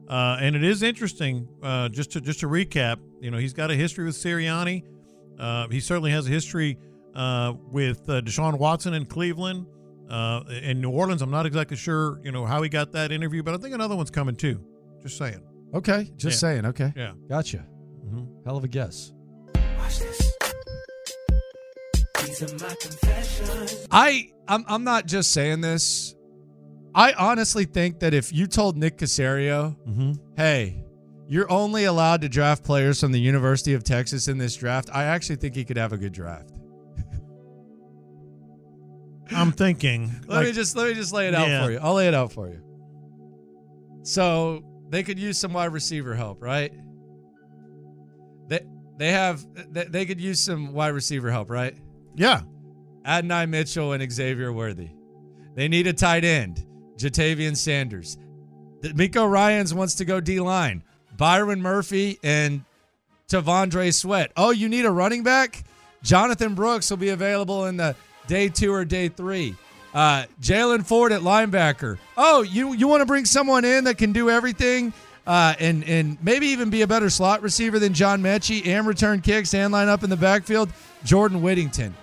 Uh, and it is interesting. Uh, just to just to recap, you know, he's got a history with Sirianni. Uh, he certainly has a history uh, with uh, Deshaun Watson in Cleveland, uh, in New Orleans. I'm not exactly sure, you know, how he got that interview, but I think another one's coming too. Just saying. Okay, just Yeah. saying. Okay, Yeah. gotcha. Hell of a guess. These are my confessions. I I'm, I'm not just saying this. I honestly think that if you told Nick Casario, hey, you're only allowed to draft players from the University of Texas in this draft, I actually think he could have a good draft. I'm thinking. Let me just let me just lay it out Yeah. for you. I'll lay it out for you. So they could use some wide receiver help, right? They they have they, they could use some wide receiver help, right? Yeah. Adonai Mitchell and Xavier Worthy. They need a tight end. Jatavian Sanders. Miko Ryans wants to go D line. Byron Murphy and Tavondre Sweat. Oh, you need a running back? Jonathan Brooks will be available in the day two or day three. Uh, Jalen Ford at linebacker. Oh, you you want to bring someone in that can do everything, uh, and and maybe even be a better slot receiver than John Mechie and return kicks and line up in the backfield. Jordan Whittington.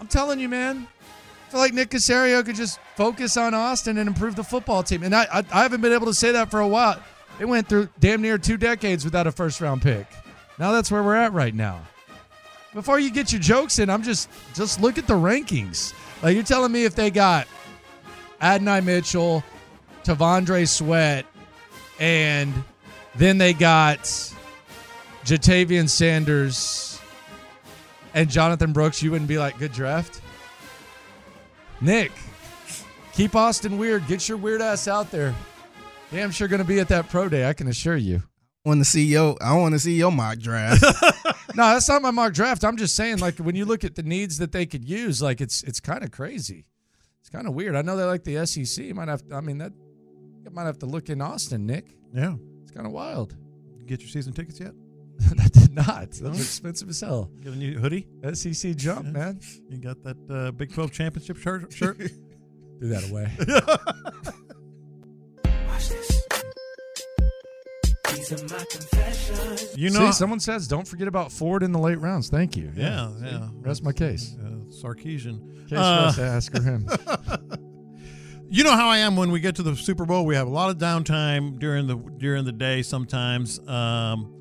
I'm telling you, man. I feel like Nick Casario could just focus on Austin and improve the football team. And I, I, I haven't been able to say that for a while. It went through damn near two decades without a first round pick. Now that's where we're at right now. Before you get your jokes in, I'm just just look at the rankings. Like you're telling me if they got Adonai Mitchell, Tavondre Sweat, and then they got Jatavian Sanders and Jonathan Brooks, you wouldn't be like, good draft. Nick, keep Austin weird. Get your weird ass out there. Damn sure going to be at that pro day, I can assure you. want to see your I want to see your mock draft. No, that's not my mock draft. I'm just saying, like, when you look at the needs that they could use, like, it's it's kind of crazy. It's kind of weird. I know they like the SEC. You might have, I mean, that you might have to look in Austin, Nick. Yeah. It's kind of wild. Get your season tickets yet? I did not. Those No? are expensive as hell. Get a new hoodie. SEC jump, man. You got that uh, Big 12 championship shirt? shirt? Do that away. These are my confessions. You See, know- someone says, don't forget about Ford in the late rounds. Thank you. yeah, See, yeah. Rest my case. Uh, Sarkeesian. Uh, Case rest, ask or him. you know how I am when we get to the Super Bowl. We have a lot of downtime during the during the day. Sometimes um,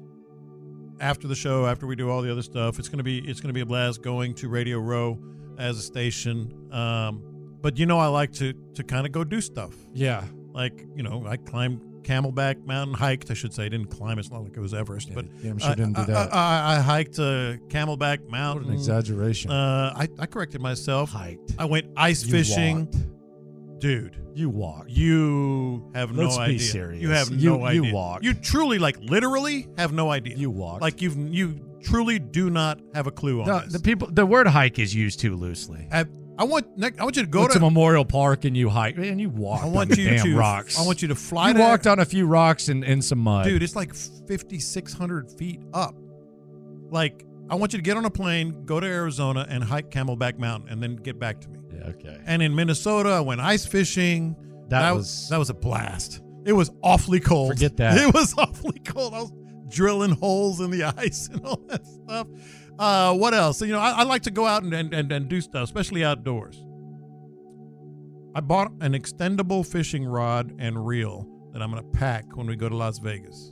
after the show, after we do all the other stuff, it's gonna be it's gonna be a blast going to Radio Row as a station. Um, but you know, I like to to kind of go do stuff. Yeah. like you know, I climbed Camelback Mountain hiked. I should say I didn't climb. It's not like it was Everest, but yeah, I'm sure I- didn't do I- that. I, I, I hiked uh, Camelback Mountain. exaggeration. Uh, I, I corrected myself. Hiked. I went ice You fishing. Dude, you walked. You have Let's no be idea. serious. You have You- no you idea. walked. You truly, like, literally have no idea. You walked. Like you've you truly do not have a clue on No, this. the people, the word hike is used too loosely. I, I want Nick, I want you to go Went to, Memorial Park and you hike, and you walk. I want on the you damn to rocks. I want you to fly. You to, walked on a few rocks and, and some mud. dude. It's like fifty six hundred feet up. Like I want you to get on a plane, go to Arizona, and hike Camelback Mountain, and then get back to me. Yeah, okay. And in Minnesota, I went ice fishing. That that was- that was a blast. It was awfully cold. Forget that. It was awfully cold. I was drilling holes in the ice and all that stuff. Uh, what else? You know, I, I like to go out and, and, and, and do stuff, especially outdoors. I bought an extendable fishing rod and reel that I'm going to pack when we go to Las Vegas.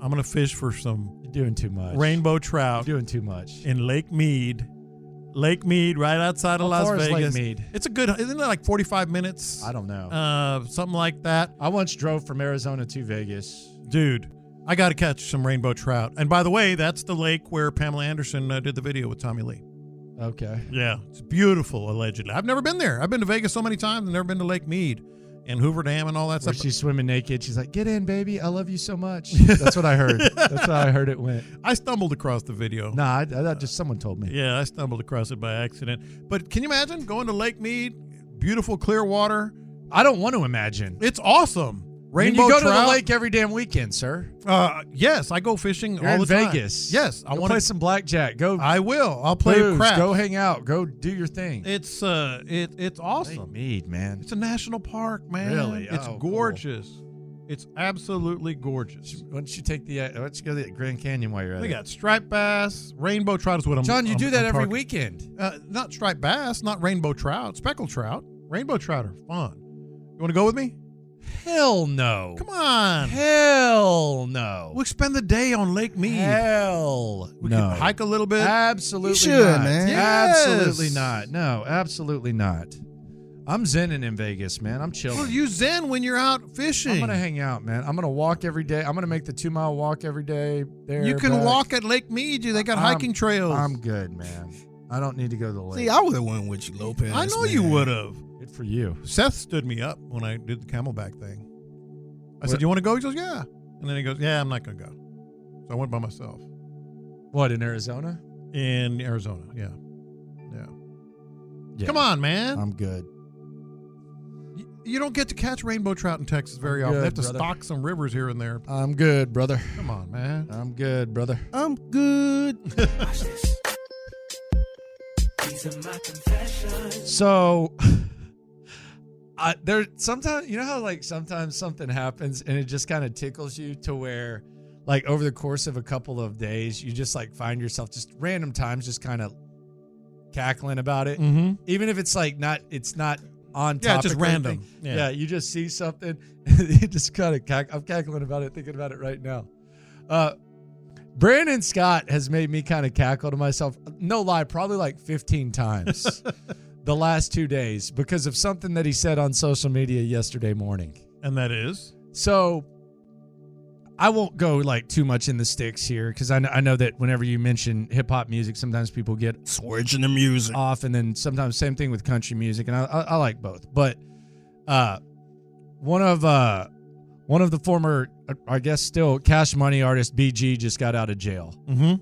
I'm going to fish for some You're doing too much. rainbow trout. You're doing too much. in Lake Mead. Lake Mead, right outside How of Las far is Vegas. Lake Mead? It's a good. Isn't it like 45 minutes? I don't know. Uh, something like that. I once drove from Arizona to Vegas. Dude, I got to catch some rainbow trout. And by the way, that's the lake where Pamela Anderson uh, did the video with Tommy Lee. Okay. Yeah, it's beautiful. Allegedly, I've never been there. I've been to Vegas so many times, and never been to Lake Mead and Hoover Dam and all that Where stuff. she's swimming naked. She's like, "Get in, baby. I love you so much." That's what I heard. That's how I heard it went. I stumbled across the video. Nah, I, I, I just someone told me. Yeah, I stumbled across it by accident. But can you imagine going to Lake Mead, beautiful clear water? I don't want to imagine. It's awesome. I mean, Rainbow you go trout. to the lake every damn weekend, sir. Uh, yes, I go fishing You're all in the time. Vegas. Yes, I Go want play some blackjack. Go. I will. I'll play booze. craps. Go hang out. Go do your thing. It's uh, it it's awesome. Mead, man. It's a national park, man. Really? It's Oh, cool. gorgeous. It's absolutely gorgeous. Why don't you take the? Uh, why don't you go to the Grand Canyon while you're at They it? got striped bass, rainbow trout is what I'm. John, you I'm- do that I'm every targeting. weekend. Uh, not striped bass, not rainbow trout, speckled trout. Rainbow trout are fun. You want to go with me? Hell no. Come on. Hell no. We'll spend the day on Lake Mead. Hell we no. can hike a little bit. Absolutely You should, not. man. Yes. Absolutely not. No, absolutely not. I'm zenning in Vegas, man. I'm chilling. Well, you zen when you're out fishing. I'm gonna hang out, man. I'm gonna walk every day. I'm gonna make the two mile walk every day. There, You can back. walk at Lake Mead. You They got I'm- hiking trails. I'm good, man. I don't need to go to the lake. See, I would have went with you, Lopez. I know you man. would have. good for you. Seth stood me up when I did the camelback thing. I What- said, "You want to go?" He goes, "Yeah." And then he goes, "Yeah, I'm not gonna go." So I went by myself What in Arizona? in Arizona. Yeah, yeah. Yeah. Come on, man. I'm good. Y- you don't get to catch rainbow trout in Texas very often. good, they have to brother. stock some rivers here and there. I'm good, brother. Come on, man. I'm good, brother. I'm good. So, I there sometimes you know how like sometimes something happens and it just kind of tickles you to where, like over the course of a couple of days, you just like find yourself just random times just kind of cackling about it, Mm-hmm. even if it's like not it's not on Yeah, topic just or anything. random. Yeah. Yeah. you just see something, and you just kind of cack- I'm cackling about it, thinking about it right now. Uh, Brandon Scott has made me kind of cackle to myself. No lie, probably like 15 times the last two days because of something that he said on social media yesterday morning. And that is So I won't go like too much in the sticks here because I, kn- I know that whenever you mention hip hop music, sometimes people get Switching the music. off, and then sometimes same thing with country music, and I, I, I like both. But uh, one of uh, one of the former, I guess, still Cash Money artist BG just got out of jail. Mhm.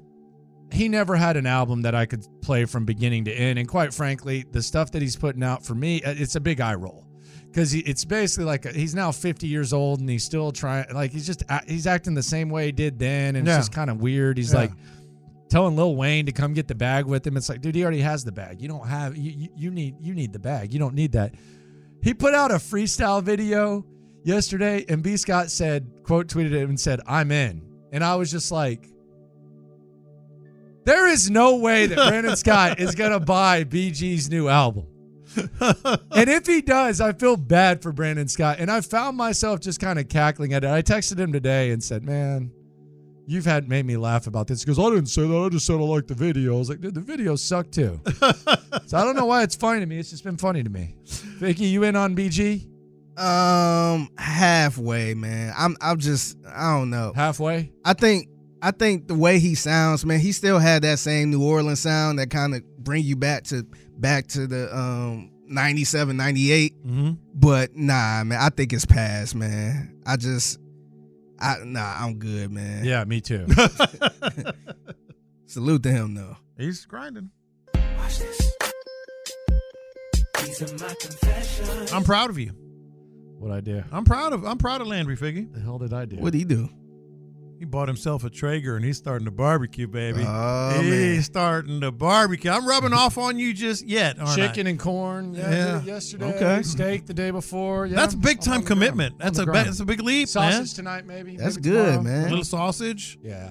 He never had an album that I could play from beginning to end, and quite frankly, the stuff that he's putting out for me, uh, it's a big eye roll. Because it's basically like a, he's now 50 years old and he's still trying, like he's just a- he's acting the same way he did then, and Yeah. it's just kind of weird. He's Yeah. like telling Lil Wayne to come get the bag with him. It's like, dude, he already has the bag. You don't have you you, you need you need the bag. You don't need that. He put out a freestyle video yesterday, and B Scott said, quote tweeted him and said, "I'm in," and I was just like. There is no way that Brandon Scott is gonna buy BG's new album. and if he does, I feel bad for Brandon Scott. And I found myself just kind of cackling at it. I texted him today and said, Man, you've had made me laugh about this because I didn't say that. I just said I liked the video. I was like, dude, the video sucked too. so I don't know why it's funny to me. It's just been funny to me. Vicky, you in on BG? Um, halfway, man. I'm I'm just I don't know. Halfway? I think I think the way he sounds, man, he still had that same New Orleans sound that kind of bring you back to back to the um 97, 98. Mhm. But nah, man, I think it's past, man. I just I nah, I'm good, man. Yeah, me too. Salute to him though. He's grinding. These are my confessions. I'm proud of you. What I do? I'm proud of I'm proud of Landry Figgy. The hell did I do? What'd he do? He bought himself a Traeger and he's starting to barbecue, baby. Oh, he's man. starting to barbecue. I'm rubbing off on you just yet. aren't I? Chicken and corn. Yeah, Yeah. dude, yesterday. Okay. Steak the day before. Yeah, That's big I'm on time the commitment. grind. That's On a the ba- grind. that's a big leap, Sausage man. tonight, maybe. That's maybe good, tomorrow. man. A little sausage. Yeah.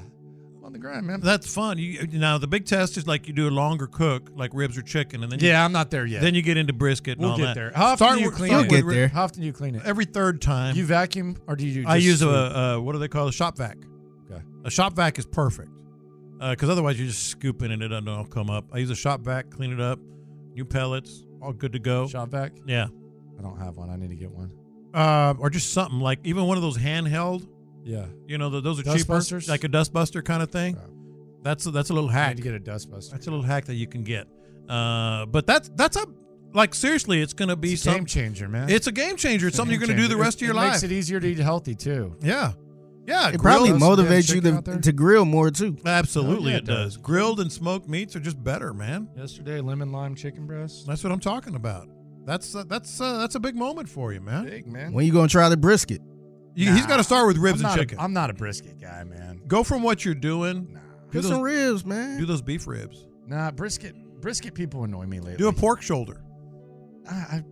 I'm on the grind, man. That's fun. You now the big test is like you do a longer cook, like ribs or chicken, and then Yeah, you, I'm not there yet. Then you get into brisket. and We'll all get that. there. How often do you with- clean start it? with Get ri- there. How often do you clean it? Every third time. You vacuum or do you? I just use a, sweep? uh what do they call it? a shop vac. Okay. A shop vac is perfect because otherwise you're just scooping and it doesn't all come up. I use a shop vac, clean it up, new pellets, all good to go. shop vac. Yeah. I don't have one. I need to get one. Uh, or just something like even one of those handheld. Yeah. You know, th- those are Dustbusters? cheaper, like a dustbuster kind of thing. That's a, that's a little hack. to get a dustbuster. That's a little hack that you can get. Uh, but that's that's a like seriously, it's gonna be It's a some game changer, man. It's a game changer. It's a something game you're gonna do the changer. rest It- of your it life. Makes it easier to eat healthy too. yeah, yeah. It grilled- probably us, man, motivates you chicken to, out there. to grill more too. Absolutely, Oh, yeah, it does. Grilled and smoked meats are just better, man. Yesterday, lemon lime chicken breast. That's what I'm talking about. That's uh, that's uh, that's a big moment for you, man. Big man. When you gonna try the brisket? You- He's got to start with ribs I'm and not a- chicken. I'm not a brisket guy, man. Go from what you're doing. Do Get some those, ribs, man. do those beef ribs. Nah, brisket. Brisket people annoy me lately. Do a pork shoulder. I, I,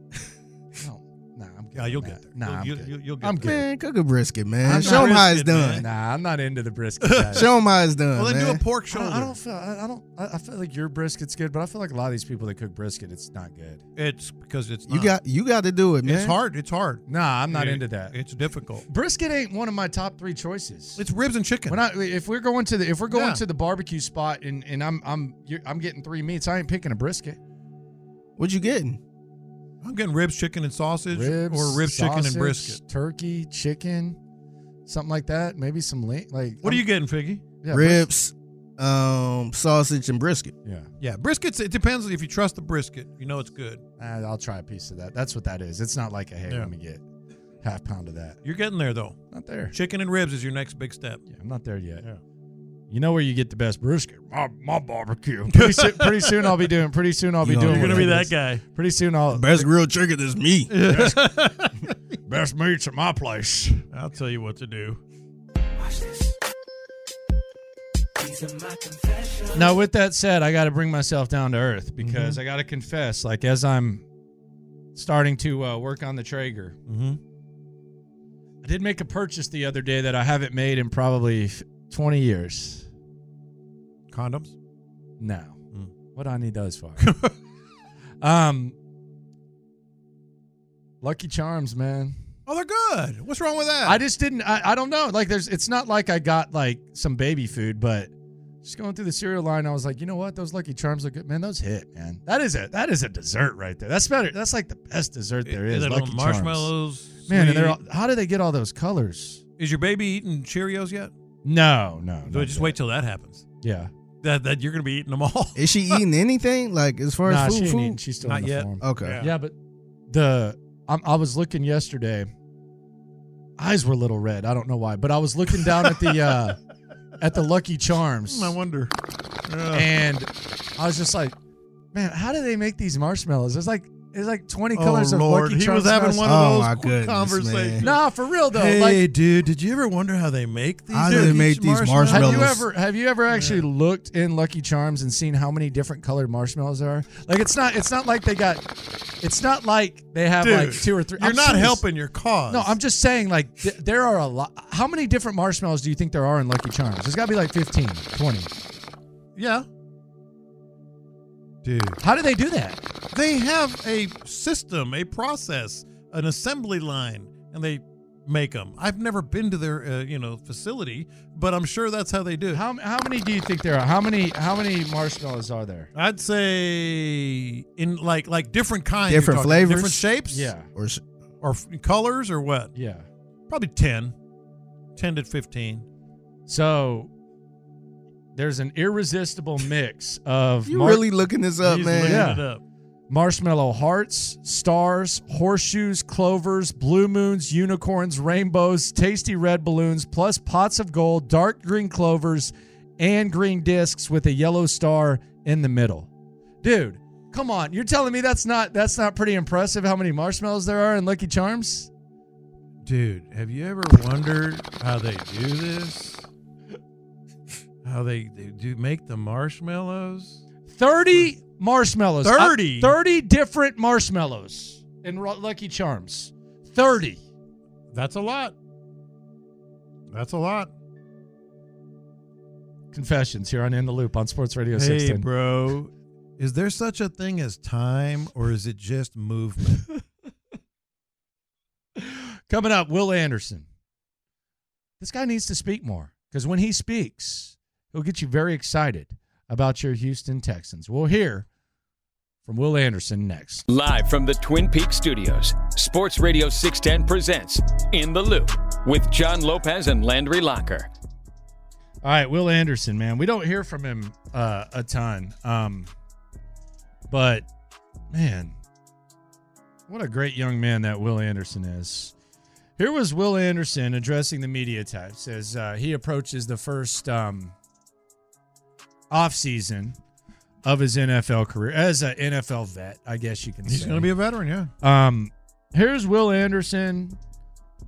no, nah, I'm good. Yeah, you'll on get that. there. Nah, You'll- I'm you'll- good. you'll get I'm there. good. Man, cook a brisket, man. I'm Show not- him how it's brisket, man. done. Nah, I'm not into the brisket. guys. Show him how it's done. Well, then do man. a pork I shoulder. don't, I don't feel. I I don't. I I feel like your brisket's good, but I feel like a lot of these people that cook brisket, it's not good. It's because it's You not. got you got to do it, man. It's hard. It's hard. Nah, I'm not It- into that. It's difficult. Brisket ain't one of my top three choices. It's ribs and chicken. When I if we're going to the if we're going Yeah. to the barbecue spot and and I'm I'm you're, I'm getting three meats, I ain't picking a brisket. What you getting? I'm getting ribs, chicken, and sausage, Ribs or ribs, chicken, and sausage, brisket. turkey, chicken, something like that. Maybe some link. Like What are you getting, Figgy? yeah, Ribs, um, sausage, and brisket. bris- Yeah, Yeah, briskets. It depends if you trust the brisket. You know it's good. Uh, I'll try a piece of that. That's what that is. It's not like a hey, Yeah. let me get half pound of that. You're getting there though. Not there. Chicken and ribs is your next big step. Yeah, I'm not there yet. Yeah. You know where you get the best brisket? My, my barbecue. Pretty, soon, pretty soon I'll be doing. Pretty soon I'll be You doing. are one gonna of be these. guy. Pretty soon I'll Best grilled chicken is me. best meats at my place. I'll tell you what to do. These are my confessions. Now, with that said, I got to bring myself down to earth because I got to confess, like as I'm starting to uh, work on the Traeger, Mm-hmm. I did make a purchase the other day that I haven't made in probably f- 20 years. Condoms. Now, Mm. what do I need those for? um, Lucky Charms, man. Oh, they're good. What's wrong with that? I just didn't. I, I don't know. Like, there's. It's not like I got like some baby food, but just going through the cereal line, I was like, you know what? Those Lucky Charms look good, man. Those hit, man. That is a that is a dessert right there. That's better. That's like the best dessert there is. They're little Lucky Charms. marshmallows. Man, and they're all, sweet. how do they get all those colors? Is your baby eating Cheerios yet? No, Oh, no, So not just yet. wait till that happens. Yeah, That that you're gonna be eating them all. Is she eating anything? Like as far nah, as she food? ain't food? eating. She's still Not in the yet. form. Okay. Yeah. Yeah, but the I'm, I was looking yesterday. Eyes were a little red. I don't know why, but I was looking down at the uh, at the Lucky Charms. Hmm, I wonder. Yeah. and I was just like, man, how do they make these marshmallows? It's like it's like twenty colors oh, of Lord. Lucky he Charms was having marshmallows. one Oh, of my those quick goodness, conversations. man. Nah, for real though. hey, like, dude, did you ever wonder how they make these? How do they make Turkish these have marshmallows? you ever have you ever actually looked in Lucky Charms and seen how many different colored marshmallows there are? Like it's not it's not like they got it's not like they have Dude, like two or 3 You're I'm not serious. helping your cause. No, I'm just saying like th- there are a lot. How many different marshmallows do you think there are in Lucky Charms? There's got to be like 15, 20. Yeah. Dude, How do they do that? they have a system, a process, an assembly line, and they make them. I've never been to their, uh, you know, facility, but I'm sure that's how they do. it. How how many do you think there are? How many how many marshmallows are there? I'd say in like like different kinds, you're Different talking, flavors? different shapes. Yeah. Or s- or f- colors or what? Yeah. Probably 10. 10 to 15. So there's an irresistible mix of. You really looking this up, He's man. looking it up. Marshmallow hearts, stars, horseshoes, clovers, blue moons, unicorns, rainbows, tasty red balloons, plus pots of gold, dark green clovers, and green discs with a yellow star in the middle. Dude, come on! You're telling me that's not that's not pretty impressive? How many marshmallows there are in Lucky Charms? Dude, have you ever wondered how they do this? How they, they do make the marshmallows? 30 marshmallows. 30? Uh, 30 different marshmallows in Ru- Lucky Charms. 30. That's a lot. That's a lot. Confessions here on In the Loop on Sports Radio Hey, 16. bro. Is there such a thing as time or is it just movement? Coming up, Will Anderson. This guy needs to speak more because when he speaks, he'll get you very excited about your Houston Texans. We'll hear from Will Anderson next. Live from the Twin Peaks studios, Sports Radio 610 presents In the Loop with John Lopez and Landry Locker. All right, Will Anderson, man. We don't hear from him uh, a ton. Um, but man, what a great young man that Will Anderson is. Here was Will Anderson addressing the media types as uh, he approaches the first um, offseason of his NFL career as an NFL vet, I guess you can say. He's going to be a veteran, yeah. Um, here's Will Anderson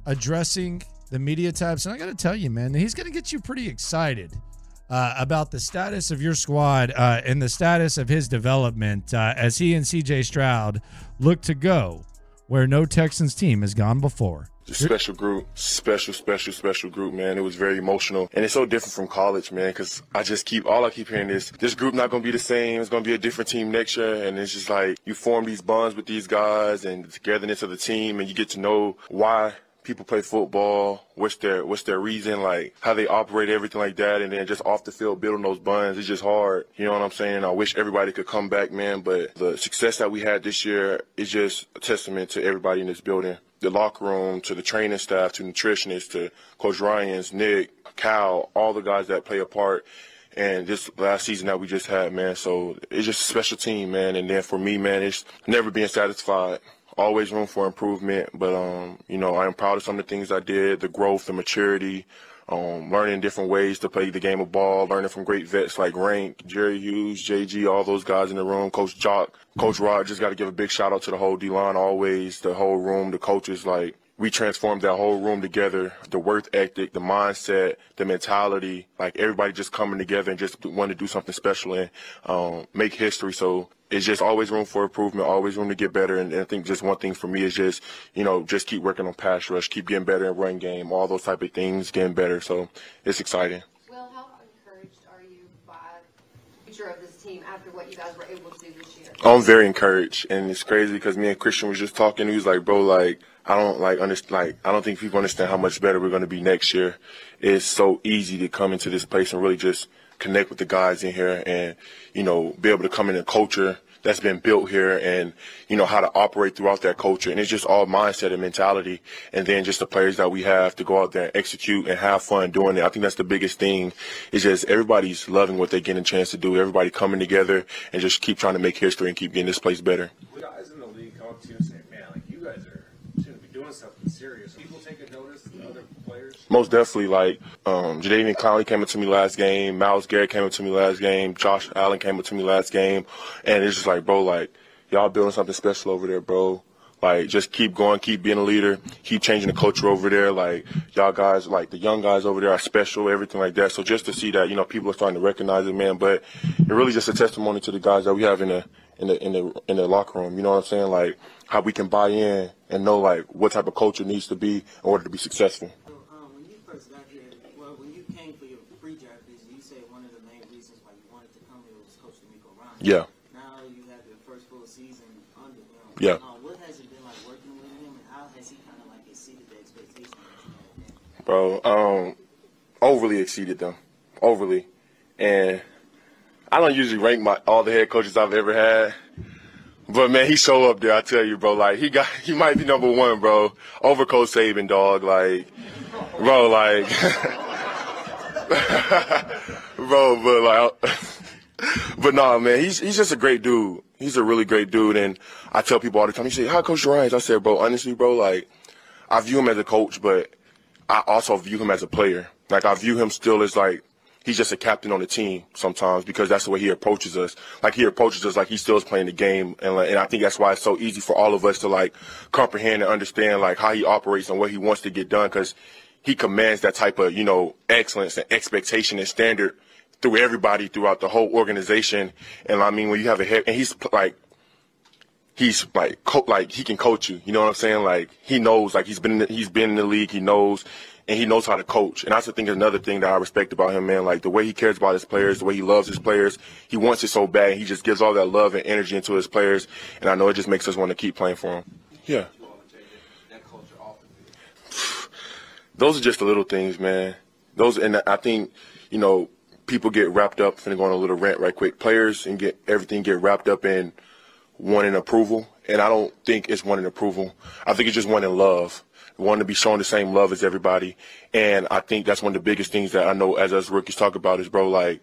addressing the media types, and I got to tell you, man, he's going to get you pretty excited uh, about the status of your squad uh, and the status of his development uh, as he and C.J. Stroud look to go where no Texans team has gone before. It's a special group, special, special, special group, man. It was very emotional, and it's so different from college, man. Because I just keep all I keep hearing is this group not gonna be the same. It's gonna be a different team next year, and it's just like you form these bonds with these guys and the togetherness of the team, and you get to know why people play football, what's their what's their reason, like how they operate, everything like that, and then just off the field building those buns. It's just hard. You know what I'm saying? I wish everybody could come back, man, but the success that we had this year is just a testament to everybody in this building. The locker room, to the training staff, to nutritionists, to Coach Ryan's, Nick, Cal, all the guys that play a part and this last season that we just had, man. So it's just a special team, man. And then for me, man, it's never being satisfied. Always room for improvement. But um, you know, I am proud of some of the things I did, the growth, the maturity, um, learning different ways to play the game of ball, learning from great vets like Rank, Jerry Hughes, JG, all those guys in the room, Coach Jock, Coach Rod, just gotta give a big shout out to the whole D line always, the whole room, the coaches, like we transformed that whole room together. The work ethic, the mindset, the mentality, like everybody just coming together and just want to do something special and um, make history. So it's just always room for improvement, always room to get better. And, and I think just one thing for me is just, you know, just keep working on pass rush, keep getting better in run game, all those type of things, getting better. So it's exciting. Will, how encouraged are you by the future of this team after what you guys were able to do this year? I'm very encouraged, and it's crazy because me and Christian was just talking. He was like, "Bro, like I don't like understand. Like I don't think people understand how much better we're going to be next year. It's so easy to come into this place and really just connect with the guys in here, and you know, be able to come in a culture that's been built here, and you know how to operate throughout that culture. And it's just all mindset and mentality, and then just the players that we have to go out there and execute and have fun doing it. I think that's the biggest thing. It's just everybody's loving what they get a chance to do. Everybody coming together and just keep trying to make history and keep getting this place better. guys in the league come up to you and say, "Man, like you guys are should be doing something serious." People take a notice to other players. Most definitely, like um, Jadavian Clowney came up to me last game, Miles Garrett came up to me last game, Josh Allen came up to me last game, and it's just like, bro, like y'all building something special over there, bro. Like just keep going, keep being a leader, keep changing the culture over there. Like y'all guys, like the young guys over there are special, everything like that. So just to see that, you know, people are starting to recognize it, man. But it really just a testimony to the guys that we have in the in the in the in the locker room. You know what I'm saying? Like how we can buy in and know like what type of culture needs to be in order to be successful. Um, when you first got here, well, when you came for your pre-draft visit, you said one of the main reasons why you wanted to come here was Coach D'Amico Ryan. Yeah. Now you have your first full season under him. Yeah. Uh, what has it been like working with him, and how has he kind of like exceeded the expectations? bro. Um, overly exceeded them, overly, and I don't usually rank my all the head coaches I've ever had, But man, he so up there, I tell you, bro. Like he got, he might be number one, bro. Over Coach Saban, dog. Like, bro, like, bro, but like, but nah, man, he's he's just a great dude. He's a really great dude, and I tell people all the time. He say, "How Coach Ryan's?" I said, "Bro, honestly, bro, like, I view him as a coach, but I also view him as a player. Like, I view him still as like he's just a captain on the team sometimes because that's the way he approaches us. Like he approaches us like he still is playing the game, and like, and I think that's why it's so easy for all of us to like comprehend and understand like how he operates and what he wants to get done because he commands that type of you know excellence and expectation and standard through everybody throughout the whole organization. And I mean when you have a head and he's like he's like co- like he can coach you. You know what I'm saying? Like he knows. Like he's been in the, he's been in the league. He knows, and he knows how to coach. And I also think another thing that I respect about him, man, like the way he cares about his players, the way he loves his players. He wants it so bad. He just gives all that love and energy into his players. And I know it just makes us want to keep playing for him. Yeah. Those are just the little things, man. Those and I think, you know, people get wrapped up. Finna go on a little rant right quick. Players and get everything get wrapped up in one in approval, and I don't think it's one in approval. I think it's just one in love, one to be shown the same love as everybody. And I think that's one of the biggest things that I know as us rookies talk about is, bro, like,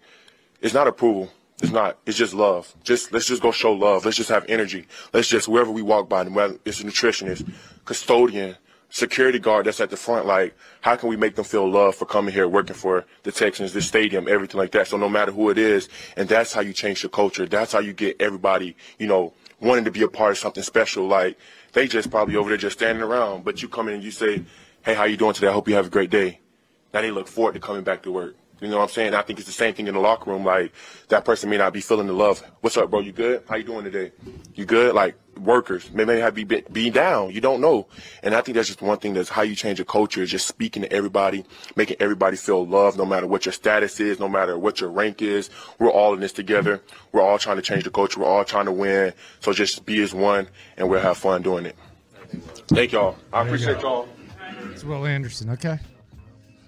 it's not approval. It's not. It's just love. Just let's just go show love. Let's just have energy. Let's just wherever we walk by, whether it's a nutritionist, custodian, security guard that's at the front, like, how can we make them feel love for coming here, working for the Texans, this stadium, everything like that. So no matter who it is, and that's how you change your culture. That's how you get everybody, you know, wanting to be a part of something special. Like they just probably over there just standing around, but you come in and you say, "Hey, how you doing today? I hope you have a great day." Now they look forward to coming back to work. You know what I'm saying? I think it's the same thing in the locker room. Like that person may not be feeling the love. What's up, bro? You good? How you doing today? You good? Like workers may may have be be down. You don't know. And I think that's just one thing that's how you change a culture is just speaking to everybody, making everybody feel loved, no matter what your status is, no matter what your rank is. We're all in this together. We're all trying to change the culture. We're all trying to win. So just be as one, and we'll have fun doing it. Thank y'all. I There you appreciate go. y'all. It's Will Anderson. Okay.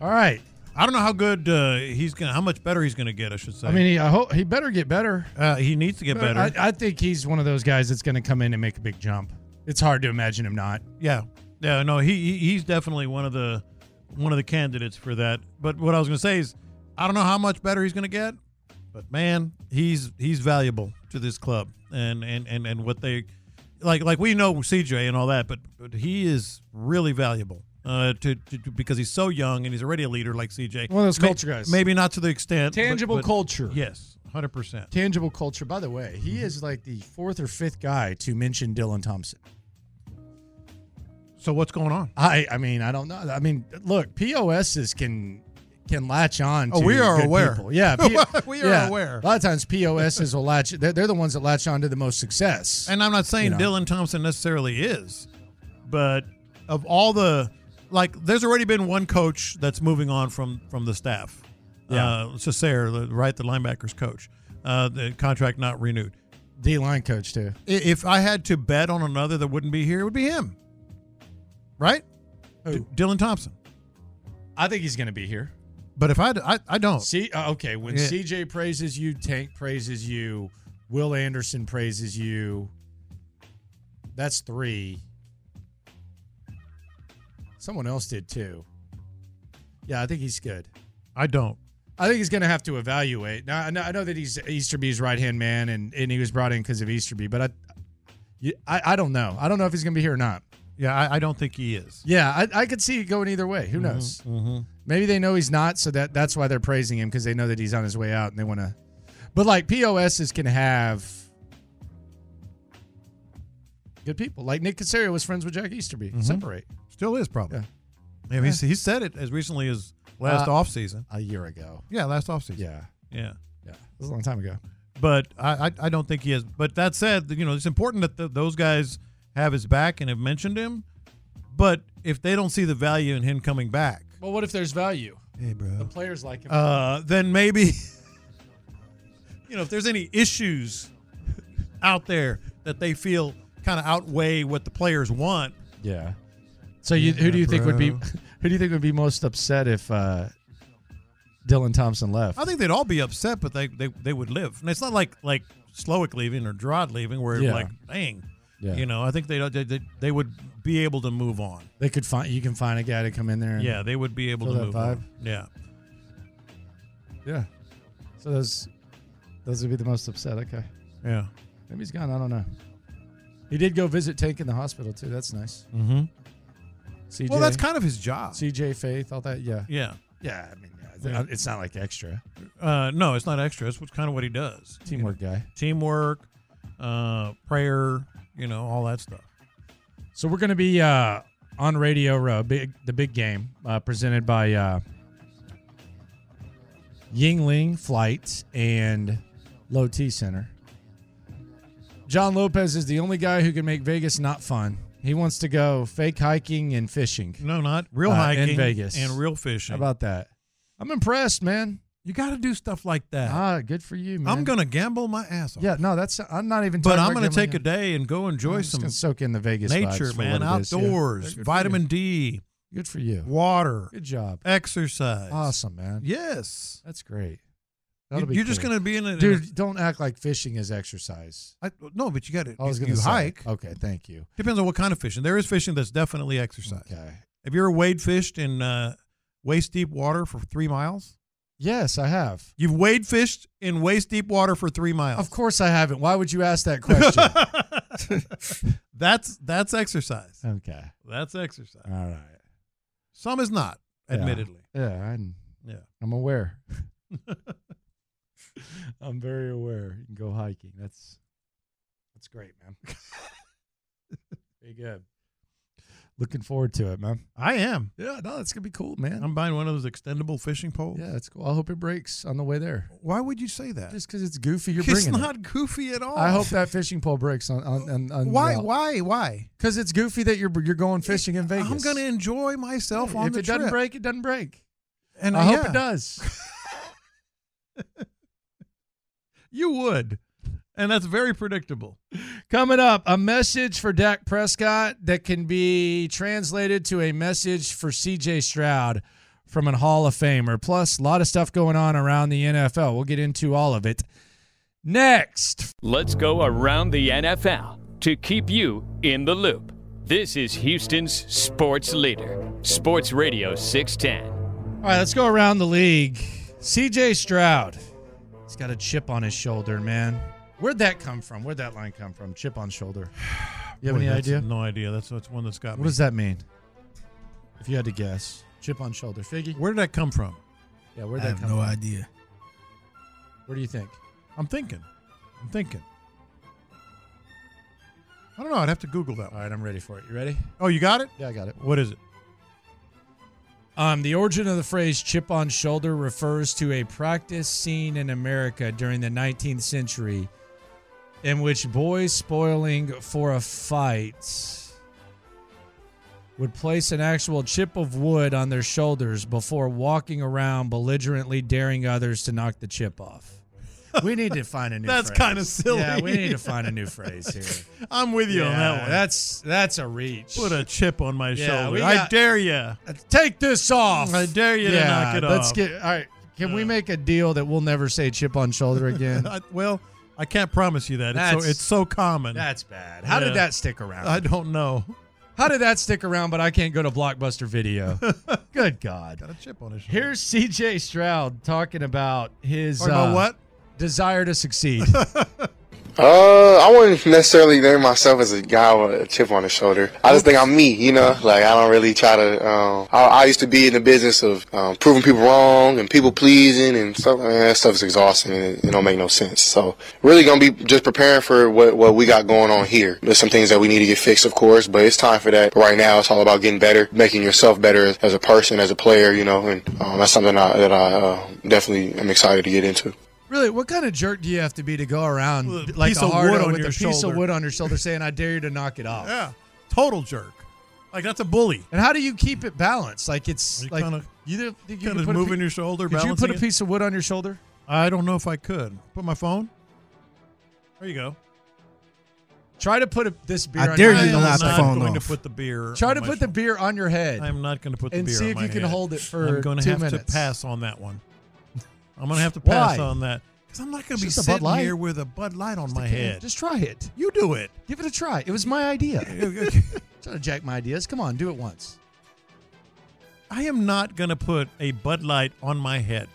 All right. I don't know how good uh, he's gonna, how much better he's gonna get. I should say. I mean, he, I hope he better get better. Uh, he needs to get better. I, I think he's one of those guys that's going to come in and make a big jump. It's hard to imagine him not. Yeah, yeah, no, he he- he's definitely one of the one of the candidates for that. But what I was going to say is, I don't know how much better he's going to get, but man, he's he's valuable to this club and and and and what they like like we know CJ and all that, but but he is really valuable. Uh, to, to, to- because he's so young and he's already a leader like CJ. One of those May- culture guys. Maybe not to the extent. but- Tangible but- culture. Yes, hundred percent. Tangible culture. By the way, he is like the fourth or fifth guy to mention Dylan Thompson. So what's going on? I I mean I don't know. I mean look, POSs can can latch on. Oh, to we are good aware. people. Yeah, We are yeah. aware. A lot of times POSs will latch. They're, they're the ones that latch on to the most success. And I'm not saying You know? Dylan Thompson necessarily is, but of all the like, there's already been one coach that's moving on from from the staff. Yeah. uh, Cesaire, the, right, the linebackers coach, uh, the contract not renewed. D line coach too. I- If I had to bet on another that wouldn't be here, it would be him, right? D- Dylan Thompson. I think he's going to be here. But if I, I, I don't see. uh, okay, when Yeah. CJ praises you, Tank praises you, Will Anderson praises you. That's three. Someone else did too. Yeah, I think he's good. I don't. I think he's going to have to evaluate. Now, I know, I know that he's Easterby's right hand man, and, and he was brought in because of Easterby, but I, you- I, I don't know. I don't know if he's going to be here or not. Yeah, I, I don't think he is. Yeah, I, I could see it going either way. Who knows? mhm. Maybe they know he's not, so that that's why they're praising him because they know that he's on his way out and they want to. But like POSs can have good people. Like Nick Casario was friends with Jack Easterby. Mhm. Separate. Still is probably. I mean, he's- he said it as recently as last Uh, offseason. a year ago. Yeah, last offseason. Yeah. Yeah. Yeah. It was a long time ago. But I, I, I don't think he is. But that said, you know, it's important that th those guys have his back and have mentioned him. But if they don't see the value in him coming back, But what if there's value? Hey, bro. The players like him. uh, then maybe, you know, if there's any issues out there that they feel kind of outweigh what the players want. yeah. So you, who do you think would be who do you think would be most upset if uh, Dylan Thompson left. I think they'd all be upset, but they, they, they would live. And it's not like like Slowick leaving or Drod leaving, where Yeah. like, dang, Yeah. you know. I think they, they they they would be able to move on. They could find you can find a guy to come in there. And Yeah, they would be able fill to that move vibe. on. Yeah, Yeah. So those those would be the most upset. Okay. Yeah. Maybe he's gone. I don't know. He did go visit Tank in the hospital too. That's nice. Mhm. CJ. Well, that's kind of his job. CJ Faith, all that. Yeah. yeah, Yeah. I mean, yeah, it's not like extra. Uh, no, it's not extra. It's kind of what he does. Teamwork guy. Teamwork, uh, prayer, you know, all that stuff. So we're going to be uh, on Radio Row, big, the big game uh, presented by uh, Yingling Flight and Low T Center. John Lopez is the only guy who can make Vegas not fun. He wants to go fake hiking and fishing. No, not real uh, hiking in Vegas and real fishing. How about that? I'm impressed, man. You got to do stuff like that. Ah, good for you, man. I'm gonna gamble my ass off. Yeah, no, that's I'm not even. But talking I'm about going to gambling. take a day and go enjoy I'm just some gonna soak in the Vegas vibes nature, for man. what it is, yeah. Outdoors, Good for you. vitamin D. Good for you. Water. Good job. Exercise. Awesome, man. Yes. That's You- great. That'll be you're just cool. gonna be in a- in dude. don't act like fishing is exercise. I, no, but you got to. I was you- gonna you say. hike. Okay, thank you. Depends on what kind of fishing. There is fishing that's definitely exercise. Okay. Have you ever wade fished in uh, waist deep water for three miles? Yes, I have. You've wade fished in waist deep water for three miles. Of course, I haven't. Why would you ask that question? That's that's exercise. okay. That's exercise. All right. Some is not, Yeah. admittedly. Yeah. I'm, Yeah. I'm aware. I'm very aware. You can go hiking. That's that's great, man. Very good. Looking forward to it, man. I am. Yeah, no, it's gonna be cool, man. I'm buying one of those extendable fishing poles. Yeah, it's cool. I hope it breaks on the way there. Why would you say that? Just because it's goofy, you're it's bringing not goofy at all. it. I hope that fishing pole breaks on on on. on Oh. Why? Why? Why? Because it's goofy that you're you're going fishing in Vegas. I'm gonna enjoy myself on If the it doesn't trip. break, it doesn't break. and I hope yeah, it does. You would, and that's very predictable. Coming up, a message for Dak Prescott that can be translated to a message for CJ Stroud from an Hall of Famer. Plus, a lot of stuff going on around the NFL. We'll get into all of it next. Let's go around the NFL to keep you in the loop. This is Houston's sports leader, Sports Radio 610. All right, let's go around the league. CJ Stroud. He's got a chip on his shoulder, man. Where'd that come from? Where'd that line come from? Chip on shoulder. You have Boy, any that's- idea? No idea. That's that's one that's got. What me. does that mean? If you had to guess, chip on shoulder, Figgy. Where did that come from? Yeah, where'd I that have come no from? idea. What do you think? I'm thinking. I'm thinking. I don't know. I'd have to Google that. All right, I'm ready for it. You ready? Oh, you got it? Yeah, I got it. What is it? Um, the origin of the phrase chip on shoulder refers to a practice seen in America during the 19th century in which boys spoiling for a fight would place an actual chip of wood on their shoulders before walking around belligerently daring others to knock the chip off. We need to find a new That's phrase. kinda silly. Yeah, we need to find a new phrase here. I'm with you on Yeah, that one. That's that's a reach. Put a chip on my Yeah, shoulder. we I got- dare you. Take this off. I dare you to knock it let's off. get all right. Can we make a deal that we'll never say chip on shoulder again? I, well, I can't promise you that. It's so, That's- it's so common. That's bad. How Yeah. Uh, did that stick around? I don't know. How did that stick around? But I can't go to Blockbuster Video. Good God. Got a chip on his shoulder. Here's C.J. Stroud talking about his Talking about uh, what? desire to succeed. Uh, I wouldn't necessarily name myself as a guy with a chip on his shoulder. I just think I'm me, you know. Like I don't really try to. Um, I, I used to be in the business of um, proving people wrong and people pleasing and stuff. Man, that stuff is exhausting and it, it don't make no sense. So really gonna be just preparing for what what we got going on here. There's some things that we need to get fixed, of course, but it's time for that. But right now, it's all about getting better, making yourself better as a person, as a player, you know. And um, that's something I, that I uh, definitely am excited to get into. really, what kind of jerk do you have to be to go around With a like piece a of wood hardo on with your a piece of shoulder. wood on your shoulder saying, I dare you to knock it off? Yeah. Total jerk. Like that's a bully. And how do you keep it balanced? Like it's You like kinda- you don't think you kinda can put a moving pe- your shoulder, Could you put balancing a it? piece of wood on your shoulder? I don't know if I could. Put my phone. There you go. Try to put a, this beer. I on dare your you to head. knock I'm the not phone going off. to put the beer. Try on to my put the shoulder. beer on your head. I'm not going to put the and beer see on if my you can head. hold it for I'm gonna two have minutes. to pass on that one. I'm gonna have to pass Why? on that because I'm not gonna It's be just a Bud sitting Light. here with a Bud Light on Just a my can. head. Just try it. You do it. Give it a try. It was my idea. trying to jack my ideas. Come on, do it once. I am not gonna put a Bud Light on my head.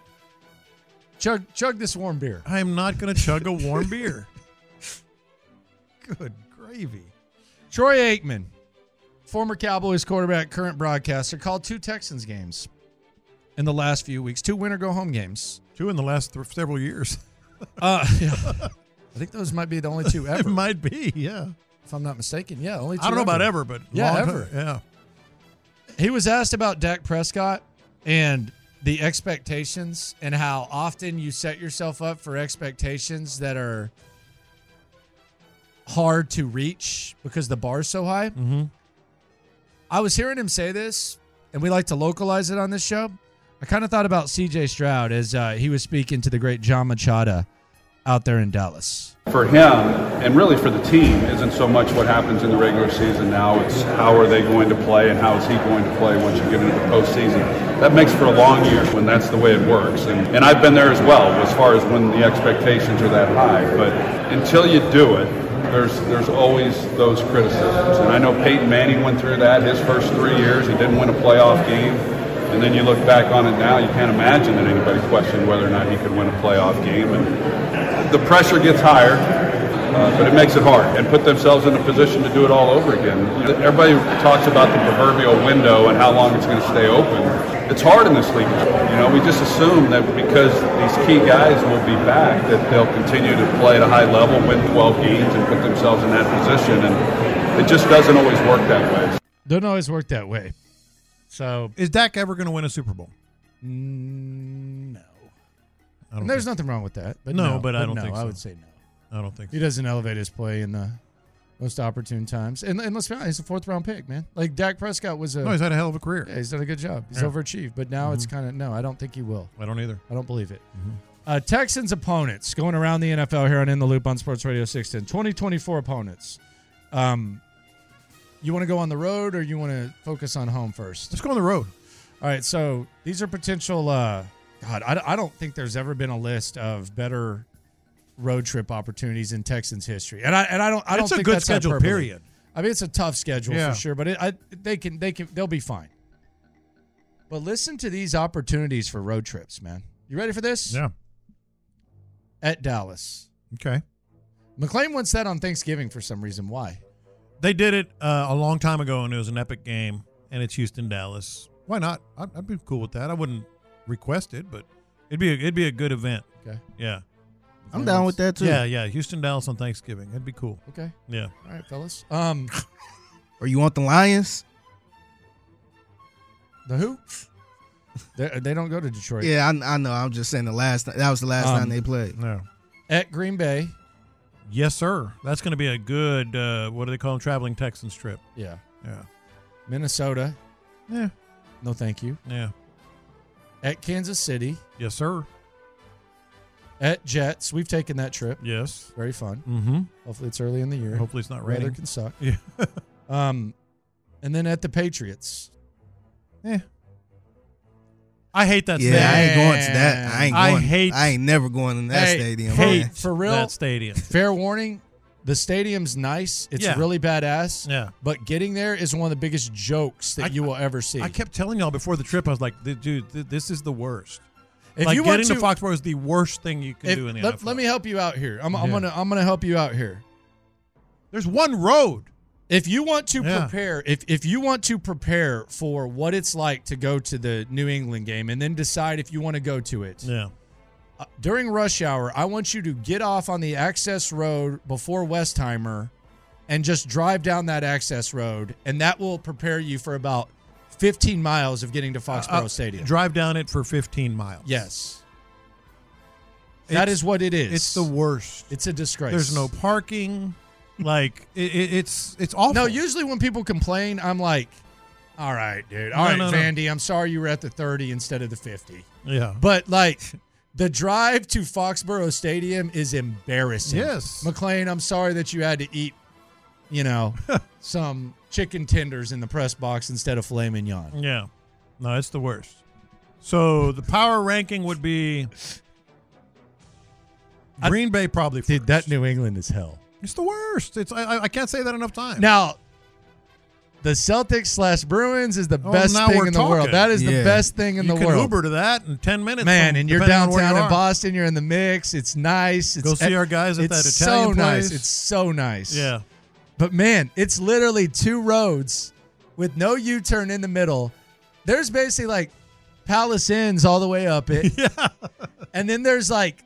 Chug, chug this warm beer. I am not gonna chug a warm beer. Good gravy. Troy Aikman, former Cowboys quarterback, current broadcaster, called two Texans games in the last few weeks, two win or go home games. Two in the last th- several years. Uh, yeah. I think those might be the only two ever. It might be, yeah. If I'm not mistaken, yeah, only two. I don't know about ever, but Yeah, long ever. time- yeah. He was asked about Dak Prescott and the expectations and how often you set yourself up for expectations that are hard to reach because the bar's so high. Mm-hmm. I was hearing him say this, and we like to localize it on this show. I kind of thought about CJ Stroud as uh, he was speaking to the great John Machada out there in Dallas. for him and really for the team isn't so much what happens in the regular season now it's how are they going to play and how is he going to play once you get into the postseason that makes for a long year when that's the way it works and, and i've been there as well as far as when the expectations are that high but until you do it there's there's always those criticisms and i know peyton manning went through that his first three years he didn't win a playoff game and then you look back on it now, you can't imagine that anybody questioned whether or not he could win a playoff game. And the pressure gets higher, uh, but it makes it hard and put themselves in a position to do it all over again. You know, everybody talks about the proverbial window and how long it's going to stay open. It's hard in this league. You know, we just assume that because these key guys will be back, that they'll continue to play at a high level, win 12 games, and put themselves in that position. And it just doesn't always work that way. Doesn't always work that way. So Is Dak ever going to win a Super Bowl? no. I don't And there's think- nothing wrong with that. But no, no, but I don't no, think I so. would say no. I don't think he doesn't elevate his play in the most opportune times. And, and let's be honest, he's a fourth round pick, man. Like Dak Prescott was a. No, he's had a hell of a career. Yeah, he's done a good job. He's Yeah. overachieved, but now it's kind of no. I don't think he will. Mm-hmm. I don't either. Mm-hmm. I don't believe it. Uh, Texans opponents going around the NFL here on In the Loop on Sports Radio 610. 2024 opponents. Um, you want to go on the road or you want to focus on home first? Let's go on the road. All right. So these are potential. Uh, God, I, I don't think there's ever been a list of better road trip opportunities in Texans history. And I and I don't I don't It's a think good that's schedule, hyperbole. period. I mean, it's a tough schedule Yeah. for sure, but it, I, they can they can they'll be fine. But listen to these opportunities for road trips, man. You ready for this? Yeah. At Dallas. Okay. McLean wants that on Thanksgiving for some reason. Why? They did it uh, a long time ago, and it was an epic game, and it's Houston Dallas. Why not? I'd, I'd be cool with that. I wouldn't request it, but it'd be a, it'd be a good event. Okay. Yeah. I'm down with that too. Yeah, yeah. Houston Dallas on Thanksgiving. That'd be cool. Okay. Yeah. All right, fellas. Um, or you want the Lions? The who? they, they don't go to Detroit. Yeah, I, I know. I'm just saying the last. That was the last Um, time they played. No. At Green Bay. Yes, sir. That's going to be a good. Uh, what do they call them? Traveling Texans trip. Yeah. Yeah. Minnesota. Yeah. No, thank you. Yeah. At Kansas City. Yes, sir. At Jets. We've taken that trip. Yes. Very fun. Mhm. Hopefully it's early in the year. Hopefully it's not Weather raining. can suck. Yeah. um, and then at the Patriots. Eh. I hate that. Yeah, stadium. I ain't going to that. I ain't I going. hate. I ain't never going in that stadium. Hey, man. for real, that stadium. Fair warning, the stadium's nice. It's Yeah. really badass. Yeah. But getting there is one of the biggest jokes that you will ever see. I kept telling y'all before the trip. I was like, "Th- dude, th- this is the worst. If like you want getting to to- Foxborough is the worst thing you can If- do in the let, NFL. let me help you out here. I'm, I'm Yeah. gonna I'm gonna help you out here. There's one road. If you want to Yeah. prepare, if if you want to prepare for what it's like to go to the New England game and then decide if you want to go to it. Yeah. uh, during rush hour, I want you to get off on the access road before Westheimer and just drive down that access road, and that will prepare you for about 15 miles of getting to Foxborough Uh, Stadium. Drive down it for 15 miles. yes. that It's- is what it is. It's the worst. It's a disgrace. There's no parking. like it, it, it's it's awful. No, usually when people complain, I'm like, all right, dude. All No, right, no, no. Vandy, I'm sorry you were at the 30 instead of the 50. Yeah. But like the drive to Foxborough Stadium is embarrassing. Yes. McLean, I'm sorry that you had to eat, you know, some chicken tenders in the press box instead of filet mignon. Yeah. No, it's the worst. So the power ranking would be Green Bay probably. Dude, that New England is hell. It's the worst. It's I, I- I can't say that enough times. Now, the Celtics slash Bruins is the Oh, best now thing we're in the world. talking. That is the best thing in you the can world. Uber to that in ten minutes, Man, from- and you're depending on where downtown you in are. Boston. You're in the mix. It's nice. It's e- Go see our guys at it's that Italian so nice. place. It's so nice. Yeah. But man, it's literally two roads with no U-turn in the middle. There's basically like Palace Inns all the way up it. yeah. And then there's like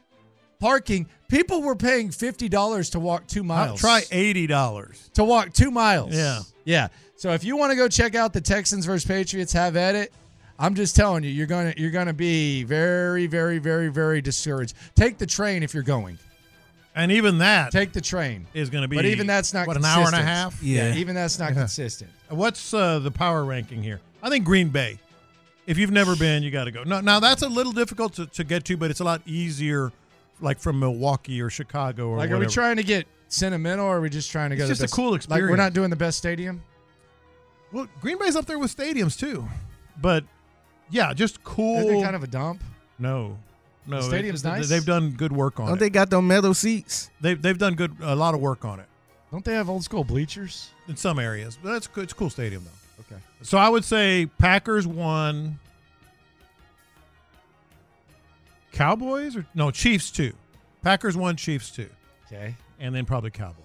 parking. People were paying fifty dollars to walk two I'll miles. try eighty dollars. to walk two miles. Yeah. Yeah. So if you want to go check out the Texans versus Patriots, have at it. I'm just telling you, you're gonna you're gonna be very, very, very, very discouraged. Take the train if you're going. And even that take the train is going to be. But even that's not what an hour and a consistent. half. Yeah. even that's not consistent. What's uh, the power ranking here? I think Green Bay. If you've never been, you got to go. Now, now that's a little difficult to, to get to, but it's a lot easier, like from Milwaukee or Chicago or Like, whatever. are we trying to get sentimental, or are we just trying to It's go? just to a the best- cool Like, we're not experience. doing the best stadium. Well, Green Bay's up there with stadiums too, but yeah, just cool. Isn't it kind of a dump? No, no. The stadium's they- they- nice? They've done good work on Don't it. they got them metal seats? They've they've done good a lot of work on it Don't they have old school bleachers? in some areas. But that's good. It's a cool stadium though. Okay. So I would say Packers one, Cowboys or no Chiefs two, Packers one, Chiefs two. Okay. and then probably Cowboys.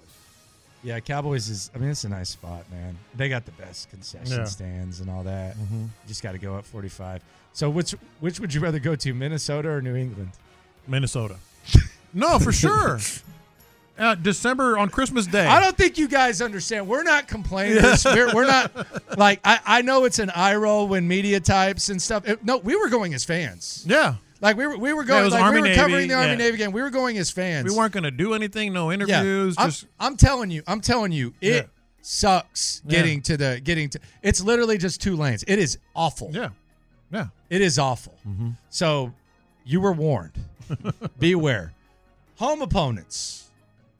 Yeah, Cowboys is. I mean, it's a nice spot, man. They got the best concession Yeah. stands and all that. Mhm. You just got to go up 45. So, which which would you rather go to, Minnesota or New England? Minnesota. No, for sure. Uh, December on Christmas Day. I don't think you guys understand. We're not complainers. Yeah. We're, we're not like I, I know it's an eye roll when media types and stuff. It- no, we were going as fans. Yeah. Like we were we were Yeah, it going was like Army, we were covering Navy, the Army yeah. Navy game. We were going as fans. We weren't going to do anything. No Yeah. interviews. I'm, just I'm telling you, I'm telling you, it Yeah. sucks Yeah. getting to the getting to. It's literally just two lanes. It is awful. Yeah, yeah, Mm-hmm. it is awful. So you were warned. Beware. Home opponents,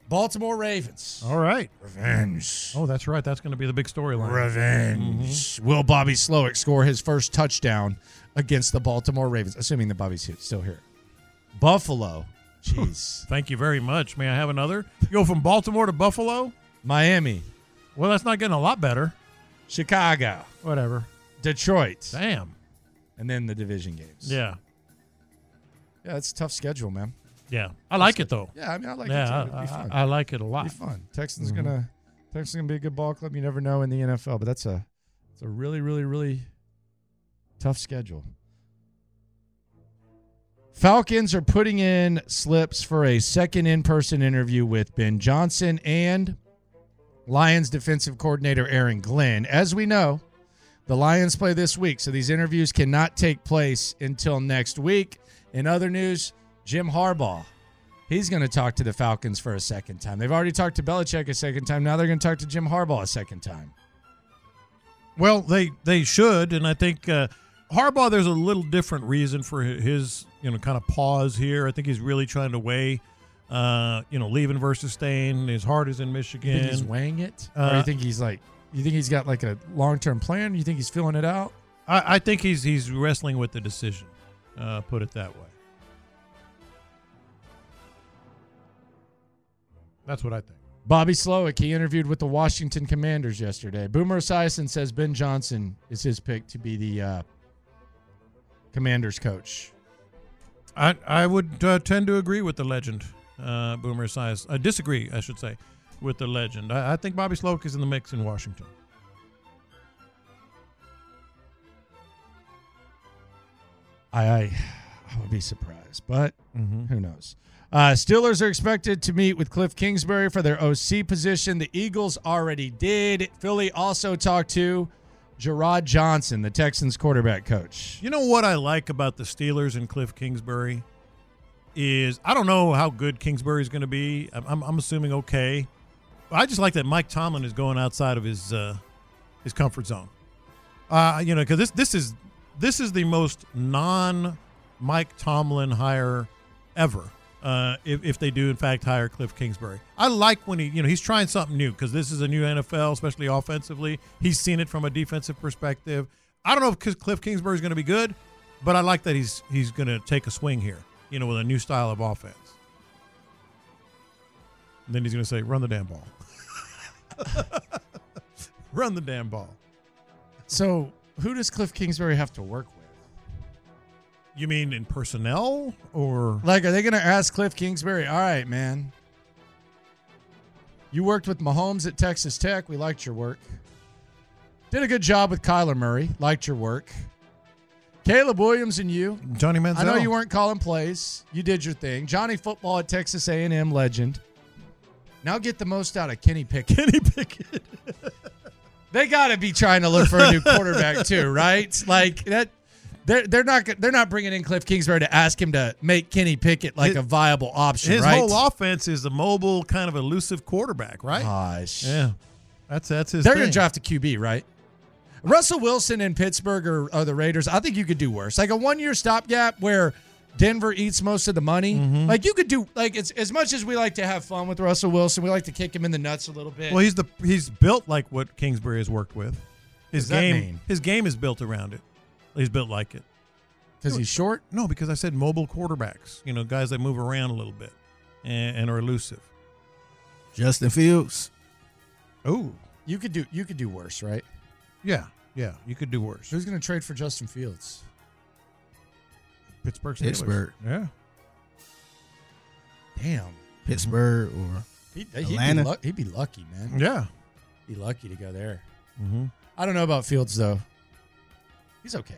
Baltimore Ravens. all right. Revenge. Oh, that's right. That's Mm-hmm. going to be the big storyline. Revenge. Will Bobby Slowick score his first touchdown against the Baltimore Ravens? Assuming the Bobby's here- still here. Buffalo. Jeez. Mm-hmm. Thank you very much. May I have another? You go from Baltimore to Buffalo, Miami. Well, that's not getting a lot better. Chicago. Whatever. Detroit. Damn. And then the division games. Yeah, Yeah, it's a tough schedule, man. yeah. I like it though. Yeah, I mean, I like Yeah, it too. It'd I- be fun. I- I like it a lot. Be fun. Texans Mhm. gonna Texans gonna be a good ball club. You never know in the NFL, but that's a it's a really, really, really tough schedule. Falcons are putting in slips for a second in-person interview with Ben Johnson and Lions defensive coordinator Aaron Glenn. As we know, the Lions play this week, so these interviews cannot take place until next week. In other news, Jim Harbaugh, he's going to talk to the Falcons for a second time. They've already talked to Belichick a second time. Now they're going to talk to Jim Harbaugh a second time. Well, they they should, and I think uh, Harbaugh. There's a little different reason for hi- his you know kind of pause here. I think he's really trying to weigh, uh, you know, leaving versus staying. His heart is in Michigan. You think he's weighing it, or Uh, you think he's like, you think he's got like a long-term plan? You think he's feeling it out? I, I think he's he's wrestling with the decision. Uh, put it that way. That's what I think. Bobby Slowick, he interviewed with the Washington Commanders yesterday. Boomer Esiason says Ben Johnson is his pick to be the uh, Commanders coach. I I would uh, tend to agree with the legend, uh, Boomer Esiason. I disagree, I should say, with the legend. I, I think Bobby Sloak is in the mix in Washington. I, I, I would be surprised, but who knows? Uh, Steelers are expected to meet with Cliff Kingsbury for their OC position. The Eagles already did. Philly also talked to Gerard Johnson, the Texans quarterback coach. You know what I like about the Steelers and Cliff Kingsbury is I don't know how good Kingsbury is going to be. I'm, I'm, I'm assuming okay. I just like that Mike Tomlin is going outside of his uh, his comfort zone. Uh, you know, because this this is this is the most non Mike Tomlin hire ever. Uh, if, if they do in fact hire Cliff Kingsbury, I like when he you know he's trying something new because this is a new NFL, especially offensively. He's seen it from a defensive perspective. I don't know if Cl- Cliff Kingsbury is going to be good, but I like that he's he's going to take a swing here. You know, with a new style of offense. And then he's going to say, run the damn ball. run the damn ball. So who does Cliff Kingsbury have to work with? You mean in personnel or like are they going to ask Cliff Kingsbury? All right, man. You worked with Mahomes at Texas Tech. We liked your work. Did a good job with Kyler Murray. Liked your work. Caleb Williams and you. Johnny Manziel. I know you weren't calling plays. You did your thing. Johnny football at Texas A&M legend. Now get the most out of Kenny Pickett. Kenny Pickett. they got to be trying to look for a new quarterback too, right? Like that. They're, they're not they're not bringing in Cliff Kingsbury to ask him to make Kenny Pickett like a viable option, His right? whole offense is a mobile, kind of elusive quarterback, right? Gosh. Yeah. That's that's his They're going thing. to draft a QB, right? Russell Wilson in Pittsburgh or, or the Raiders. I think you could do worse. Like a one-year stopgap where Denver eats most of the money. Mm-hmm. Like you could do like it's as much as we like to have fun with Russell Wilson, we like to kick him in the nuts a little bit. Well, he's the he's built like what Kingsbury has worked with. His does that game mean? his game is built around it. He's built like it. Because he's short? No, because I said mobile quarterbacks. You know, guys that move around a little bit and, and are elusive. Justin Fields. Oh, you could do you could do worse, right? Yeah, yeah, you could do worse. Who's going to trade for Justin Fields? Pittsburgh. Steelers. Pittsburgh. Yeah. Damn. Pittsburgh or He, would Atlanta. Be luck- he'd be lucky, man. Yeah. Be lucky to go there. Mm-hmm. I don't know about Fields though. He's okay.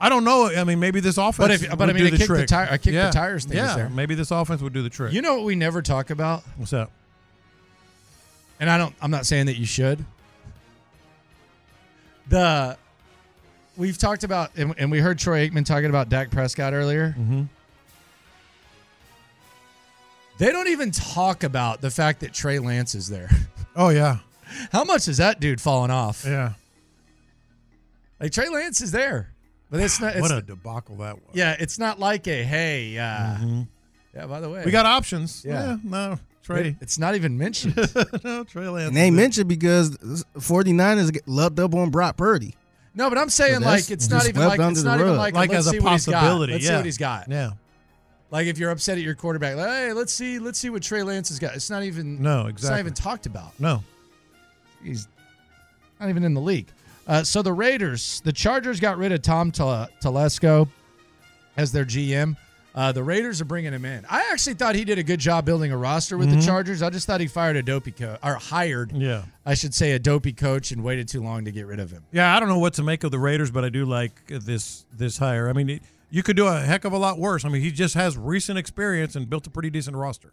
I don't know. I mean, maybe this offense. But if- but would I mean, do I the kicked the trick. tire- I kicked the Yeah, tires thing is Yeah, there. maybe this offense would do the trick. You know what we never talk about? What's that? And I don't I'm not saying that you should. The we've talked about and, and we heard Troy Aikman talking about Dak Prescott earlier. Mm-hmm. They don't even talk about the fact that Trey Lance is there. Oh yeah, How much is that dude falling off? yeah. Like Trey Lance is there. But it's not it's, what a debacle that was. Yeah, it's not like a hey, uh Yeah, by the way. Mm-hmm. We got options. Yeah. Yeah, no, Trey. It- it's not even mentioned. no, Trey Lance. And they mentioned because 49ers get loved up on Brock Purdy. No, but I'm saying Well, like that's it's just not even swept like under it's the not even rug. like, Like as let's a see what he's got. possibility, Let's see yeah. what he's got. Yeah. Like if you're upset at your quarterback, like, hey, let's see, let's see what Trey Lance has got. It's not even No, It's not exactly. even talked about. No. He's not even in the league. Uh, so the Raiders, the Chargers got rid of Tom Tel- Telesco as their GM. Uh, the Raiders are bringing him in. I actually thought he did a good job building a roster with Mhm. the Chargers. I just thought he fired a dopey coach or hired, Yeah. I should say, a dopey coach and waited too long to get rid of him. Yeah, I don't know what to make of the Raiders, but I do like this this hire. I mean, it, you could do a heck of a lot worse. I mean, he just has recent experience and built a pretty decent roster.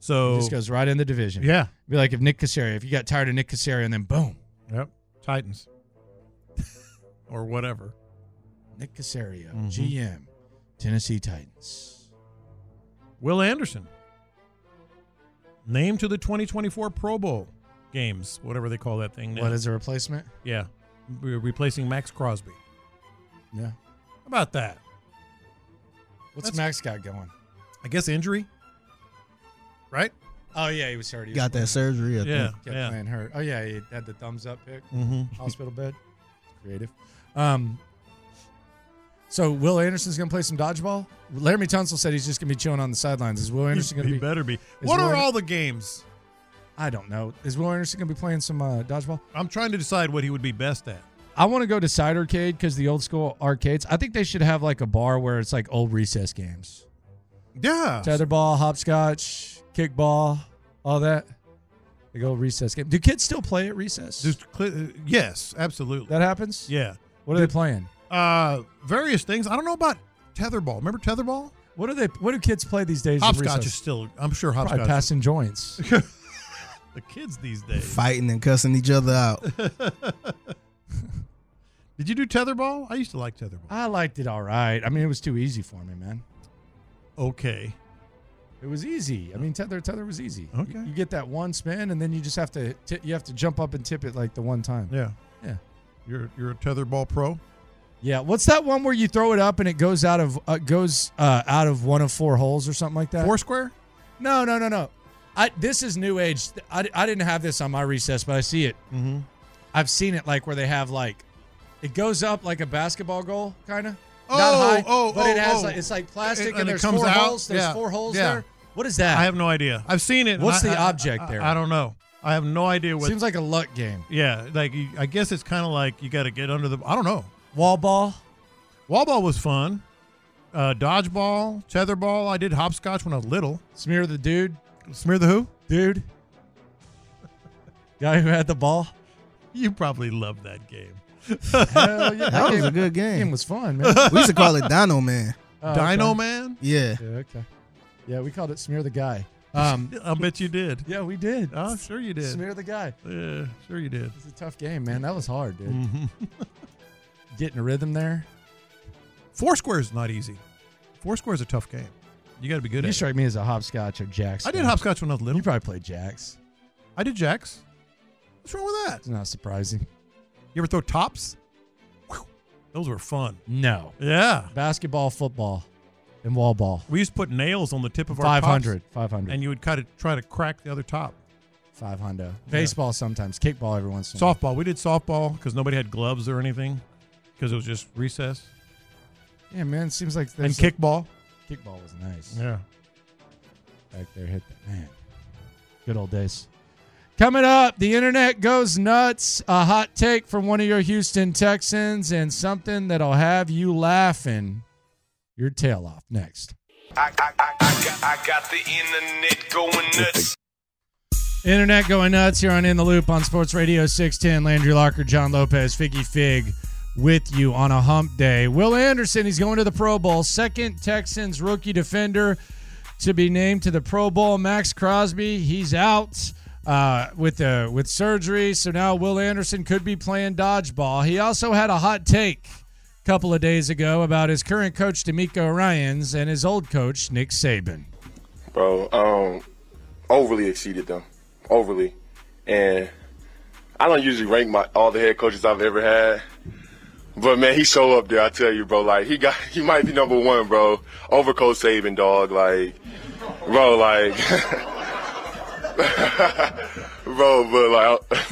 So He just goes right in the division. Yeah. Be like if Nick Casario, if you got tired of Nick Casario and then boom, Yep. Titans. or whatever. Nick Casario, Mhm. GM, Tennessee Titans. Will Anderson. Named to the 2024 Pro Bowl games, whatever they call that thing now. What is a replacement? Yeah. We're replacing Max Crosby. Yeah. How about that? What's That's- Max got going? I guess injury. Right? Oh yeah, he was hurt. He was Got that surgery, I Yeah. think. Mm-hmm. Kept playing hurt. Oh yeah, he had the thumbs up pick. Mhm. Hospital bed. Creative. Um. So Will Anderson's gonna play some dodgeball. Laramie Tunsil said he's just gonna be chilling on the sidelines. Is Will Anderson gonna he be? better be. is What Will are Ander- all the games? I don't know. Is Will Anderson gonna be playing some uh, dodgeball? I'm trying to decide what he would be best at. I want to go to Side Arcade because the old school arcades. I think they should have like a bar where it's like old recess games. Yeah. Tetherball, hopscotch, kickball, all that. Like old recess game. Do kids still play at recess? Just cl- uh, yes, absolutely. That happens? Yeah. What are they playing? Uh, various things. I don't know about tetherball. Remember tetherball? What are they? What do kids play these days? in Hopscotch recess? is still. I'm sure Probably hopscotch. is- passing joints. the kids these days. Fighting and cussing each other out. Did you do tetherball? I used to like tetherball. I liked it all right. I mean, it was too easy for me, man. Okay. It was easy. I mean, tether tether was easy. You- Okay. You, get that one spin, and then you just have to ti- you have to jump up and tip it like the one time. Yeah. Yeah. You're you're a tetherball pro. Yeah, what's that one where you throw it up and it goes out of uh, goes uh, out of one of four holes or something like that? Four square? No, no, no, no. I this is new age. I, I didn't have this on my recess, but I see it. Mm-hmm. I've seen it like where they have like it goes up like a basketball goal, kind of. Oh, Not high, oh, but it oh, has oh. like it's like plastic And- oh. and, and it there's comes four out? holes. There's Yeah, four holes yeah. there. What is that? I have no idea. I've seen it. and What's I- the I- object I- there? I, don't know. I have no idea what. Seems like a luck game. Yeah, like you, I guess it's kind of like you got to get under the. I don't know. Wall ball. Wall ball was fun. Uh, dodgeball, tetherball. I did hopscotch when I was little. Smear the dude. Smear the who? Dude. Guy who had the ball. You probably loved that game. Hell yeah. That was game- a good game. game was fun, man. we used to call it Dino Man. Oh, okay. Yeah. Okay. Yeah, we called it smear the guy. Um, I bet you did. Yeah, we did. Oh, sure you did. Smear the guy. Yeah, sure you did. It's a tough game, man. That was hard, dude. Mhm. Getting a rhythm there. Foursquare is not easy. Foursquare is a tough game. You got to be good you at. it. strike me as a hopscotch or jacks. I did guy. hopscotch when I was little. You probably played jacks. I did jacks. What's wrong with that? It's not surprising. You ever throw tops? Whew. Those were fun. No. Yeah. Basketball, football, and wall ball. We used to put nails on the tip of our tops, 500, 500. and you would kind of try to crack the other top. Five hundo. Baseball sometimes. Kickball every once in a while. Softball. We did softball because nobody had gloves or anything because it was just recess. Yeah, man. It seems like And there's a- kickball. kickball was nice. Yeah. back there hit that man good old days coming up the internet goes nuts a hot take from one of your houston texans and something that'll have you laughing your tail off next I, I, I, I, got, I got the internet going nuts. internet going nuts here on in the loop on sports radio 610 landry locker john lopez figgy fig with you on a hump day will anderson he's going to the pro bowl second texans rookie defender to be named to the Pro Bowl. Max Crosby, he's out uh, with uh, with surgery, so now Will Anderson could be playing dodgeball. He also had a hot take a couple of days ago about his current coach D'Amico Ryan's and his old coach Nick Saban. bro. Um, overly exceeded them, overly, and I don't usually rank my all the head coaches I've ever had, but man, he show up there. I tell you, bro. Like he got, he might be number one, bro. Over Coach Saban, dog. Like, bro, like, bro, but like.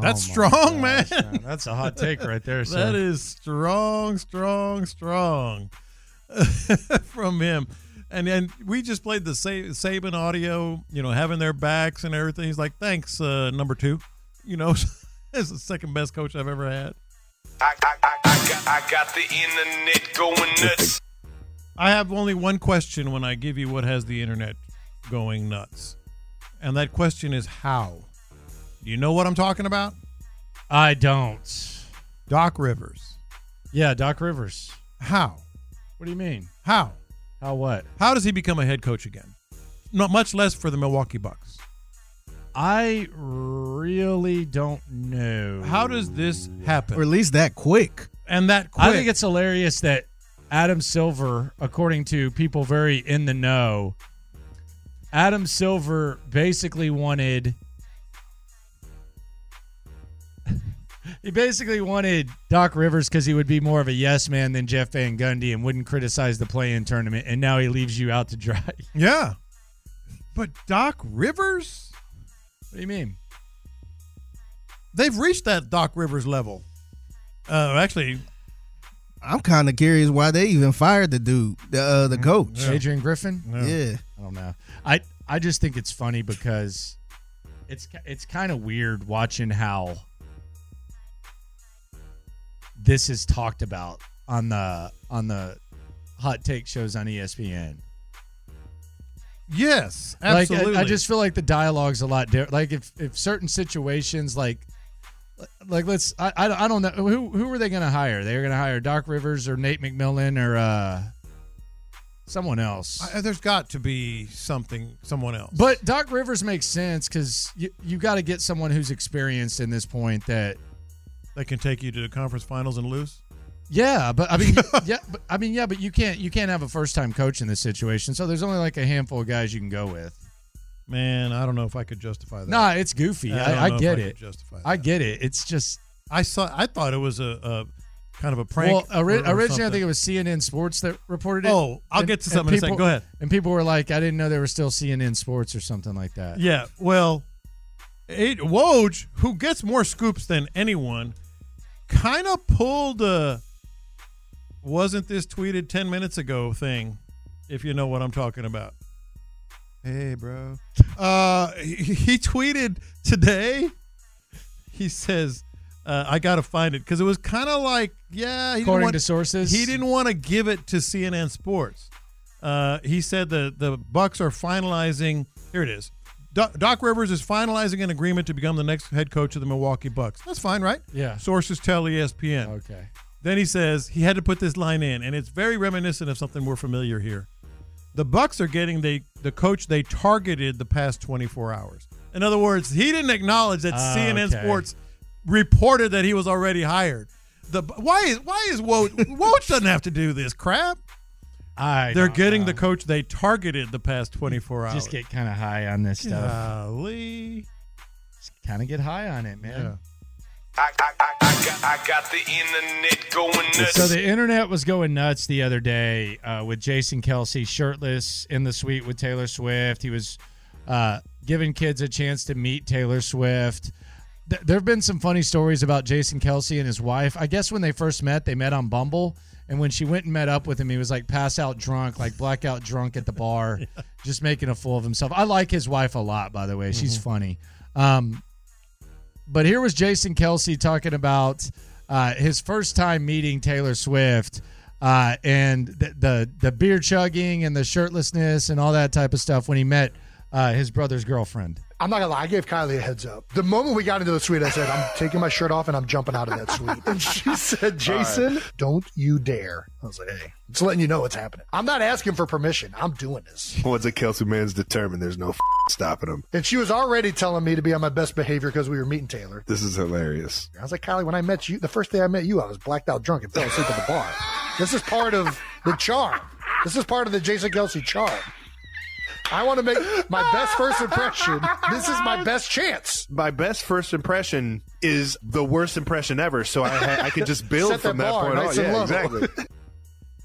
That's strong, man. That's a hot take right there. Sir. That is strong, strong, strong from him. And then we just played the Sa- Saban audio, you know, having their backs and everything. He's like, thanks, uh, number two. You know, that's the second best coach I've ever had. I, I, I, I, got, I got the internet going nuts. I have only one question when I give you what has the internet going nuts. And that question is how? Do you know what I'm talking about? I don't. Doc Rivers. Yeah, Doc Rivers. How? What do you mean? How? How what? How does he become a head coach again? Not much less for the Milwaukee Bucks. I really don't know. How does this happen? Or at least that quick. and that quick. I think it's hilarious that Adam Silver, according to people very in the know, Adam Silver basically wanted. He basically wanted Doc Rivers because he would be more of a yes man than Jeff Van Gundy and wouldn't criticize the play in tournament. And now he leaves you out to dry. What yeah. But Doc Rivers, do you mean? they've reached that Doc Rivers level. Uh, actually, I'm kind of curious why they even fired the dude, the uh, Mm, the coach. Adrian Griffin? Yeah. Yeah. I don't know. I I just think it's funny because it's ki- it's kind of weird watching how this is talked about on the on the hot take shows on E ESPN. yes, Like, I- absolutely. I, just feel like the dialogue's a lot different. Like if if certain situations like like let's I, I, I don't know who who are they going to hire? They're going to hire Doc Rivers or Nate McMillan or uh someone else. I- uh, there's got to be something, someone else. But Doc Rivers makes sense because you, you got to get someone who's experienced in this point that that can take you to the conference finals and lose. yeah, but I mean yeah, but I mean yeah, but you can't you can't have a first time coach in this situation. So there's only like a handful of guys you can go with. Man, I don't know if I could justify that. Nah, it's goofy. don't I, I, know if get could it. justify I get it. It's just I saw. I thought it was a, a kind of a prank. well, ori- or- or originally I something. think it was CNN Sports that reported it. Oh, I'll get to something in a second. people- Go ahead. And people were like, I didn't know they were still CNN Sports or something like that. Yeah, well, it, Woj, who gets more scoops than anyone, kind of pulled a wasn't this tweeted 10 minutes ago thing if you know what I'm talking about. Hey, bro. Uh, he, he tweeted today. He says, uh, "I got to find it because it was kind of like, yeah." He didn't According want- to sources? he didn't want to give it to CNN Sports. Uh, he said the the Bucks are finalizing. Here it is. Doc, Doc Rivers is finalizing an agreement to become the next head coach of the Milwaukee Bucks. That's fine, right? Yeah. Sources tell E ESPN. Okay. Then he says he had to put this line in, and it's very reminiscent of something we're familiar here. The Bucks are getting the the coach they targeted the past 24 hours. In other words, he didn't acknowledge that Ah, CNN okay. Sports reported that he was already hired. The why is why is Woj Woj doesn't have to do this crap. I They're don't getting the coach they targeted the past 24 hours. Just get kind of high on this stuff. Golly. Just kind of get high on it, man. I, I, I, I, got, I got the internet going nuts. So the internet was going nuts the other day uh, with Jason Kelsey shirtless in the suite with Taylor Swift. He was uh, giving kids a chance to meet Taylor Swift. Th- there have been some funny stories about Jason Kelsey and his wife. I guess when they first met, they met on Bumble. And when she went and met up with him, he was like pass out drunk, like blackout drunk at the bar, just making a fool of himself. I like his wife a lot, by the way. She's Mhm. funny. Um, but here was Jason Kelsey talking about uh, his first time meeting Taylor Swift uh, and the, the the beer chugging and the shirtlessness and all that type of stuff when he met uh, his brother's girlfriend. I'm not gonna lie, I gave Kylie a heads up. The moment we got into the suite, I said, I'm taking my shirt off and I'm jumping out of that suite. And she said, Jason, don't you dare. I was like, hey, just letting you know what's happening. I'm not asking for permission. I'm doing this. Once a Kelsey man's determined, there's no f- stopping him. And she was already telling me to be on my best behavior because we were meeting Taylor. This is hilarious. I was like, Kylie, when I met you, the first day I met you, I was blacked out drunk and fell asleep at the bar. This is part of the charm. This is part of the Jason Kelsey charm. I want to make my best first impression. This is my best chance. My best first impression is the worst impression ever, so I ha- I can just build Set that from that, bar point nice on. and Yeah, low. exactly.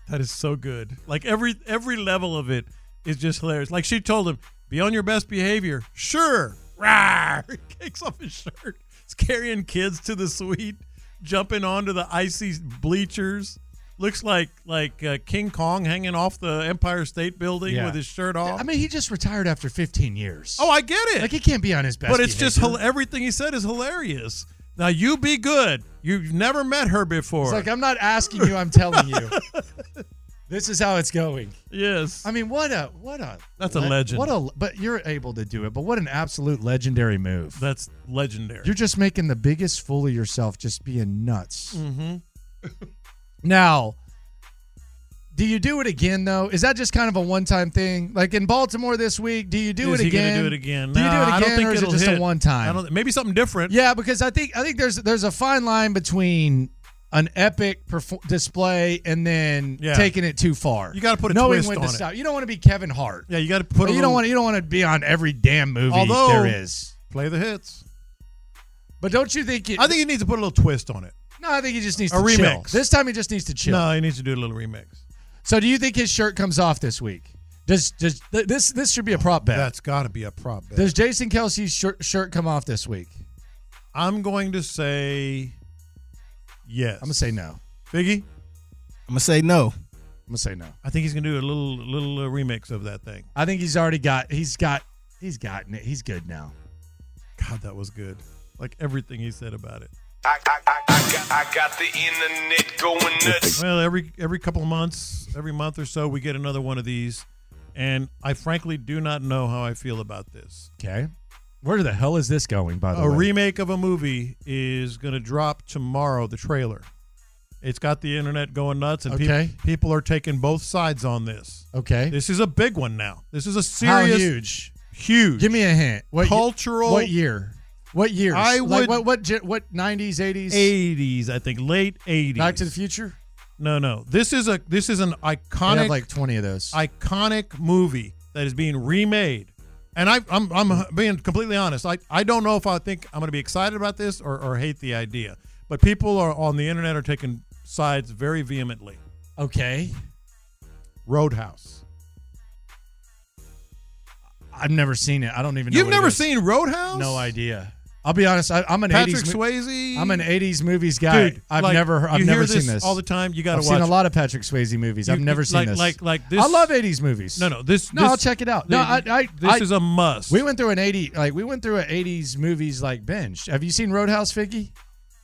That is so good. Like every every level of it is just hilarious. Like she told him, "Be on your best behavior." Sure. Rawr! He kicks off his shirt. He's carrying kids to the suite, jumping onto the icy bleachers. Looks like like uh, King Kong hanging off the Empire State Building Yeah. with his shirt off. I mean, he just retired after 15 years. Oh, I get it. Like he can't be on his best. but it's just behavior. hil- everything he said is hilarious. Now you be good. You've never met her before. It's like I'm not asking you, I'm telling you. this is how it's going. Yes. I mean, what a what a That's a legend. What a but you're able to do it. But what an absolute legendary move. That's legendary. You're just making the biggest fool of yourself, just being nuts. mm-hmm. Now, do you do it again though? Is that just kind of a one-time thing? Like in Baltimore this week, do you do is it he again? gonna do it again? Do you do Nah, it again, I don't think or is it it'll just hit. a one-time? I don't- maybe something different. Yeah, because I think I think there's there's a fine line between an epic perf- display and then Yeah. taking it too far. You gotta put a knowing twist when on to it. stop. You don't want to be Kevin Hart. Yeah, you got to put. But a you little- don't want you don't want to be on every damn movie Although there is. play the hits. But don't you think? It, I think he needs to put a little twist on it. no, I think he just needs a to chill. remix. This time he just needs to chill. No, he needs to do a little remix. So do you think his shirt comes off this week? Does does th- this this should be a prop bet? Oh, That's got to be a prop bet. Does Jason Kelsey's shirt, shirt come off this week? I'm going to say yes. I'm gonna say no. Biggie, I'm gonna say no. I'm gonna say no. I think he's gonna do a little little uh, remix of that thing. I think he's already got he's got he's gotten it. He's good now. God, that was good. Like everything he said about it. I, I, I, I, got, I got the internet going nuts. Well, every every couple of months, every month or so, we get another one of these, and I frankly do not know how I feel about this. Okay. Where the hell is this going? By the a way, remake of a movie is going to drop tomorrow. The trailer. It's got the internet going nuts, and peop- Okay. people are taking both sides on this. Okay. This is a big one now. This is a How serious, huge? huge. Give me a hint. What ye- cultural? What year? What years? I Like, would- what what ge- what 90s 80s? Eighties, I think, late eighties. Back to the Future. No, no. This is a this is an I iconic have like 20 of those. iconic movie that is being remade. And I, I'm, I'm being completely honest. I, I don't know if I think I'm going to be excited about this or, or hate the idea. But people are on the internet are taking sides very vehemently. Okay. Roadhouse. I've never seen it. I don't even know. You've what it never is. seen Roadhouse? No idea. I'll be honest. I, I'm an Patrick 80s. mo- Swayze? I'm an 80s movies guy. Dude, I've like, never. heard- I've you never hear seen this this all the time. You gotta I've watch seen a it. lot of Patrick Swayze movies. I've You- never like- seen this. Like like this. I love 80s movies. No, no. This. No, this- I'll check it out. No, I, I This I- is a must. We went through an 80 like we went through an 80s movies like binge. Have you seen Roadhouse, Figgy?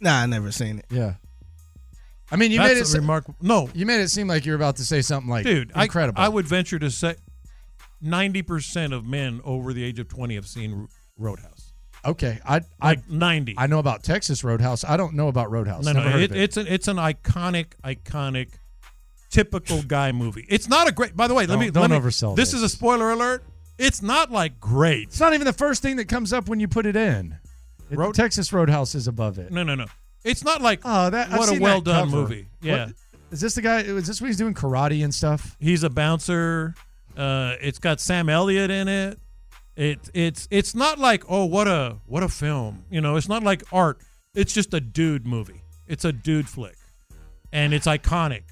Nah, I never seen it. Yeah. I mean, you That's made it a remarkable. No, you made it seem like you were about to say something like Dude, I- incredible. I, would venture to say, ninety percent of men over the age of twenty have seen Ro- Roadhouse. okay, I I Like ninety. I know about Texas Roadhouse. I don't know about Roadhouse. No, Never no, heard it, of it. it's an it's an iconic, iconic, typical guy movie. It's not a great. By the way, let me Don't- don't let me- oversell This this. is a spoiler alert. It's not like great. It's not even the first thing that comes up when you put it in. It- Texas Roadhouse is above it. No, no, no. It's not like oh, that I've what a seen that well done cover. movie. Yeah, What- Is this the guy? Is this when he's doing karate and stuff? he's a bouncer. Uh, it's got Sam Elliott in it. It it's it's not like oh what a what a film. You know, it's not like art. It's just a dude movie. It's a dude flick, and it's iconic.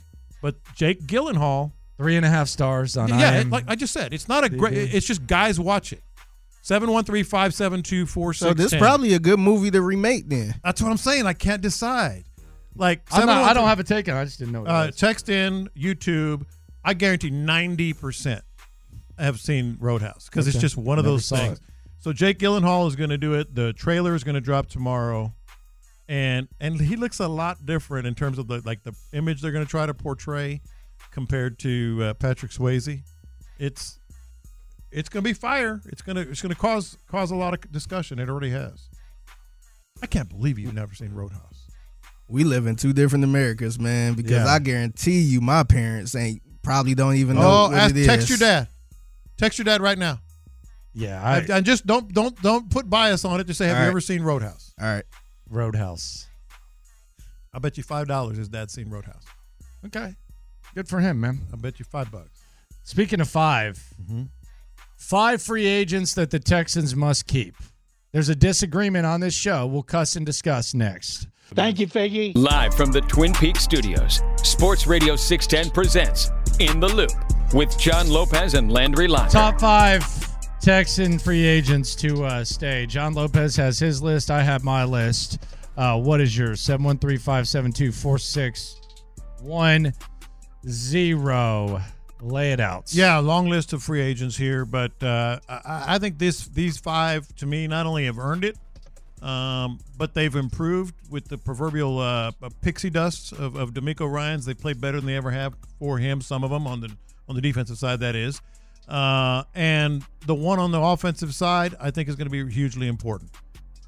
But Jake Gyllenhaal Three and a half stars on yeah, it- IMDb. like I just said, it's not a They great. did. It's just guys watch it. Seven one three five seven two four six. So this probably a good movie to remake then. That's what I'm saying. I can't decide. Like I'm not, I don't 713 have a take on. it. I just didn't know. What it Uh, was. text in YouTube. I guarantee ninety percent have seen Roadhouse because it's Okay. just one of Never those saw things. So Jake Gyllenhaal is going to do it. The trailer is going to drop tomorrow, and and he looks a lot different in terms of the like the image they're going to try to portray compared to uh, Patrick Swayze. It's it's going to be fire. It's going to it's going to cause cause a lot of discussion. It already has. I can't believe you've never seen Roadhouse. We live in two different Americas, man. Because Yeah. I guarantee you, my parents ain't probably don't even know Oh, what ask, it is. text your dad. Text your dad right now. yeah, And- and just don't don't don't put bias on it. Just say, have All you right. ever seen Roadhouse? All right. Roadhouse. I bet you five dollars his dad's seen Roadhouse. Okay, good for him, man. I bet you five bucks. Speaking of 5 Mm-hmm. five free agents that the Texans must keep. There's a disagreement on this show. We'll cuss and discuss next. Thank you, Figgy. Live from the Twin Peaks Studios, Sports Radio 610 presents In the Loop with John Lopez and Landry Locker. Top five Texan free agents to uh, stay. John Lopez has his list. I have my list. Uh, what is yours? 713 572 4610. Lay it out. Yeah, long list of free agents here, but uh, I, I think this these five to me not only have earned it, um, but they've improved with the proverbial uh, pixie dust of, of D'Amico Ryan's. They played better than they ever have for him. Some of them on the on the defensive side, that is, uh, and the one on the offensive side, I think is going to be hugely important.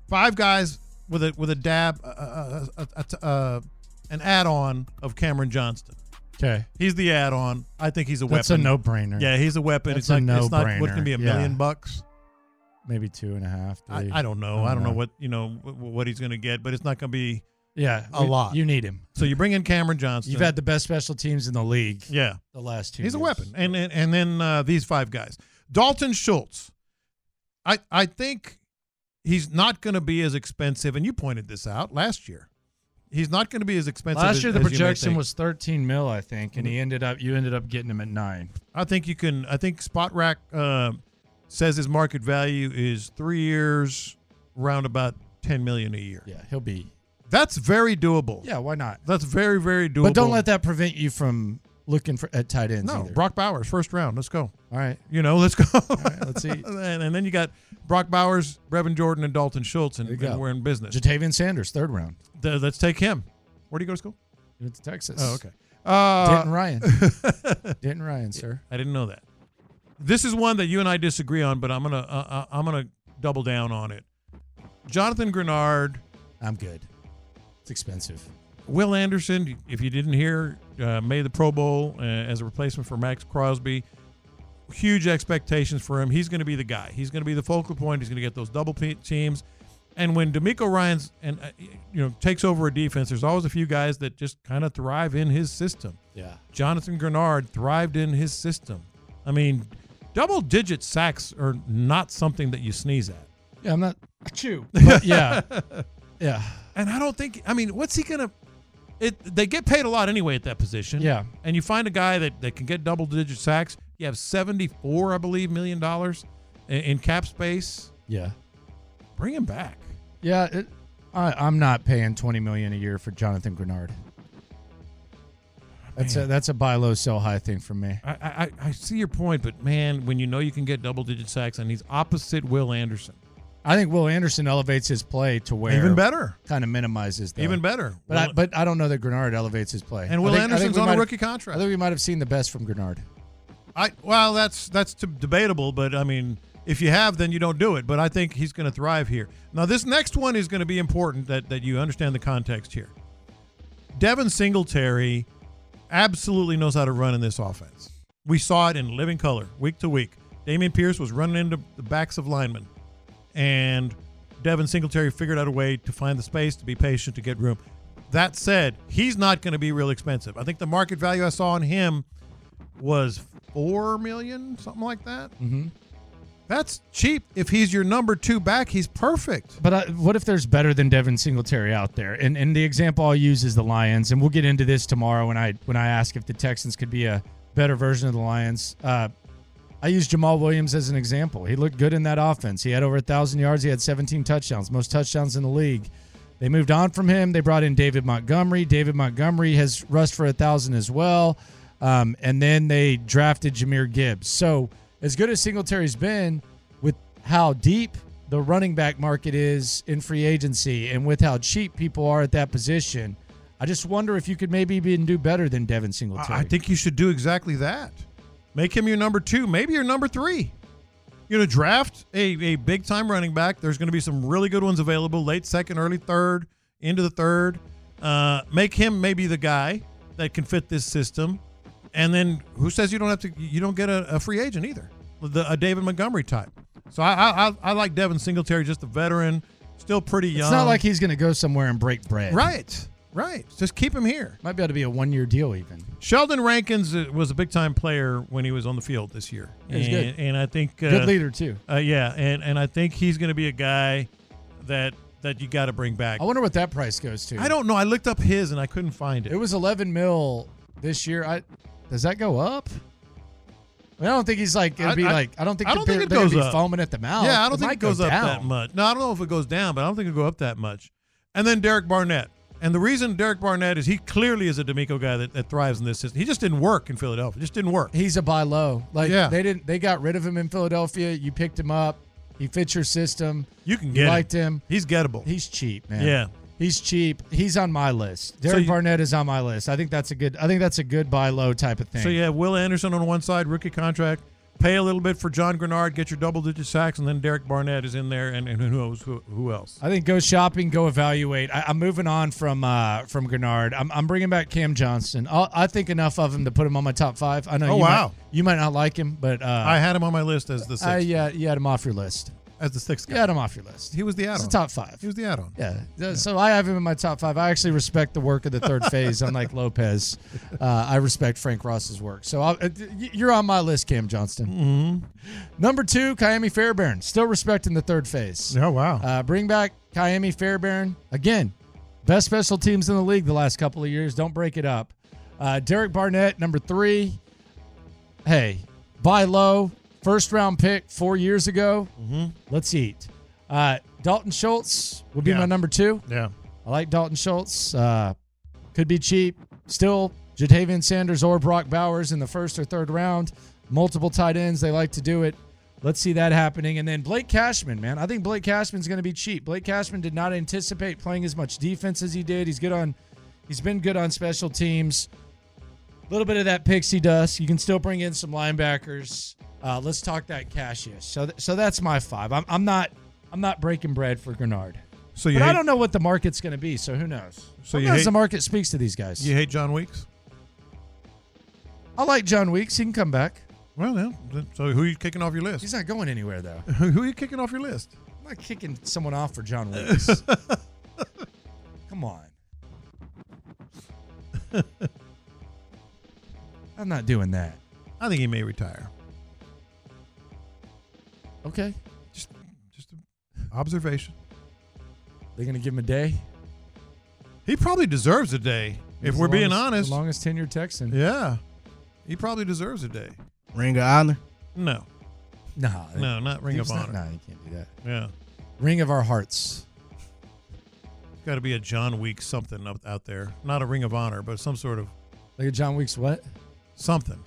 Five guys with a with a dab, uh, uh, uh, uh, uh, uh, an add on of Cameron Johnston. Okay. He's the add-on. I think he's a That's weapon. a no-brainer. Yeah, he's a weapon. That's it's like a it's not what's no-brainer. gonna be a Yeah. million bucks. Maybe two and a half. I, three. I don't know. I don't know what you know wh- what he's gonna get, but it's not gonna be Yeah, a you- lot. you need him. So you bring in Cameron Johnston. You've had the best special teams in the league. yeah The last two. He's a years. weapon, and and, and then uh, these five guys. Dalton Schultz. I I think he's not going to be as expensive, and you pointed this out last year. He's not going to be as expensive. Last as- year the as you may projection think. Mm-hmm. was 13 mil, I think, and he ended up. You ended up getting him at nine. I think you can. I think Spot Rack um says his market value is three years, round about ten million a year. Yeah, he'll be. That's very doable. Yeah, why not? That's very very doable. But don't let that prevent you from looking for at tight ends. No, either. Brock Bowers first round. Let's go. All right. You know, let's go. let's see. and, and then you got Brock Bowers, Brevin Jordan, and Dalton Schultz, and, There you go. and we're in business. Jatavian Sanders, third round. Th- let's take him. Where do you go to school? He went to Texas. Oh, okay. Uh, Denton Ryan. Denton Ryan, sir. I didn't know that. This is one that you and I disagree on, but I'm gonna uh, uh, I'm gonna double down on it. Jonathan Grenard, I'm good. It's expensive. Will Anderson. If you didn't hear, uh, made the Pro Bowl uh, as a replacement for Max Crosby. Huge expectations for him. He's going to be the guy. He's going to be the focal point. He's going to get those double pe- teams. And when D'Amico Ryan's and uh, you know takes over a defense, there's always a few guys that just kind of thrive in his system. Yeah. Jonathan Grenard thrived in his system. I mean, double digit sacks are not something that you sneeze at. Yeah, I'm not. Chew. But yeah. yeah. And I don't think I mean, what's he gonna it they get paid a lot anyway at that position. Yeah. And you find a guy that, that can get double digit sacks, you have seventy four, I believe, million dollars in, in cap space. Yeah. Bring him back. Yeah, it, I, I'm not paying 20 million a year for Jonathan Grenard. That's a, Man. that's a buy low, sell high thing for me. I, I, I see your point, but man, when you know you can get double digit sacks and he's opposite Will Anderson. I think Will Anderson elevates his play to where Even better. kind of minimizes that. Even better. But I, Will- but I don't know that Grenard elevates his play. And Will I think- I think Anderson's we on a might have- rookie contract. I think we might have seen the best from Grenard. I well, that's that's t- debatable, but I mean, if you have, then you don't do it. But I think he's going to thrive here. Now, this next one is going to be important that that you understand the context here. Devin Singletary absolutely knows how to run in this offense. We saw it in living color, week to week. Damian Pierce was running into the backs of linemen, and Devin Singletary figured out a way to find the space, to be patient, to get room. That said, he's not going to be real expensive. I think the market value I saw on him was four million, something like that. Mm-hmm. That's cheap. If he's your number two back, he's perfect. But I, what if there's better than Devin Singletary out there? And and the example I'll use is the Lions, and we'll get into this tomorrow when I when I ask if the Texans could be a better version of the Lions. Uh, I use Jamal Williams as an example. He looked good in that offense. He had over thousand yards. He had 17 touchdowns, most touchdowns in the league. They moved on from him. They brought in David Montgomery. David Montgomery has rushed for a thousand as well. Um, and then they drafted Jameer Gibbs. So as good as Singletary's been, with how deep the running back market is in free agency and with how cheap people are at that position, I just wonder if you could maybe even do better than Devin Singletary. I think you should do exactly that. Make him your number two, maybe your number three. You know, draft a, a big time running back. There's going to be some really good ones available late second, early third, into the third. Uh, make him maybe the guy that can fit this system. And then who says you don't have to? You don't get a, a free agent either, the, a David Montgomery type. So I, I I- I like Devin Singletary, just a veteran, still pretty young. It's not like he's going to go somewhere and break bread. Um, Right, right. Just keep him here. Might be able to be a one year deal, even. Sheldon Rankins uh, was a big time player when he was on the field this year. He was and, good. and I think uh, Good leader, too. Uh, yeah, and, and I think he's going to be a guy that that you got to bring back. I wonder what that price goes to. I don't know. I looked up his and I couldn't find it. It was 11 mil this year. I does that go up? I, mean, I don't think he's like it'd I- be I- like I don't think I don't they're- think it they're gonna goes be up. foaming at the mouth. Yeah, I don't think might it goes go up that down. much. No, I don't know if it goes down, but I don't think it go up that much. And then Derek Barnett. And the reason Derek Barnett is he clearly is a D'Amico guy that, that thrives in this system. He just didn't work in Philadelphia. Just didn't work. He's a buy low. Like Yeah. they didn't they got rid of him in Philadelphia. You picked him up. He fits your system. You can You get him. liked him. He's gettable. He's cheap, man. Yeah. He's cheap. He's on my list. Derek you- Barnett is on my list. I think that's a good I think that's a good buy low type of thing. So you have Will Anderson on one side, rookie contract. Pay a little bit for John Grenard, get your double digit sacks, and then Derek Barnett is in there, and, and who knows who, who else. I think go shopping, go evaluate. I, I'm moving on from uh, from Gennard. I'm, I'm bringing back Cam Johnson. I'll, I think enough of him to put him on my top five. I know. Oh, you wow. Might, you might not like him, but uh, I had him on my list as the sixth. I, yeah, you had him off your list. As the sixth guy. You had him off your list. He was the add-on. He's the top five. He was the add-on. Yeah. Th- So I have him in my top five. I actually respect the work of the third phase, unlike Lopez. Uh, I respect Frank Ross's work. So I'll, uh, y- you're on my list, Cam Johnston. Mm-hmm. Number two, Kiami Fairbairn. Still respecting the third phase. Oh, wow. Uh, bring back Kiami Fairbairn. Again, best special teams in the league the last couple of years. Don't break it up. Uh, Derek Barnett, number three hey, buy low, first round pick four years ago. Mm-hmm. Let's eat. Uh, Dalton Schultz would be Yeah. my number two. Yeah. I like Dalton Schultz. Uh, could be cheap. Still, Jatavian Sanders or Brock Bowers in the first or third round. Multiple tight ends. They like to do it. Let's see that happening. And then Blake Cashman, man. I think Blake Cashman's going to be cheap. Blake Cashman did not anticipate playing as much defense as he did. He's good on, he's been good on special teams. A little bit of that pixie dust. You can still bring in some linebackers. Uh, let's talk that Cassius. So, th- so that's my five. I'm, I'm not, I'm not breaking bread for Grenard. So you but I hate- don't know what the market's going to be. So who knows? So you Sometimes hate- the market speaks to these guys. You hate John Weeks? I like John Weeks. He can come back. Well, then, so who are you kicking off your list? He's not going anywhere though. who are you kicking off your list? I'm not kicking someone off for John Weeks. Come on. I'm not doing that. I think he may retire. Okay. Just, just an observation. They're gonna give him a day. He probably deserves a day, if He's we're the being longest- honest. the longest tenured Texan. Yeah, he probably deserves a day. Ring of Honor. No, No. no, not Ring of He's Honor. No, you can't do that. Yeah. Ring of our hearts. Got to be a John Wick something up, out there. Not a Ring of Honor, but some sort of Like a John Weeks what? something.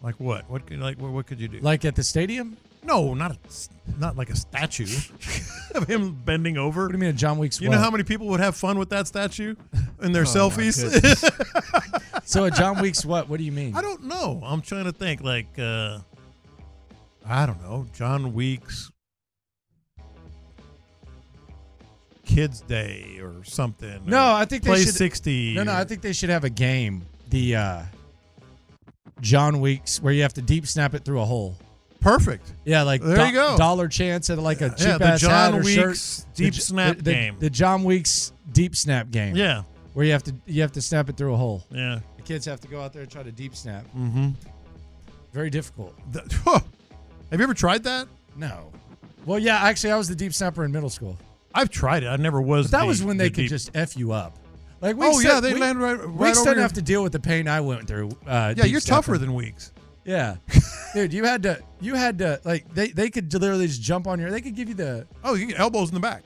Like what? What could like what, what could you do? Like at the stadium? No, not a, s- not like a statue of him bending over. What do you mean a John Weeks? You know what? how many people would have fun with that statue in their Oh, my selfies? goodness. so a John Weeks what? What do you mean? I don't know. I'm trying to think. Like, uh, I don't know. John Weeks Kids Day or something. No, or I think they Play should, 60. No, no, or- I think they should have a game. The uh John Weeks where you have to deep snap it through a hole. Perfect. Yeah, like There do- you go. dollar chance at like a cheap Yeah, the ass hat John or Weeks shirt. deep J- snap the- the- game. The John Weeks deep snap game. Yeah. Where you have to you have to snap it through a hole. Yeah. The kids have to go out there and try to deep snap. Mm-hmm. Very difficult. Have you ever tried that? No. Well, yeah, actually I was the deep snapper in middle school. I've tried it. I never was. But that the- was when they the could deep- just f you up. Like Oh, Weeks yeah, don't- they We- land right- right Weeks over don't your- have to deal with the pain I went through. Uh, Yeah, deep you're tougher snapping. than Weeks. Yeah, dude, you had to, you had to, like they, they could literally just jump on your, they could give you the. Oh, you get elbows in the back.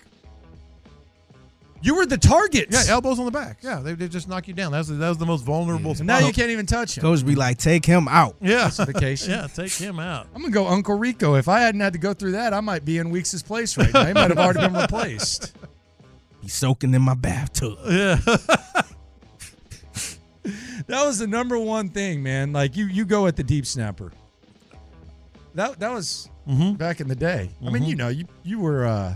You were the target. Yeah, elbows on the back. Yeah, they, they just knock you down. That's that was the most vulnerable. spot. now you can't even touch him. Coach be like, take him out. Yeah. Justification. yeah, take him out. I'm gonna go Uncle Rico. If I hadn't had to go through that, I might be in Weeks' place right now. He might have already been replaced. Be soaking in my bathtub. Yeah. That was the number one thing, man. Like you, you go at the deep snapper. That that was Mm-hmm. back in the day. I mean, Mhm. you know, you you were uh,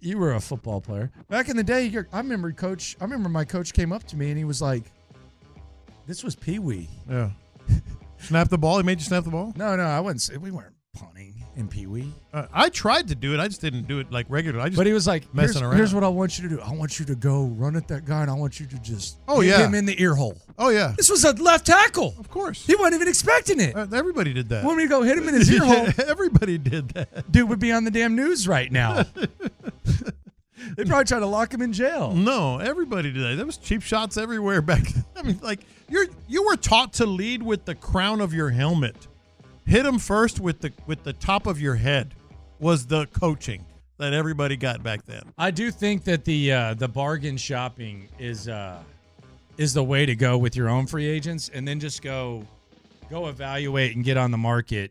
you were a football player back in the day. You're, I remember coach. I remember my coach came up to me and he was like, "This was Pee Wee." Yeah. snap the ball. He made you snap the ball. No, no, I wouldn't say we weren't punting in Pee Wee. Uh, I tried to do it. I just didn't do it like regularly. I just But he was like, messing here's, around. here's what I want you to do. I want you to go run at that guy, and I want you to just Oh, hit yeah. him in the ear hole. oh yeah, This was a left tackle. of course. He wasn't even expecting it. Uh, everybody did that. Want me to go hit him in his ear hole? everybody did that. dude would be on the damn news right now. They'd probably try to lock him in jail. No, everybody did that. There was cheap shots everywhere back. Then. I mean, like you're you were taught to lead with the crown of your helmet. Hit him first with the with the top of your head was the coaching that everybody got back then. I do think that the uh, the bargain shopping is uh, is the way to go with your own free agents, and then just go go evaluate and get on the market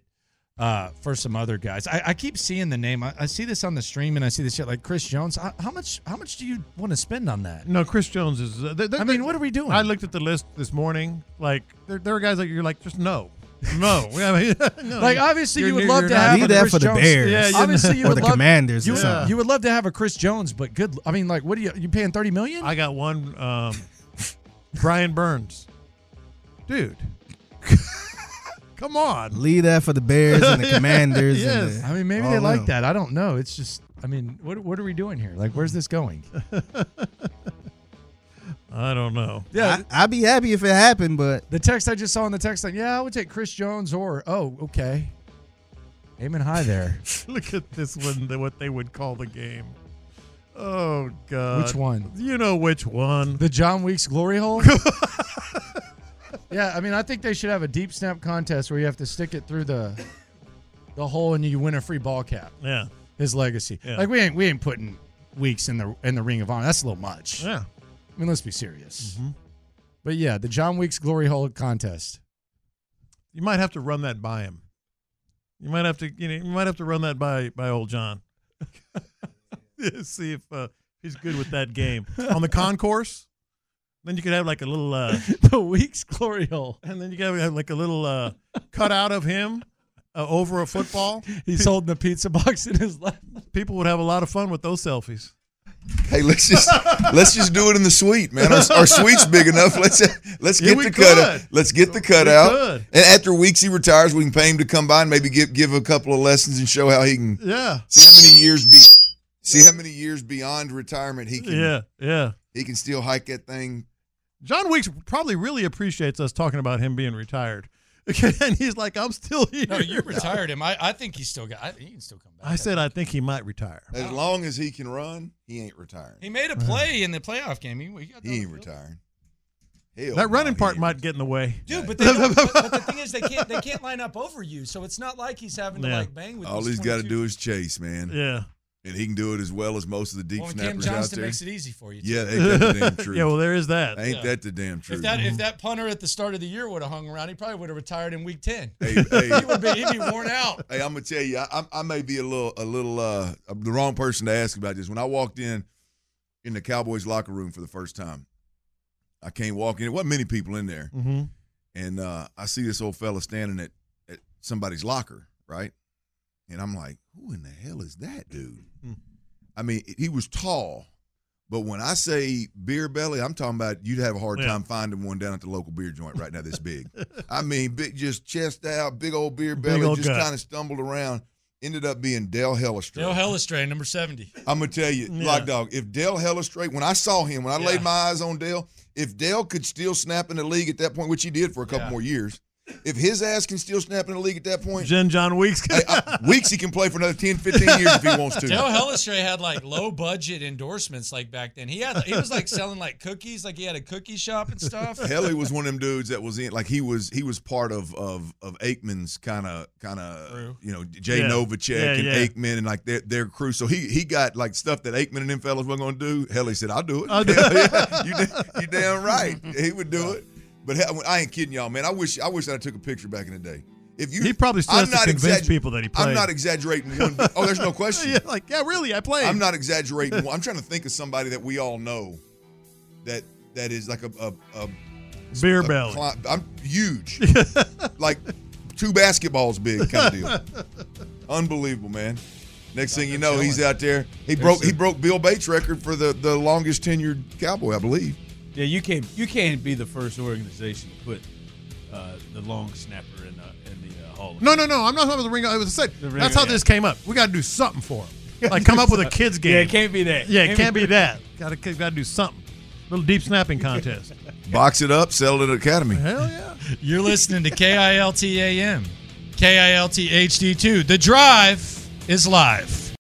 uh, for some other guys. I, I keep seeing the name. I, I see this on the stream, and I see this shit like Chris Jones. How, how much how much do you want to spend on that? No, Chris Jones is. Uh, they, they- I mean, they- what are we doing? I looked at the list this morning. Like there, there are guys like you're like just no, no. I mean, no. Like obviously You're you would near- love you're to not- have Need a that Chris for the Jones. Bears. Yeah, you- obviously you or would the love, Commanders or You, would- something. you would love to have a Chris Jones, but good. I mean, like, what are you? You paying thirty million? I got one. Um, Brian Burns, dude. Come on. Leave that for the Bears and the Commanders. and Yes. the- I mean, maybe all they them. like that. I don't know. It's just, I mean, what what are we doing here? Like, where's this going? I don't know. Yeah. I, I'd be happy if it happened, but The text I just saw in the text line. Yeah, I would take Chris Jones or oh, okay. Aiming high there. Look at this one. the- What they would call the game. Oh God. Which one? You know which one? The John Weeks glory hole. yeah, I mean, I think they should have a deep snap contest where you have to stick it through the the hole and you win a free ball cap. yeah. His legacy. Yeah. Like we ain't we ain't putting Weeks in the in the Ring of Honor. That's a little much. Yeah. Mm-hmm. I mean, let's be serious. But yeah, the John Weeks Glory Hole contest. You might have to run that by him. You might have to. You know. You might have to run that by by old John. See if uh, he's good with that game on the concourse. Then you could have like a little. Uh, the Weeks Glory Hole. And then you gotta have like a little uh, cutout of him uh, over a football. He's holding the pizza box in his lap. People would have a lot of fun with those selfies. Hey, let's just let's just do it in the suite, man. Our, our suite's big enough. Let's let's Yeah, get we the cut out. could. Let's get the cutout. could. And after weeks he retires, we can pay him to come by and maybe give give a couple of lessons and show how he can Yeah. see how many years be see how many years beyond retirement he can Yeah, yeah. he can still hike that thing. John Weeks probably really appreciates us talking about him being retired. and he's like, I'm still here. No, you retired him. I, I think he's still got. I, he can still come back. I said I think he might retire. As long as he can run, he ain't retiring. He Uh-huh. made a play in the playoff game. He, he got He ain't retiring. Hell, that running no, he part ain't. might get in the way. Dude, but, they don't- but, but the thing is, they can't they can't line up over you, so it's not like he's having to Yeah. like bang with. All these he's got to 22 do is chase, man. Yeah. and he can do it as well as most of the deep Well, and Cam snappers out Johnston there. makes it easy for you, too. Yeah, ain't that the damn truth? Yeah, well, there is that. Ain't Yeah. that the damn truth? If that if that punter at the start of the year would have hung around, he probably would have retired in week ten. Hey, hey. he would be, he'd be worn out. Hey, I'm gonna tell you, I, I'm- I may be a little, a little, uh, I'm the wrong person to ask about this. When I walked in, in the Cowboys locker room for the first time, I came walking. It wasn't many people in there, Mhm. and uh, I see this old fella standing at, at somebody's locker, right? And I'm like, who in the hell is that dude? Hmm. I mean, he was tall, but when I say beer belly, I'm talking about you'd have a hard Yeah. time finding one down at the local beer joint right now this big. I mean, big, just chest out, big old beer belly, old just gut. kind of stumbled around. Ended up being Dale Hellestray. Dale Hellestray, number seventy. I'm gonna tell you, Yeah. Lock Dog. If Dale Hellestray, when I saw him, when I laid Yeah. my eyes on Dale, if Dale could still snap in the league at that point, which he did for a couple Yeah. more years, if his ass can still snap in the league at that point, Jen John Weeks. hey, I- Weeks he can play for another 10, 15 years if he wants to. Dale Hellestray had like low budget endorsements like back then. He had he was like selling like cookies, like he had a cookie shop and stuff. Helly was one of them dudes that was in like he was he was part of of of Aikman's kind of kind of you know Jay Yeah. Novacek Yeah, and yeah. Aikman and like their their crew. So he he got like stuff that Aikman and them fellas were gonna do. Helly said, "I'll do it." I'll do Hell it. yeah. you, da- you damn right. He would do it. But hell, I ain't kidding y'all, man. I wish I wish I took a picture back in the day. If you, He probably still I'm has to not convince exagger- people that he I'm played. not exaggerating. One bit. Oh, there's no question. yeah, like yeah, really, I played. I'm not exaggerating. I'm trying to think of somebody that we all know that that is like a, a, a Beer a belly. cli- I'm huge, like two basketballs big kind of deal. Unbelievable, man. Next thing you know, he's out there. He broke he broke Bill Bates' record for the the longest tenured Cowboy, I believe. Yeah, you can't you can't be the first organization to put uh, the long snapper in the in the uh, hall. of No, Fame. no, no. I'm not talking about the ring. It was said. The ring, That's how yeah. this came up. We got to do something for him. Like come up with a kids game. Yeah, it can't be that. Yeah, it Can't can't be- be that. Got to got to do something. Little deep snapping contest. Box it up, sell it at Academy. Hell yeah. You're listening to KILTAM, KILTHD2. The drive is live.